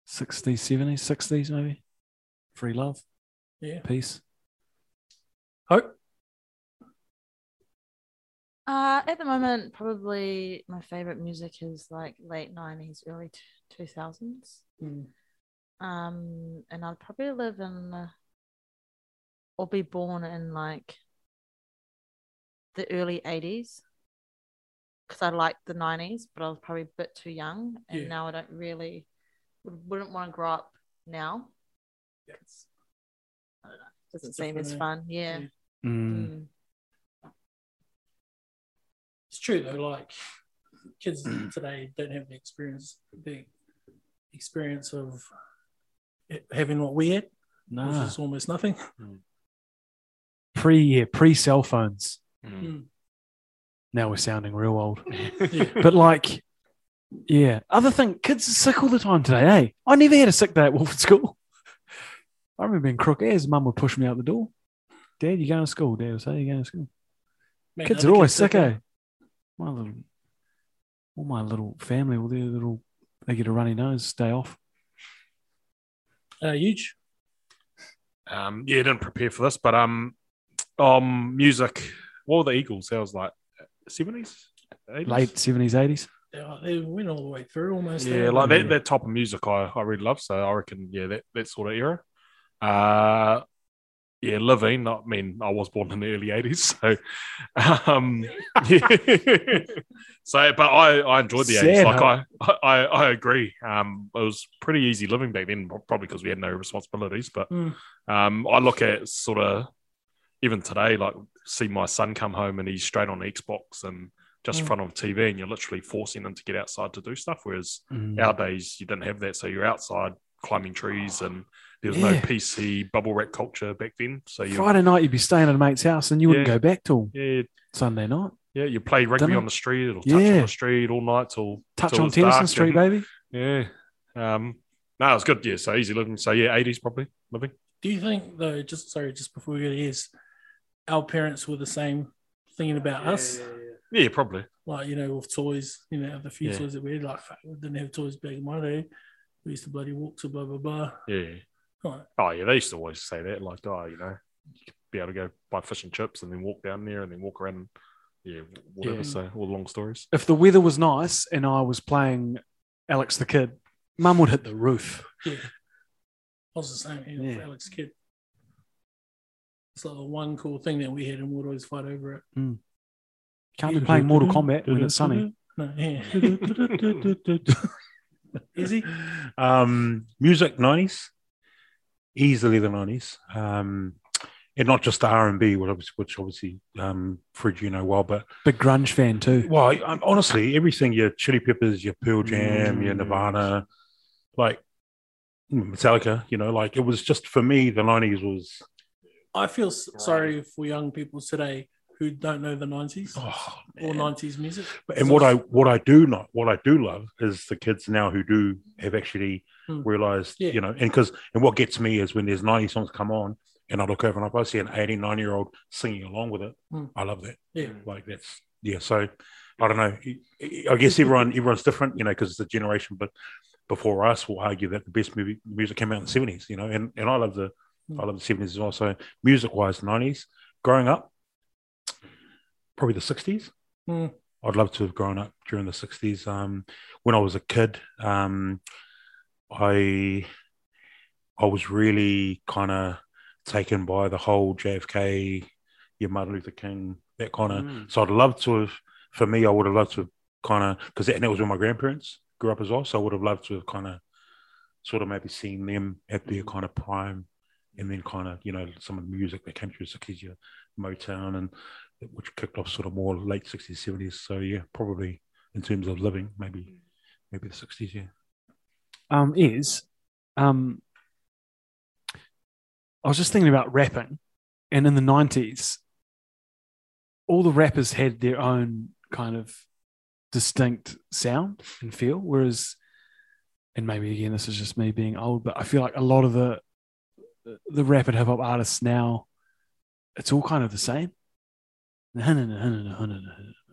S6: sixties, seventies, sixties, maybe. Free love,
S8: yeah,
S6: peace.
S8: hope.
S9: Uh, at the moment, probably my favorite music is like late nineties, early two thousands.
S8: Mm.
S9: Um, and I'd probably live in uh, or be born in like the early eighties because I liked the nineties, but I was probably a bit too young, and
S8: Yeah.
S9: now I don't really would- wouldn't want to grow up now. It's- I don't know. Doesn't
S8: It's
S9: seem
S8: different,
S9: as
S8: eh?
S9: fun. Yeah.
S8: Yeah.
S6: Mm.
S9: Mm.
S8: It's true though. Like kids
S10: Hmm.
S8: today don't have the experience, the experience of it- having what we had, which
S10: Ah.
S6: Nah.
S8: is almost nothing.
S6: pre yeah, pre cell phones.
S10: Mm.
S6: Now we're sounding real old,
S8: Yeah.
S6: but like, yeah. Other thing, kids are sick all the time today. Hey, I never had a sick day at Wolford School. I remember being crook as mum would push me out the door. Dad, you going to school? Dad would say, you going to school?
S8: Make
S6: kids
S8: other
S6: are always sick,
S8: sicker.
S6: eh? My little, all my little family, all their little, they get a runny nose, stay off.
S8: Uh, huge.
S10: Um, yeah, didn't prepare for this, but um, um, music. What were the Eagles? That was like seventies,
S6: Late 70s, 80s.
S8: They, are- they went all the way through almost.
S10: Yeah,
S8: Mm.
S10: like that, that type of music I, I really love. So I reckon, yeah, that, that sort of era. Uh, yeah, living. I mean, I was born in the early eighties, so (laughs) um, (laughs) yeah. so but I, I enjoyed the eighties.
S6: Sad,
S10: Like
S6: huh?
S10: I, I I agree. Um, it was pretty easy living back then, probably because we had no responsibilities. But
S8: Mm.
S10: um, I look at sort of even today, like see my son come home and he's straight on Xbox and just in
S8: Mm.
S10: front of TV, and you're literally forcing him to get outside to do stuff. Whereas
S6: Mm.
S10: our days you didn't have that so you're outside climbing trees and there was no
S6: Yeah.
S10: pc bubble wrap culture back then so you
S6: Friday night, you'd be staying at a mate's house and you wouldn't
S10: Yeah.
S6: go back till
S10: yeah
S6: Sunday night.
S10: yeah you play rugby
S6: Dunno.
S10: on the street or touch on
S6: Yeah.
S10: the street all night till
S6: Touch
S10: till
S6: on
S10: it's
S6: Tennyson
S10: dark
S6: Street,
S10: and-
S6: baby.
S10: yeah um no it's good yeah so easy living so yeah 80s probably living
S8: Do you think though? Just sorry, just before we go to his, our parents were the same thinking about us.
S10: yeah probably
S8: Like you know, with toys, you know, the few
S10: Yeah.
S8: toys that we had, like fuck, we didn't have toys back in my day. We used to bloody walk to blah blah blah.
S10: yeah
S8: Right.
S10: oh yeah they used to always say that like oh you know you could be able to go buy fish and chips and then walk down there and then walk around and, yeah whatever
S6: Yeah.
S10: so all long stories
S6: if the weather was nice and I was playing Alex the Kid, Mum would hit the roof.
S8: Yeah, I was the same you know, with
S6: Yeah.
S8: Alex Kidd. It's like the one cool thing that we had, and we'd always fight over it.
S6: Can't be playing Mortal Kombat when it's sunny.
S8: (laughs) No, yeah.
S7: Easy. Um, music nineties, easily the nineties, um, and not just the R and B, which obviously, which obviously um, Fred, you know well, but
S6: Big grunge fan too.
S7: well, I, I'm, honestly, everything your Chili Peppers, your Pearl Jam, your
S10: Mm.
S7: Nirvana, like mm, Metallica, you know, like it was just for me, the nineties was
S8: I feel s- sorry for young people today who don't know the nineties
S7: oh,
S8: or
S7: man.
S8: nineties music.
S7: and what I what I do not what I do love is the kids now who do have actually
S8: Hmm.
S7: realized
S8: Yeah.
S7: you know and because and what gets me is when there's 90 songs come on and I look over and if I see an 89 year old singing along with it
S8: Hmm.
S7: I love that
S8: yeah.
S7: like that's yeah so I don't know I guess everyone everyone's different you know because it's a generation but before us will argue that the best movie music came out in the 70s you know and and I love the I love the 70s as well so music wise 90s growing up probably the 60s
S8: Mm.
S7: I'd love to have grown up during the 60s. Um, when I was a kid, um, I I was really kind of taken by the whole JFK, your Martin Luther King, that kind of. Mm. So I'd love to have, for me, I would have loved to have kind of, because that, and that was when my grandparents grew up as well. So I would have loved to have kind of sort of maybe seen them at their kind of prime and then kind of you know some of the music that came through sixties, your Motown, and which kicked off sort of more late sixties, seventies. So yeah, probably in terms of living, maybe maybe the sixties. Yeah,
S6: um, is um, I was just thinking about rapping, and in the nineties, all the rappers had their own kind of distinct sound and feel, whereas, and maybe again this is just me being old, but I feel like a lot of the the rap and hip hop artists now, it's all kind of the same.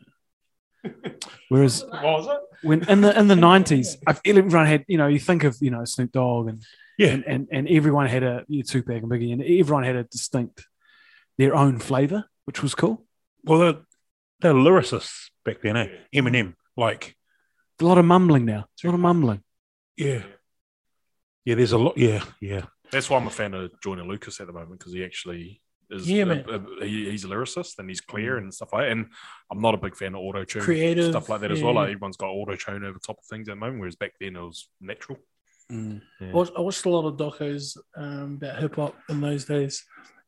S6: (laughs) Whereas
S10: What was it?
S6: when in the in the nineties, everyone had you know you think of you know Snoop Dogg and
S7: Yeah.
S6: and, and, and everyone had a you know, Tupac and Biggie and everyone had a distinct their own flavor, which was cool.
S7: well they're, they're lyricists back then, eh? Eminem, like
S6: A lot of mumbling now. It's a lot of mumbling.
S7: yeah, yeah. There's a lot. Yeah, yeah.
S10: That's why I'm a fan of Joyner Lucas at the moment because he actually is.
S8: Yeah,
S10: a-
S8: man. Mm.
S10: a- he- he's a lyricist and he's clear and stuff like that. And I'm not a big fan of auto tune
S8: Creative,
S10: stuff like that as
S8: yeah.
S10: well. Like everyone's got auto tune over top of things at the moment, whereas back then it was natural.
S8: I watched, I watched a lot of docos um, about hip hop in those days,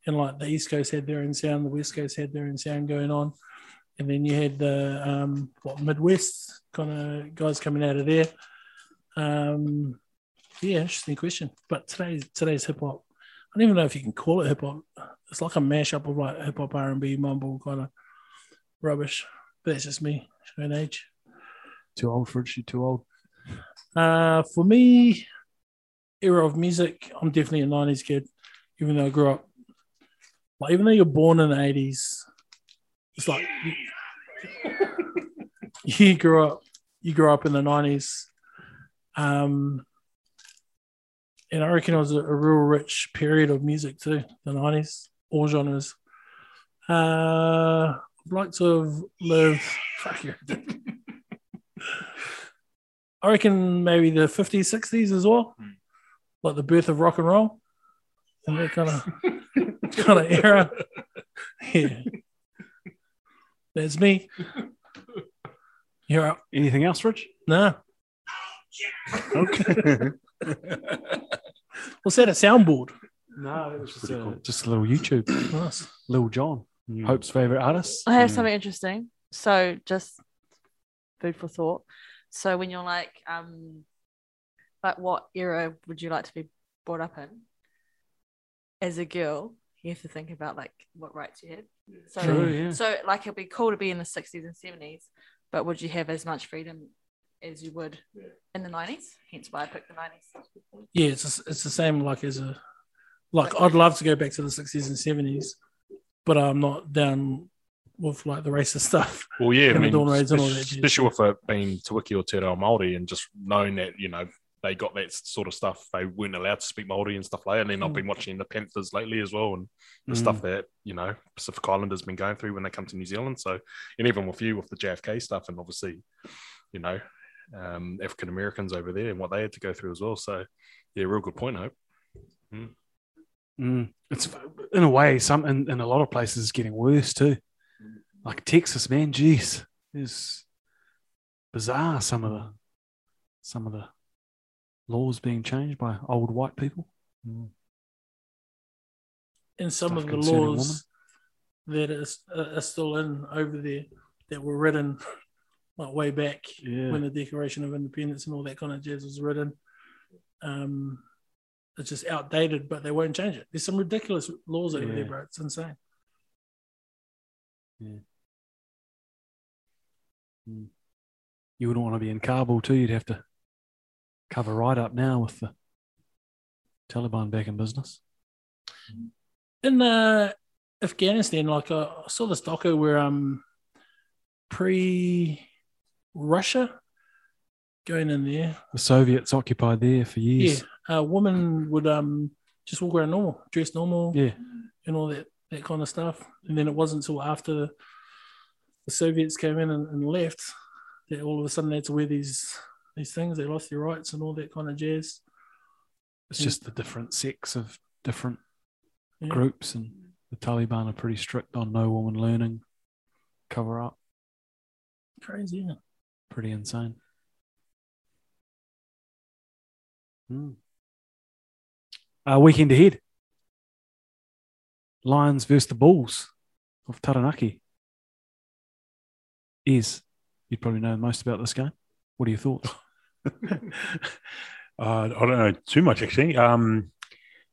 S8: and like the East Coast had their own sound, the West Coast had their own sound going on, and then you had the um, what Midwest kind of guys coming out of there. Um, yeah, interesting question. But today's today's hip hop, I don't even know if you can call it hip hop. It's like a mashup of like hip hop, R and B, mumble kind of rubbish. But that's just me, showing age.
S6: Too old for it. You're too old.
S8: Uh, for me, era of music, I'm definitely a '90s kid, even though I grew up. Like, even though you're born in the '80s, it's like you, you (laughs) grew up. You grew up in the '90s, um, and I reckon it was a, a real rich period of music too. The '90s, all genres. Uh, I'd like to have lived. Fuck you. I reckon maybe the 50s, 60s as well,
S6: Hmm.
S8: like the birth of rock and roll, and that
S6: (laughs)
S8: kind of kind of era. Yeah, that's me. You're up.
S6: Anything else, Rich? (laughs)
S8: Nah. What's that? A soundboard.
S6: No, it was just
S7: pretty
S6: a,
S7: cool.
S6: just a little YouTube.
S8: Nice.
S6: Lil John, Hope's favorite artist. Mm.
S9: I have something interesting. So just food for thought. So when you're like, um, like what era would you like to be brought up in? As a girl, you have to think about like what rights you had. So,
S6: True, yeah.
S9: so like it'd be cool to be in the sixties and seventies, but would you have as much freedom as you would in the nineties? Hence why I picked the nineties.
S8: Yeah, it's it's the same. Like as a like, I'd love to go back to the 60s and 70s, but I'm not down with like the racist stuff.
S10: Well, yeah, I
S8: And the
S10: mean,
S8: Dawn Raids and all that
S10: spec-
S8: jazz.
S10: especially with it being Te Wiki or Te Reo Māori and just knowing that, you know, they got that sort of stuff. They weren't allowed to speak Māori and stuff like that. And then I've been watching the Panthers lately as well and the stuff that, you know, Pacific Islanders been going through when they come to New Zealand. So, and even with you with the JFK stuff and obviously, you know, um, African Americans over there and what they had to go through as well. So, yeah, real good point, Hope.
S6: Mm. It's in a way, some in, in a lot of places it's getting worse too. Like Texas, man, jeez, is bizarre. Some of the some of the laws being changed by old white people.
S8: and some
S6: Stuff
S8: of the
S6: concerning women.
S8: laws that is, are still in over there that were written (laughs) like way back
S6: Yeah,
S8: when the Declaration of Independence and all that kind of jazz was written. Um, it's just outdated, but they won't change it. There's some ridiculous laws over there,
S6: Yeah.
S8: bro. It's insane.
S6: you wouldn't want to be in Kabul too. You'd have to cover right up now with the Taliban back in business.
S8: in uh, Afghanistan, like I I saw this doco where um pre Russia going in there,
S6: The Soviets occupied there for years.
S8: yeah, a woman would um just walk around normal, dress normal,
S6: Yeah.
S8: and all that that kind of stuff. And then it wasn't until after the Soviets came in and, and left that all of a sudden they had to wear these these things. They lost their rights and all that kind of jazz.
S6: It's
S8: Yeah.
S6: just the different sects of different
S8: Yeah.
S6: groups, and the Taliban are pretty strict on no woman learning cover up.
S8: Crazy, yeah.
S6: Pretty insane. Hmm. Uh, weekend ahead. Lions versus the Bulls of Taranaki. Is you probably know most about this game. What are your thoughts?
S7: (laughs) Uh, I don't know too much actually. Um,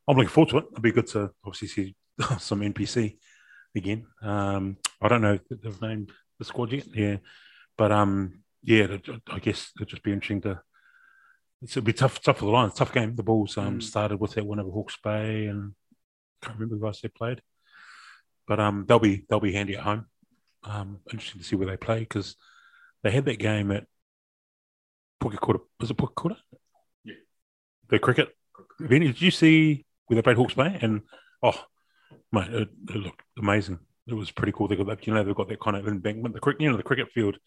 S7: I'm looking forward to it. It'll be good to obviously see (laughs) some NPC again. Um, I don't know if they've named the squad yet. Yeah, but um, yeah, it'll- I guess it'll just be interesting to. It's, it'll be tough, tough for the Lions. Tough game. The Bulls um, started with that win over Hawke's Bay, and can't remember who else they played. But um, they'll be they'll be handy at home. Um, interesting to see where they play because they had that game at Pukekura. Was it Pukekura? the cricket. Vinny, did you see where they played Hawke's Bay? And oh, mate, it, it looked amazing. It was pretty cool. They got that, you know, they've got that kind of embankment, the cricket, you know, the cricket field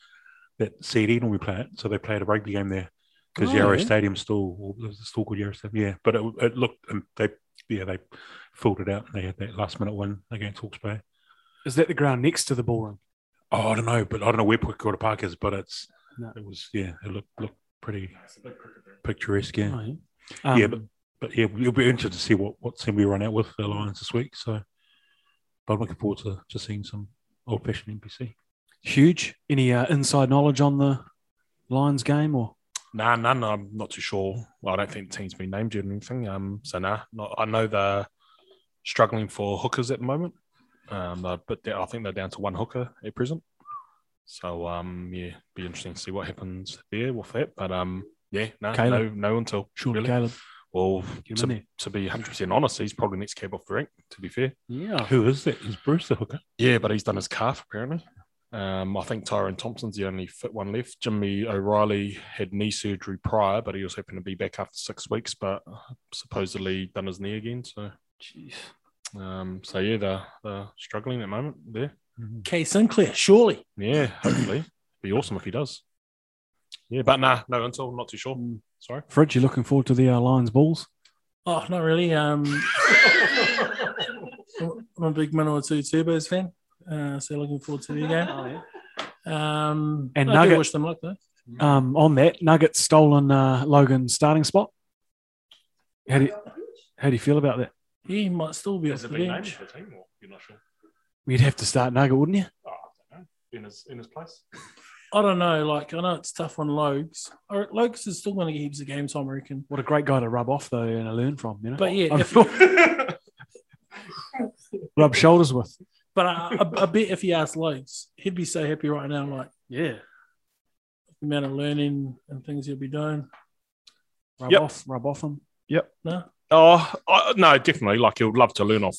S7: that CD when we play it. So they played a rugby game there because
S8: Oh,
S7: Yarra
S8: yeah.
S7: Stadium still, or it was still called Yarra Stadium. Yeah, but it, it looked, and they, yeah, they filled it out. And they had that last minute win against Hawke's Bay.
S6: (laughs) Is that the ground next to the ballroom?
S7: Oh, I don't know, but I don't know where Pukekura Park is, but it's,
S6: No.
S7: it was, yeah, it looked, looked pretty picturesque. Yeah.
S6: Oh, yeah. Um,
S7: Yeah, but yeah, you'll be interested to see what, what team we run out with for the Lions this week. So, but I'm looking forward to just seeing some old fashioned NPC.
S6: huge. Any uh, inside knowledge on the Lions game or
S10: Nah, none. I'm not too sure. Well, I don't think the team's been named yet or anything. Um, so nah, not, I know they're struggling for hookers at the moment. Um, they're a bit down- I think they're down to one hooker at present. So um, yeah, be interesting to see what happens there with that. But um, yeah, nah, no,
S6: Caleb.
S10: no until
S6: surely
S10: really.
S6: Caleb?
S10: Well,
S6: Get him in
S10: to,
S6: there.
S10: to be 100 percent honest, he's probably next cab off the rank. To be fair,
S6: Yeah.
S7: Who is that? Is Bruce the hooker?
S10: yeah, but he's done his calf apparently. Um, I think Tyrone Thompson's the only fit one left. Jimmy O'Reilly had knee surgery prior, but he was hoping to be back after six weeks, but supposedly done his knee again. So, um, so yeah, they're, they're struggling at the moment there.
S8: Kay Sinclair, surely.
S10: Yeah, hopefully, be awesome if he does. Yeah, but nah, no, until not too sure. Sorry.
S6: Fridge, you looking forward to the uh, Lions Bulls?
S8: Oh, not really. Um, I'm a big Manawatu Turbos fan, uh, so looking forward to the game. Um,
S6: And
S8: I do
S6: Nugget-
S8: wish them luck though.
S6: Um, on that, Nuggets stolen uh, Logan's starting spot. How do you, how do you feel about that?
S8: Yeah, he might still be off the bench.
S10: team, or you're not sure?
S6: You'd have to start Nugget, wouldn't you?
S10: Oh, I don't know. In his in his place.
S8: I don't know. Like, I know it's tough on Logs. Or Logs is still going to get heaps of game time, I reckon.
S6: What a great guy to rub off though and to learn from, you know.
S8: But yeah,
S6: I'm
S8: if-
S6: (laughs) rub shoulders with.
S8: But I, I, I bet if he asked Logs, he'd be so happy right now. Like,
S6: Yeah.
S8: the amount of learning and things he'll be doing.
S6: Rub
S10: Yep.
S6: off, rub off him.
S8: No,
S10: Oh I, no, definitely. Like he'd love to learn off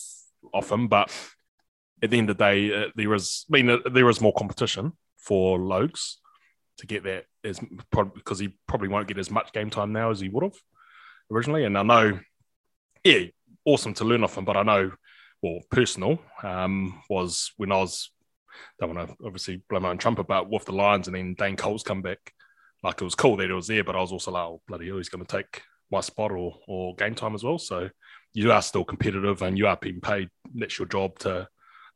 S10: off him, but at the end of the day, uh, there is. I mean, uh, there is more competition for Logs to get that as probably because he probably won't get as much game time now as he would have originally. And I know, yeah, awesome to learn off him, but I know, well, personal um, was when I was don't want to obviously blow my own trumpet, but with the Lions and then Dane Cole's come back, like it was cool that it was there, but I was also like, oh, bloody hell, he's going to take my spot or or game time as well. So you are still competitive and you are being paid. That's your job to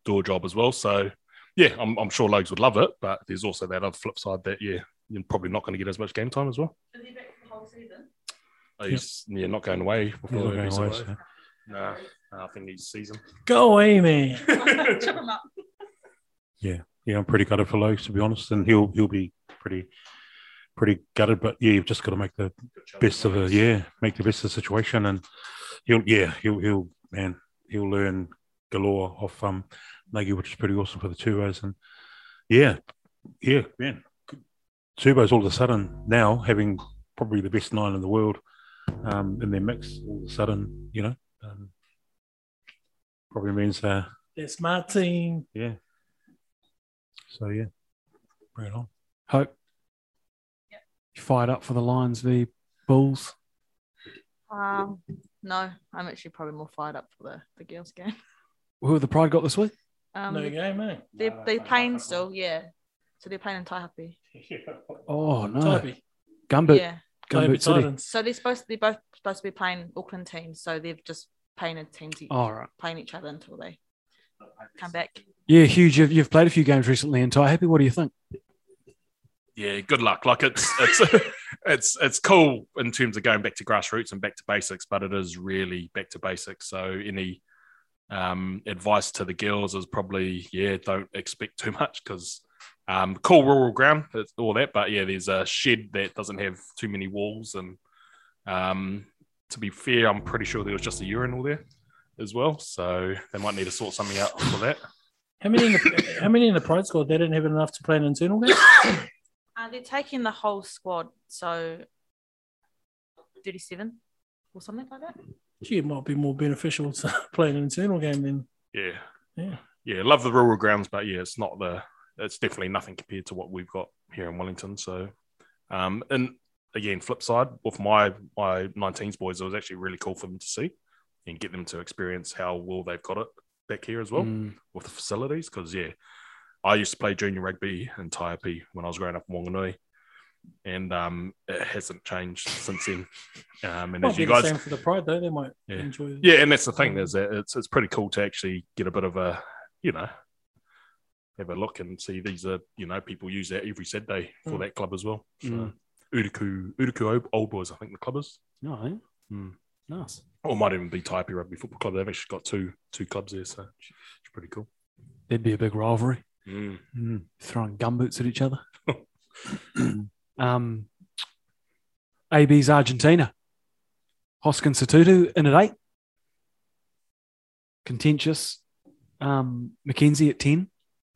S10: do a job as well. So yeah, I'm, I'm sure Logs would love it, but there's also that other flip side that yeah, you're probably not going to get as much game time as well.
S9: Is he back for the whole season?
S10: He's yeah, not going away.
S7: Yeah,
S10: Before
S7: look at him away, so.
S10: Nah, nah, I think he's season.
S8: go away, man.
S9: Chop him up.
S7: Yeah, I'm pretty gutted for Logs to be honest, and he'll he'll be pretty pretty gutted. But yeah, you've just got to make the best of it. Yeah, make the best of the situation, and he'll yeah he'll he'll man he'll learn galore off um Nagy, which is pretty awesome for the Tubos, and yeah, yeah man, Tubos all of a sudden now having probably the best nine in the world um in their mix all of a sudden you know um, probably means uh
S8: That's my team.
S7: so yeah bring it on.
S6: Hope. You fired up for the Lions v Bulls.
S9: Um, no, I'm actually probably more fired up for the, the girls' game.
S6: Who have the Pride got this week?
S9: Um,
S8: no game, eh?
S9: they're, they're playing still, yeah. So they're playing in Taihape.
S6: Oh no.
S8: Taipi.
S6: Gumboot.
S9: yeah.
S8: Taipi
S6: Gumboot City.
S8: Titans.
S9: So they're supposed they're both supposed to be playing Auckland teams, so they've just playing a team to,
S6: All right.
S9: playing each other until they come back.
S6: Yeah, huge. You've, you've played a few games recently in Ty Happy. What do you think?
S10: yeah, good luck. Like it's it's (laughs) it's it's cool in terms of going back to grassroots and back to basics, but it is really back to basics. So any Um, advice to the girls is probably yeah, don't expect too much because um, cool rural ground, it's all that, but yeah, there's a shed that doesn't have too many walls, and um, to be fair, I'm pretty sure there was just a urinal there as well, so they might need to sort something out for that.
S8: How many in the, how many in the pride squad? They didn't have enough to play an internal game.
S9: Uh, they're taking the whole squad, so 37 or something like that.
S8: Gee, it might be more beneficial to (laughs) play an internal game than
S10: Yeah,
S8: Yeah.
S10: yeah, love the rural grounds, but yeah, it's not the it's definitely nothing compared to what we've got here in Wellington. So, um, and again, flip side with my my 19s boys, it was actually really cool for them to see and get them to experience how well they've got it back here as well
S6: Mm.
S10: with the facilities. Because yeah, I used to play junior rugby in Taiapi when I was growing up in Wanganui, and um, it hasn't changed since then. Um, and
S8: might
S10: as
S8: be
S10: you
S8: the
S10: guys
S8: same for the pride though. They might
S10: Yeah.
S8: enjoy. it.
S10: yeah, and that's the thing is that it's it's pretty cool to actually get a bit of a you know have a look and see these are you know people use that every Saturday for
S8: Mm.
S10: that club as well. So
S6: Mm.
S10: Udaku Udaku Old- Old Boys, I think the club is,
S6: No, I think.
S10: Mm.
S6: Oh, eh? Nice.
S10: or it might even be Taipei Rugby Football Club. They've actually got two two clubs there, so it's pretty cool.
S6: There'd be a big rivalry.
S10: Mm.
S6: Mm-hmm. Throwing gumboots at
S7: (laughs)
S6: each other. um, AB's Argentina. Hoskins Satutu in at eight. Contentious. Um, McKenzie at 10.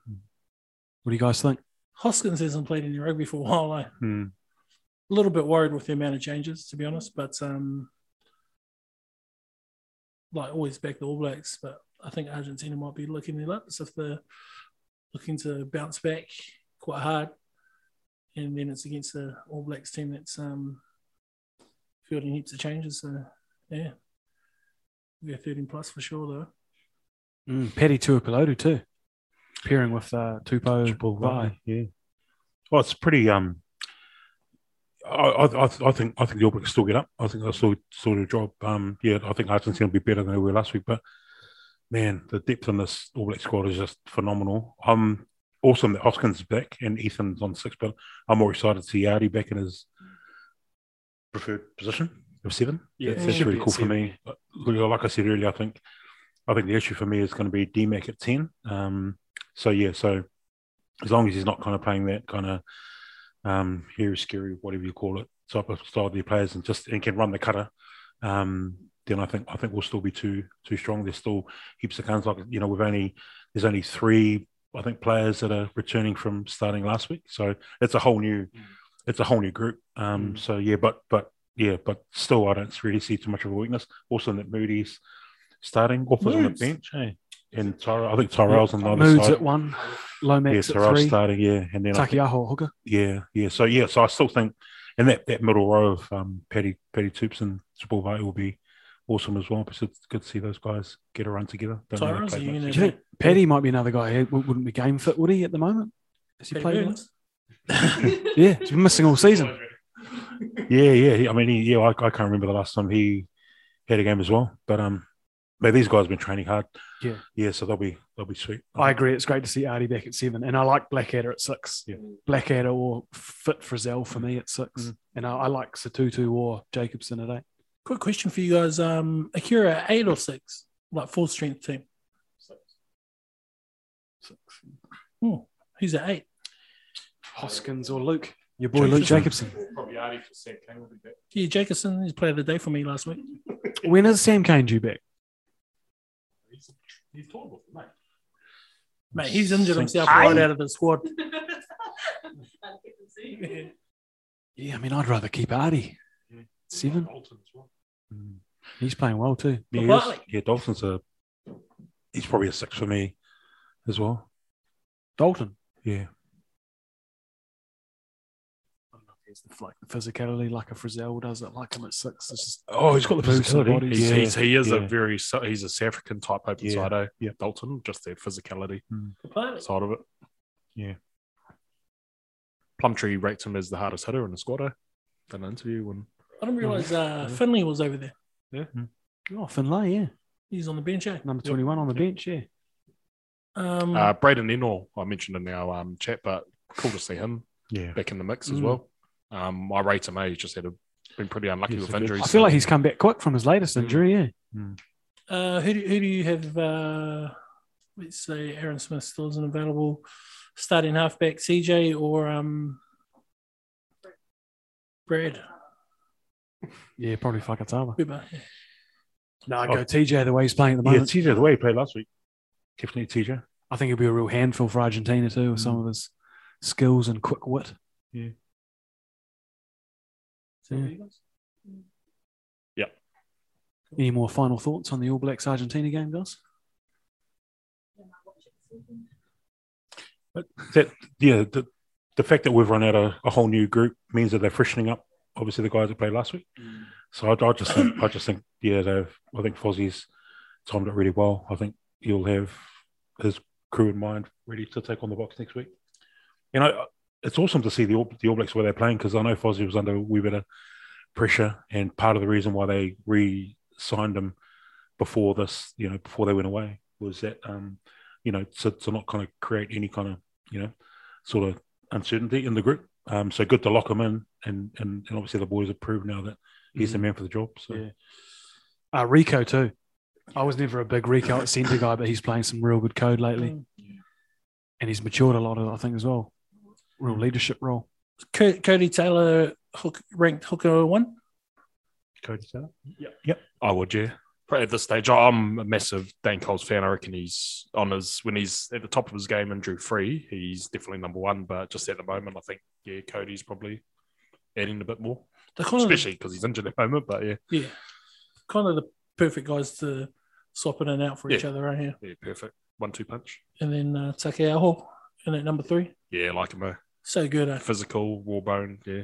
S6: What do you guys think?
S8: Hoskins hasn't played any rugby for a while. I
S10: Hmm.
S8: a little bit worried with the amount of changes, to be honest. But um, like always back the All Blacks, but I think Argentina might be licking their lips if they're looking to bounce back quite hard. And then it's against the All Blacks team that's um, fielding heaps of changes. So yeah, yeah, thirteen plus for sure though.
S6: Mm, Paddy Tuapolotu too. Pairing with uh, Tupo Vai.
S7: Yeah. Well, it's pretty. Um, I, I, I I think I think the All Blacks still get up. I think they'll still sort of drop. Um, yeah, I think Argentina will be better than they were last week. But man, the depth in this All Black squad is just phenomenal. Um, awesome that Hoskins is back and Ethan's on six, but I'm more excited to see Yardi back in his preferred position of seven.
S6: Yeah,
S7: that's,
S6: it
S7: that's
S6: should
S7: really
S6: be at
S7: cool for me. Like like I said earlier, I think I think the issue for me is going to be DMAC at ten. Um, so yeah, so as long as he's not kind of playing that kind of um, hero scary, whatever you call it, type of style that he plays, and just and can run the cutter, um, then I think I think we'll still be too too strong. There's still heaps of guns. Like you know, we've only there's only three I think players that are returning from starting last week. So it's a whole new
S6: Mm.
S7: it's a whole new group. Um, So yeah, but but yeah, but still I don't really see too much of a weakness. Also that Moody's starting, off on the
S8: Moods.
S7: bench, eh? and Tyrell, I think Tyrell's on the other
S6: Moods
S7: side.
S6: at one.
S7: yeah,
S6: Lomax at
S7: Tyrell's
S6: three.
S7: starting. Yeah, and then I
S6: Takiaho hooker.
S7: yeah, yeah. So yeah, so I still think, and that, that middle row of um, Petty Petty Toops and Sabulvay will be awesome as well. Because it's good to see those guys get a run together. Don't really
S8: Tyros, are
S7: play
S8: you
S7: much.
S8: gonna
S6: Do you think Paddy might be another guy who w- wouldn't be game fit, would he, at the moment? Has he
S8: Paddy
S6: played?
S8: Burns?
S6: enough? Yeah, he's been missing all season.
S7: Yeah, yeah. he- I mean, he, yeah, I, I can't remember the last time he had a game as well. But um, but these guys have been training hard.
S6: Yeah.
S7: yeah. So they'll be they'll be sweet.
S6: I agree. It's great to see Artie back at seven, and I like Blackadder at six.
S7: Yeah.
S6: Blackadder or Fit Frizzell for me at six, and I, I like Satutu or Jacobson at eight.
S8: Quick question for you guys. Um, Akira, eight or six? Like full strength team? Six. Hmm. Who's at eight?
S6: Hoskins or Luke, your boy Luke
S8: Jacobson.
S6: Jacobson.
S10: Probably Artie for Sam King will be back.
S8: Yeah, Jacobson is player of the day for me last week.
S6: When is Sam Kane due back?
S10: He's, he's torn with mate.
S8: Mate, he's injured
S7: Thanks.
S8: himself right out of the squad.
S6: Yeah, I mean, I'd rather keep Artie. Seven.
S7: Mm.
S6: He's playing well too.
S7: Yeah, he is. yeah. Dolphins are. He's probably a six for me, as well.
S6: Dalton.
S7: Yeah.
S6: I don't know if he has the, like, the physicality like a Frizzell does. I like him at six. It's just
S7: Oh, he's got the
S6: Boots and
S7: physicality.
S6: bodies.
S10: He's,
S7: Yeah,
S10: he's, he is a
S7: yeah.
S10: very so- he's a South African type open
S7: Yeah,
S10: side. eh?
S7: yeah.
S10: Dalton, just their physicality side of it.
S7: Yeah.
S10: Plumtree rates him as the hardest hitter in the squad. eh? Done an interview and
S8: I didn't realize uh, Finley was over there.
S6: oh Finlay, yeah,
S8: He's on the bench, eh?
S6: number twenty-one on the bench, yeah.
S8: Um,
S10: uh, Braden Enor, I mentioned in our um, chat, but cool to see him
S7: Yeah.
S10: back in the mix as
S6: Mm.
S10: well. Um, I rate him. eh? He just had a, been pretty unlucky
S7: He's
S10: with
S7: a good-
S10: injuries.
S6: Mm. I feel like he's come back quick from his latest injury. Yeah,
S8: Uh, who, do, who do you have? Uh, let's say Aaron Smith still isn't available. Starting halfback CJ or um, Brad
S6: Yeah, probably fuck it's over.
S8: Weber.
S6: No, I
S7: Oh.
S6: go TJ the way he's playing at the
S7: Yeah,
S6: moment.
S7: TJ, the way he played last week. Definitely TJ.
S6: I think he'll be a real handful for Argentina too, with some of his skills and quick wit. Yeah. Any more final thoughts on the All Blacks Argentina game, guys?
S7: That yeah, the, the fact that we've run out of a whole new group means that they're freshening up. Obviously, the guys that played last week. So I, I just think, I just think yeah, they've. I think Fozzie's timed it really well. I think he'll have his crew in mind ready to take on the box next week. You know, it's awesome to see the All, the All Blacks where they're playing because I know Fozzie was under a wee bit of pressure, and part of the reason why they re-signed him before this, you know, before they went away, was that um, you know to, to not kind of create any kind of you know sort of uncertainty in the group. Um, so good to lock him in, and and, and obviously the boys have proved now that he's the man for the job. So
S6: Mm-hmm. Yeah. Uh, Rico too. I was never a big Rico at centre guy, but he's playing some real good code lately, and he's matured a lot. I think as well, real leadership role.
S8: Co- Cody Taylor hook, ranked hooker one.
S7: Cody's out.
S10: I would, yeah. Probably at this stage, I'm a massive Dan Coles fan. I reckon he's on his when he's at the top of his game and drew free, he's definitely number one. But just at the moment, I think yeah, Cody's probably adding a bit more,
S8: They kind of
S10: especially because he's injured at the moment. But yeah,
S8: yeah, kind of the perfect guys to swap in and out for each
S10: Yeah.
S8: other right here.
S10: yeah, perfect one-two punch.
S8: And then uh, Take Aho in at number three.
S10: Yeah, like him. eh?
S8: So good. Uh,
S10: Physical, warbone. Yeah.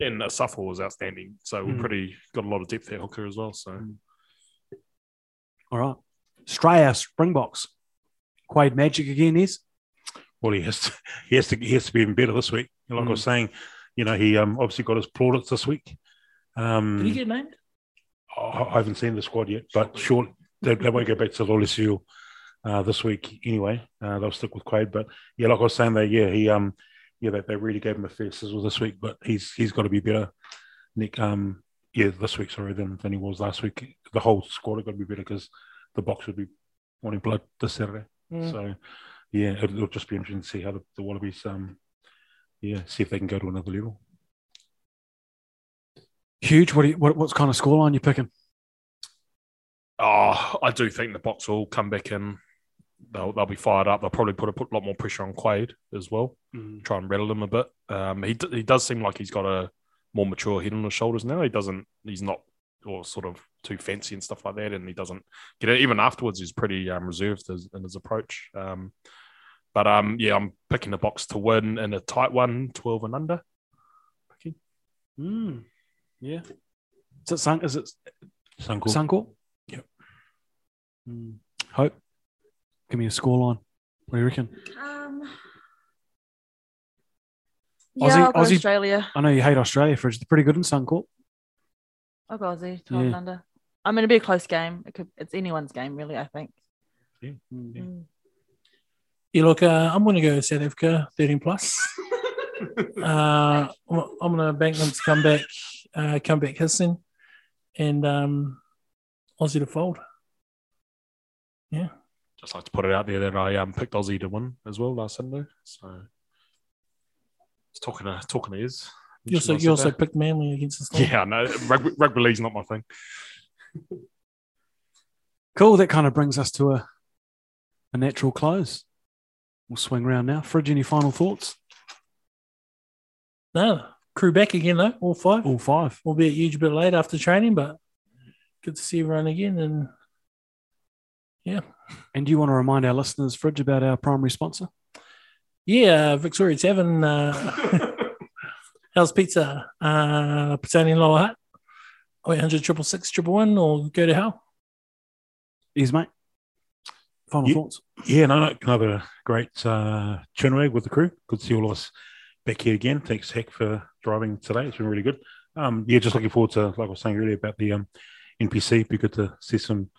S10: And uh, Suffle was outstanding, so we're
S8: Mm.
S10: pretty got a lot of depth at hooker as well. So
S6: All right, Straya Springboks, Quade Magic again is.
S7: Well, he has to, (laughs) he has to he has to be even better this week. Like
S6: Mm.
S7: I was saying, you know, he um, obviously got his plaudits this week. Um,
S8: did
S10: Hmm.
S8: he get named?
S7: I I haven't seen the squad yet, but sure, they, they won't go back to Lawless Seal uh, this week anyway. Uh, they'll stick with Quade. But yeah, like I was saying, they yeah he um yeah they, they really gave him a fair sizzle this week, but he's he's got to be better, Nick. Um yeah, this week sorry than than he was last week. The whole squad have got to be better because the box would be wanting blood this Saturday.
S8: Mm.
S7: So yeah, it'll, it'll just be interesting to see how the, the Wallabies um yeah see if they can go to another level.
S6: Huge. What, do you, what what's kind of scoreline you picking?
S10: Oh, I do think the box will come back in. They'll, they'll be fired up. They'll probably put a put a lot more pressure on Quade as well. Try and rattle him a bit. Um, he d- he does seem like he's got a more mature head on his shoulders now. He doesn't. He's not or sort of too fancy and stuff like that. And he doesn't get it. Even afterwards, he's pretty um, reserved as, in his approach. Um, but um, yeah, I'm picking the box to win in a tight one, 12 and under.
S6: Mm. Yeah. Is it Sun? Is it
S7: Suncorp.
S6: Suncorp?
S7: Yep.
S6: Mm. Hope. Give me a scoreline. What do you reckon?
S9: Um,
S6: Aussie-
S9: yeah, I'll go
S6: Aussie-
S9: Australia.
S6: I know you hate Australia, Fridge. They're pretty good in Suncorp.
S9: I'll go Aussie. 12 and
S6: Yeah.
S9: under. I mean, it'll be a close game. It could, it's anyone's game, really, I think. Mm.
S8: Yeah, look, uh, I'm going to go South Africa, 13 (laughs) plus. uh, I'm, I'm going to bank them to come back, uh, come back hissing, and um, Aussie to fold.
S10: Just like to put it out there that I um, picked Aussie to win as well last Sunday. So it's talking to, talking to ears.
S8: You also,
S10: Mentioned
S8: you
S10: Aussie
S8: also
S10: there.
S8: picked Manly against us.
S10: Yeah, no, rugby, rugby league's not my thing.
S6: Cool. That kind of brings us to a a natural close. We'll swing round now. Fridge, any final thoughts?
S8: No, crew back again though, all five.
S6: All five.
S8: We'll be a huge bit late after training, but good to see everyone again. And
S6: And do you want to remind our listeners, Fridge, about our primary sponsor?
S8: yeah, Victoria Tavern, uh, (laughs) Hell's Pizza, uh, Potato in Lower Hutt, Oh, 800 666 111 or go to hell.
S6: Yes, mate. Final
S7: Ye-
S6: thoughts.
S7: Yeah, no, no, another great uh, turnaround with the crew. Good to see all of us back here again. Thanks, Heck, for driving today. It's been really good. Um, yeah, just looking forward to, like I was saying earlier, about the um, NPC. Be good to see some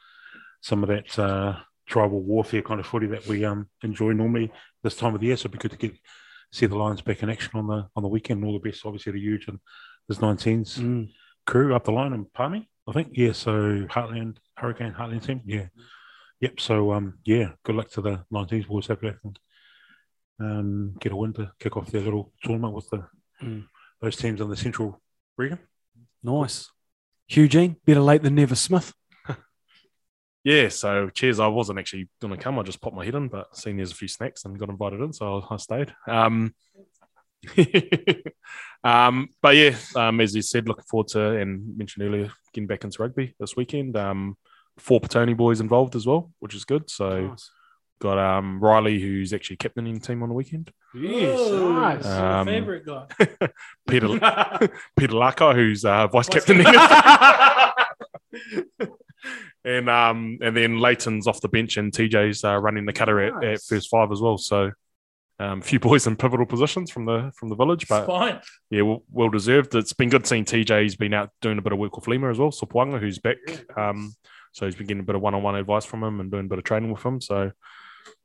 S7: some of that uh, tribal warfare kind of footy that we um, enjoy normally this time of the year. So it'd be good to get see the Lions back in action on the on the weekend. And all the best, obviously, to huge and his 19s crew up the line and Palmy. I think. Yeah. So Heartland Hurricane Heartland team. Yeah. Yep. So um yeah, good luck to the 19s boys. Hopefully they can um, get a win to kick off their little tournament with the
S6: Mm.
S7: those teams in the Central region.
S6: Nice. Eugene, better late than never, Smith.
S10: Yeah, so cheers. I wasn't actually going to come. I just popped my head in, but seeing there's a few snacks and got invited in, so I stayed. Um, (laughs) um, but yeah, um, as you said, looking forward to and mentioned earlier, getting back into rugby this weekend. Um, four Petone boys involved as well, which is good. So got um, Riley, who's actually captaining the team on the weekend.
S8: Yes, nice.
S10: Um,
S8: Oh, favorite guy. (laughs)
S10: Peter Peter Laka, who's uh, vice
S8: Vice
S10: captain. (laughs) and um, and then Leighton's off the bench, and TJ's uh, running the cutter at, at
S8: Nice.
S10: first five as well. So um, a few boys in pivotal positions from the from the village, but
S8: Fine.
S10: yeah, well, well deserved. It's been good seeing TJ's been out doing a bit of work with Lima as well. So Puanga, who's back, um, so he's been getting a bit of one-on-one advice from him and doing a bit of training with him. So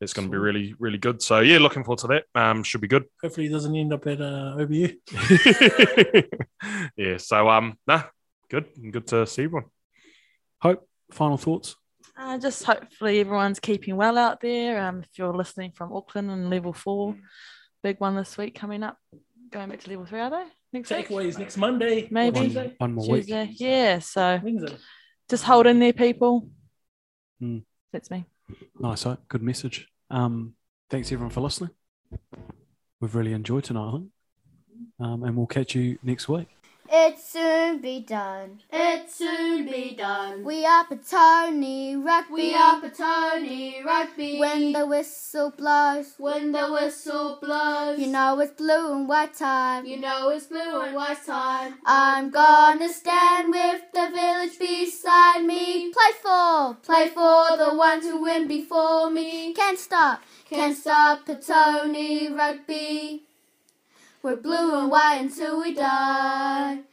S10: it's going to be really, really good. So yeah, looking forward to that. Um, should be good.
S8: Hopefully, he doesn't end up at uh, OBU.
S10: (laughs) yeah. So um, nah, good, good to see everyone.
S6: Final thoughts?
S9: Uh, just hopefully everyone's keeping well out there. Um, if you're listening from Auckland and level four, big one this week coming up. Going back to level three, are they? Next week?
S8: Takeaways next Monday,
S9: Maybe.
S8: Tuesday,
S6: One more week.
S9: Tuesday. Yeah, so
S8: Wednesday.
S9: just hold in there, people.
S6: Mm.
S9: That's me.
S6: Nice, huh? good message. Um, thanks everyone for listening. We've really enjoyed tonight, I think. um, and we'll catch you next week.
S11: It soon be done. It soon be done. We are Petone Rugby. We are Petone Rugby. When the whistle blows. When the whistle blows. You know it's blue and white time. You know it's blue and white time. I'm gonna stand with the village beside me. Play for. Play for the ones who win before me. Can't stop. Can't stop Petone Rugby. We're blue and white until we die.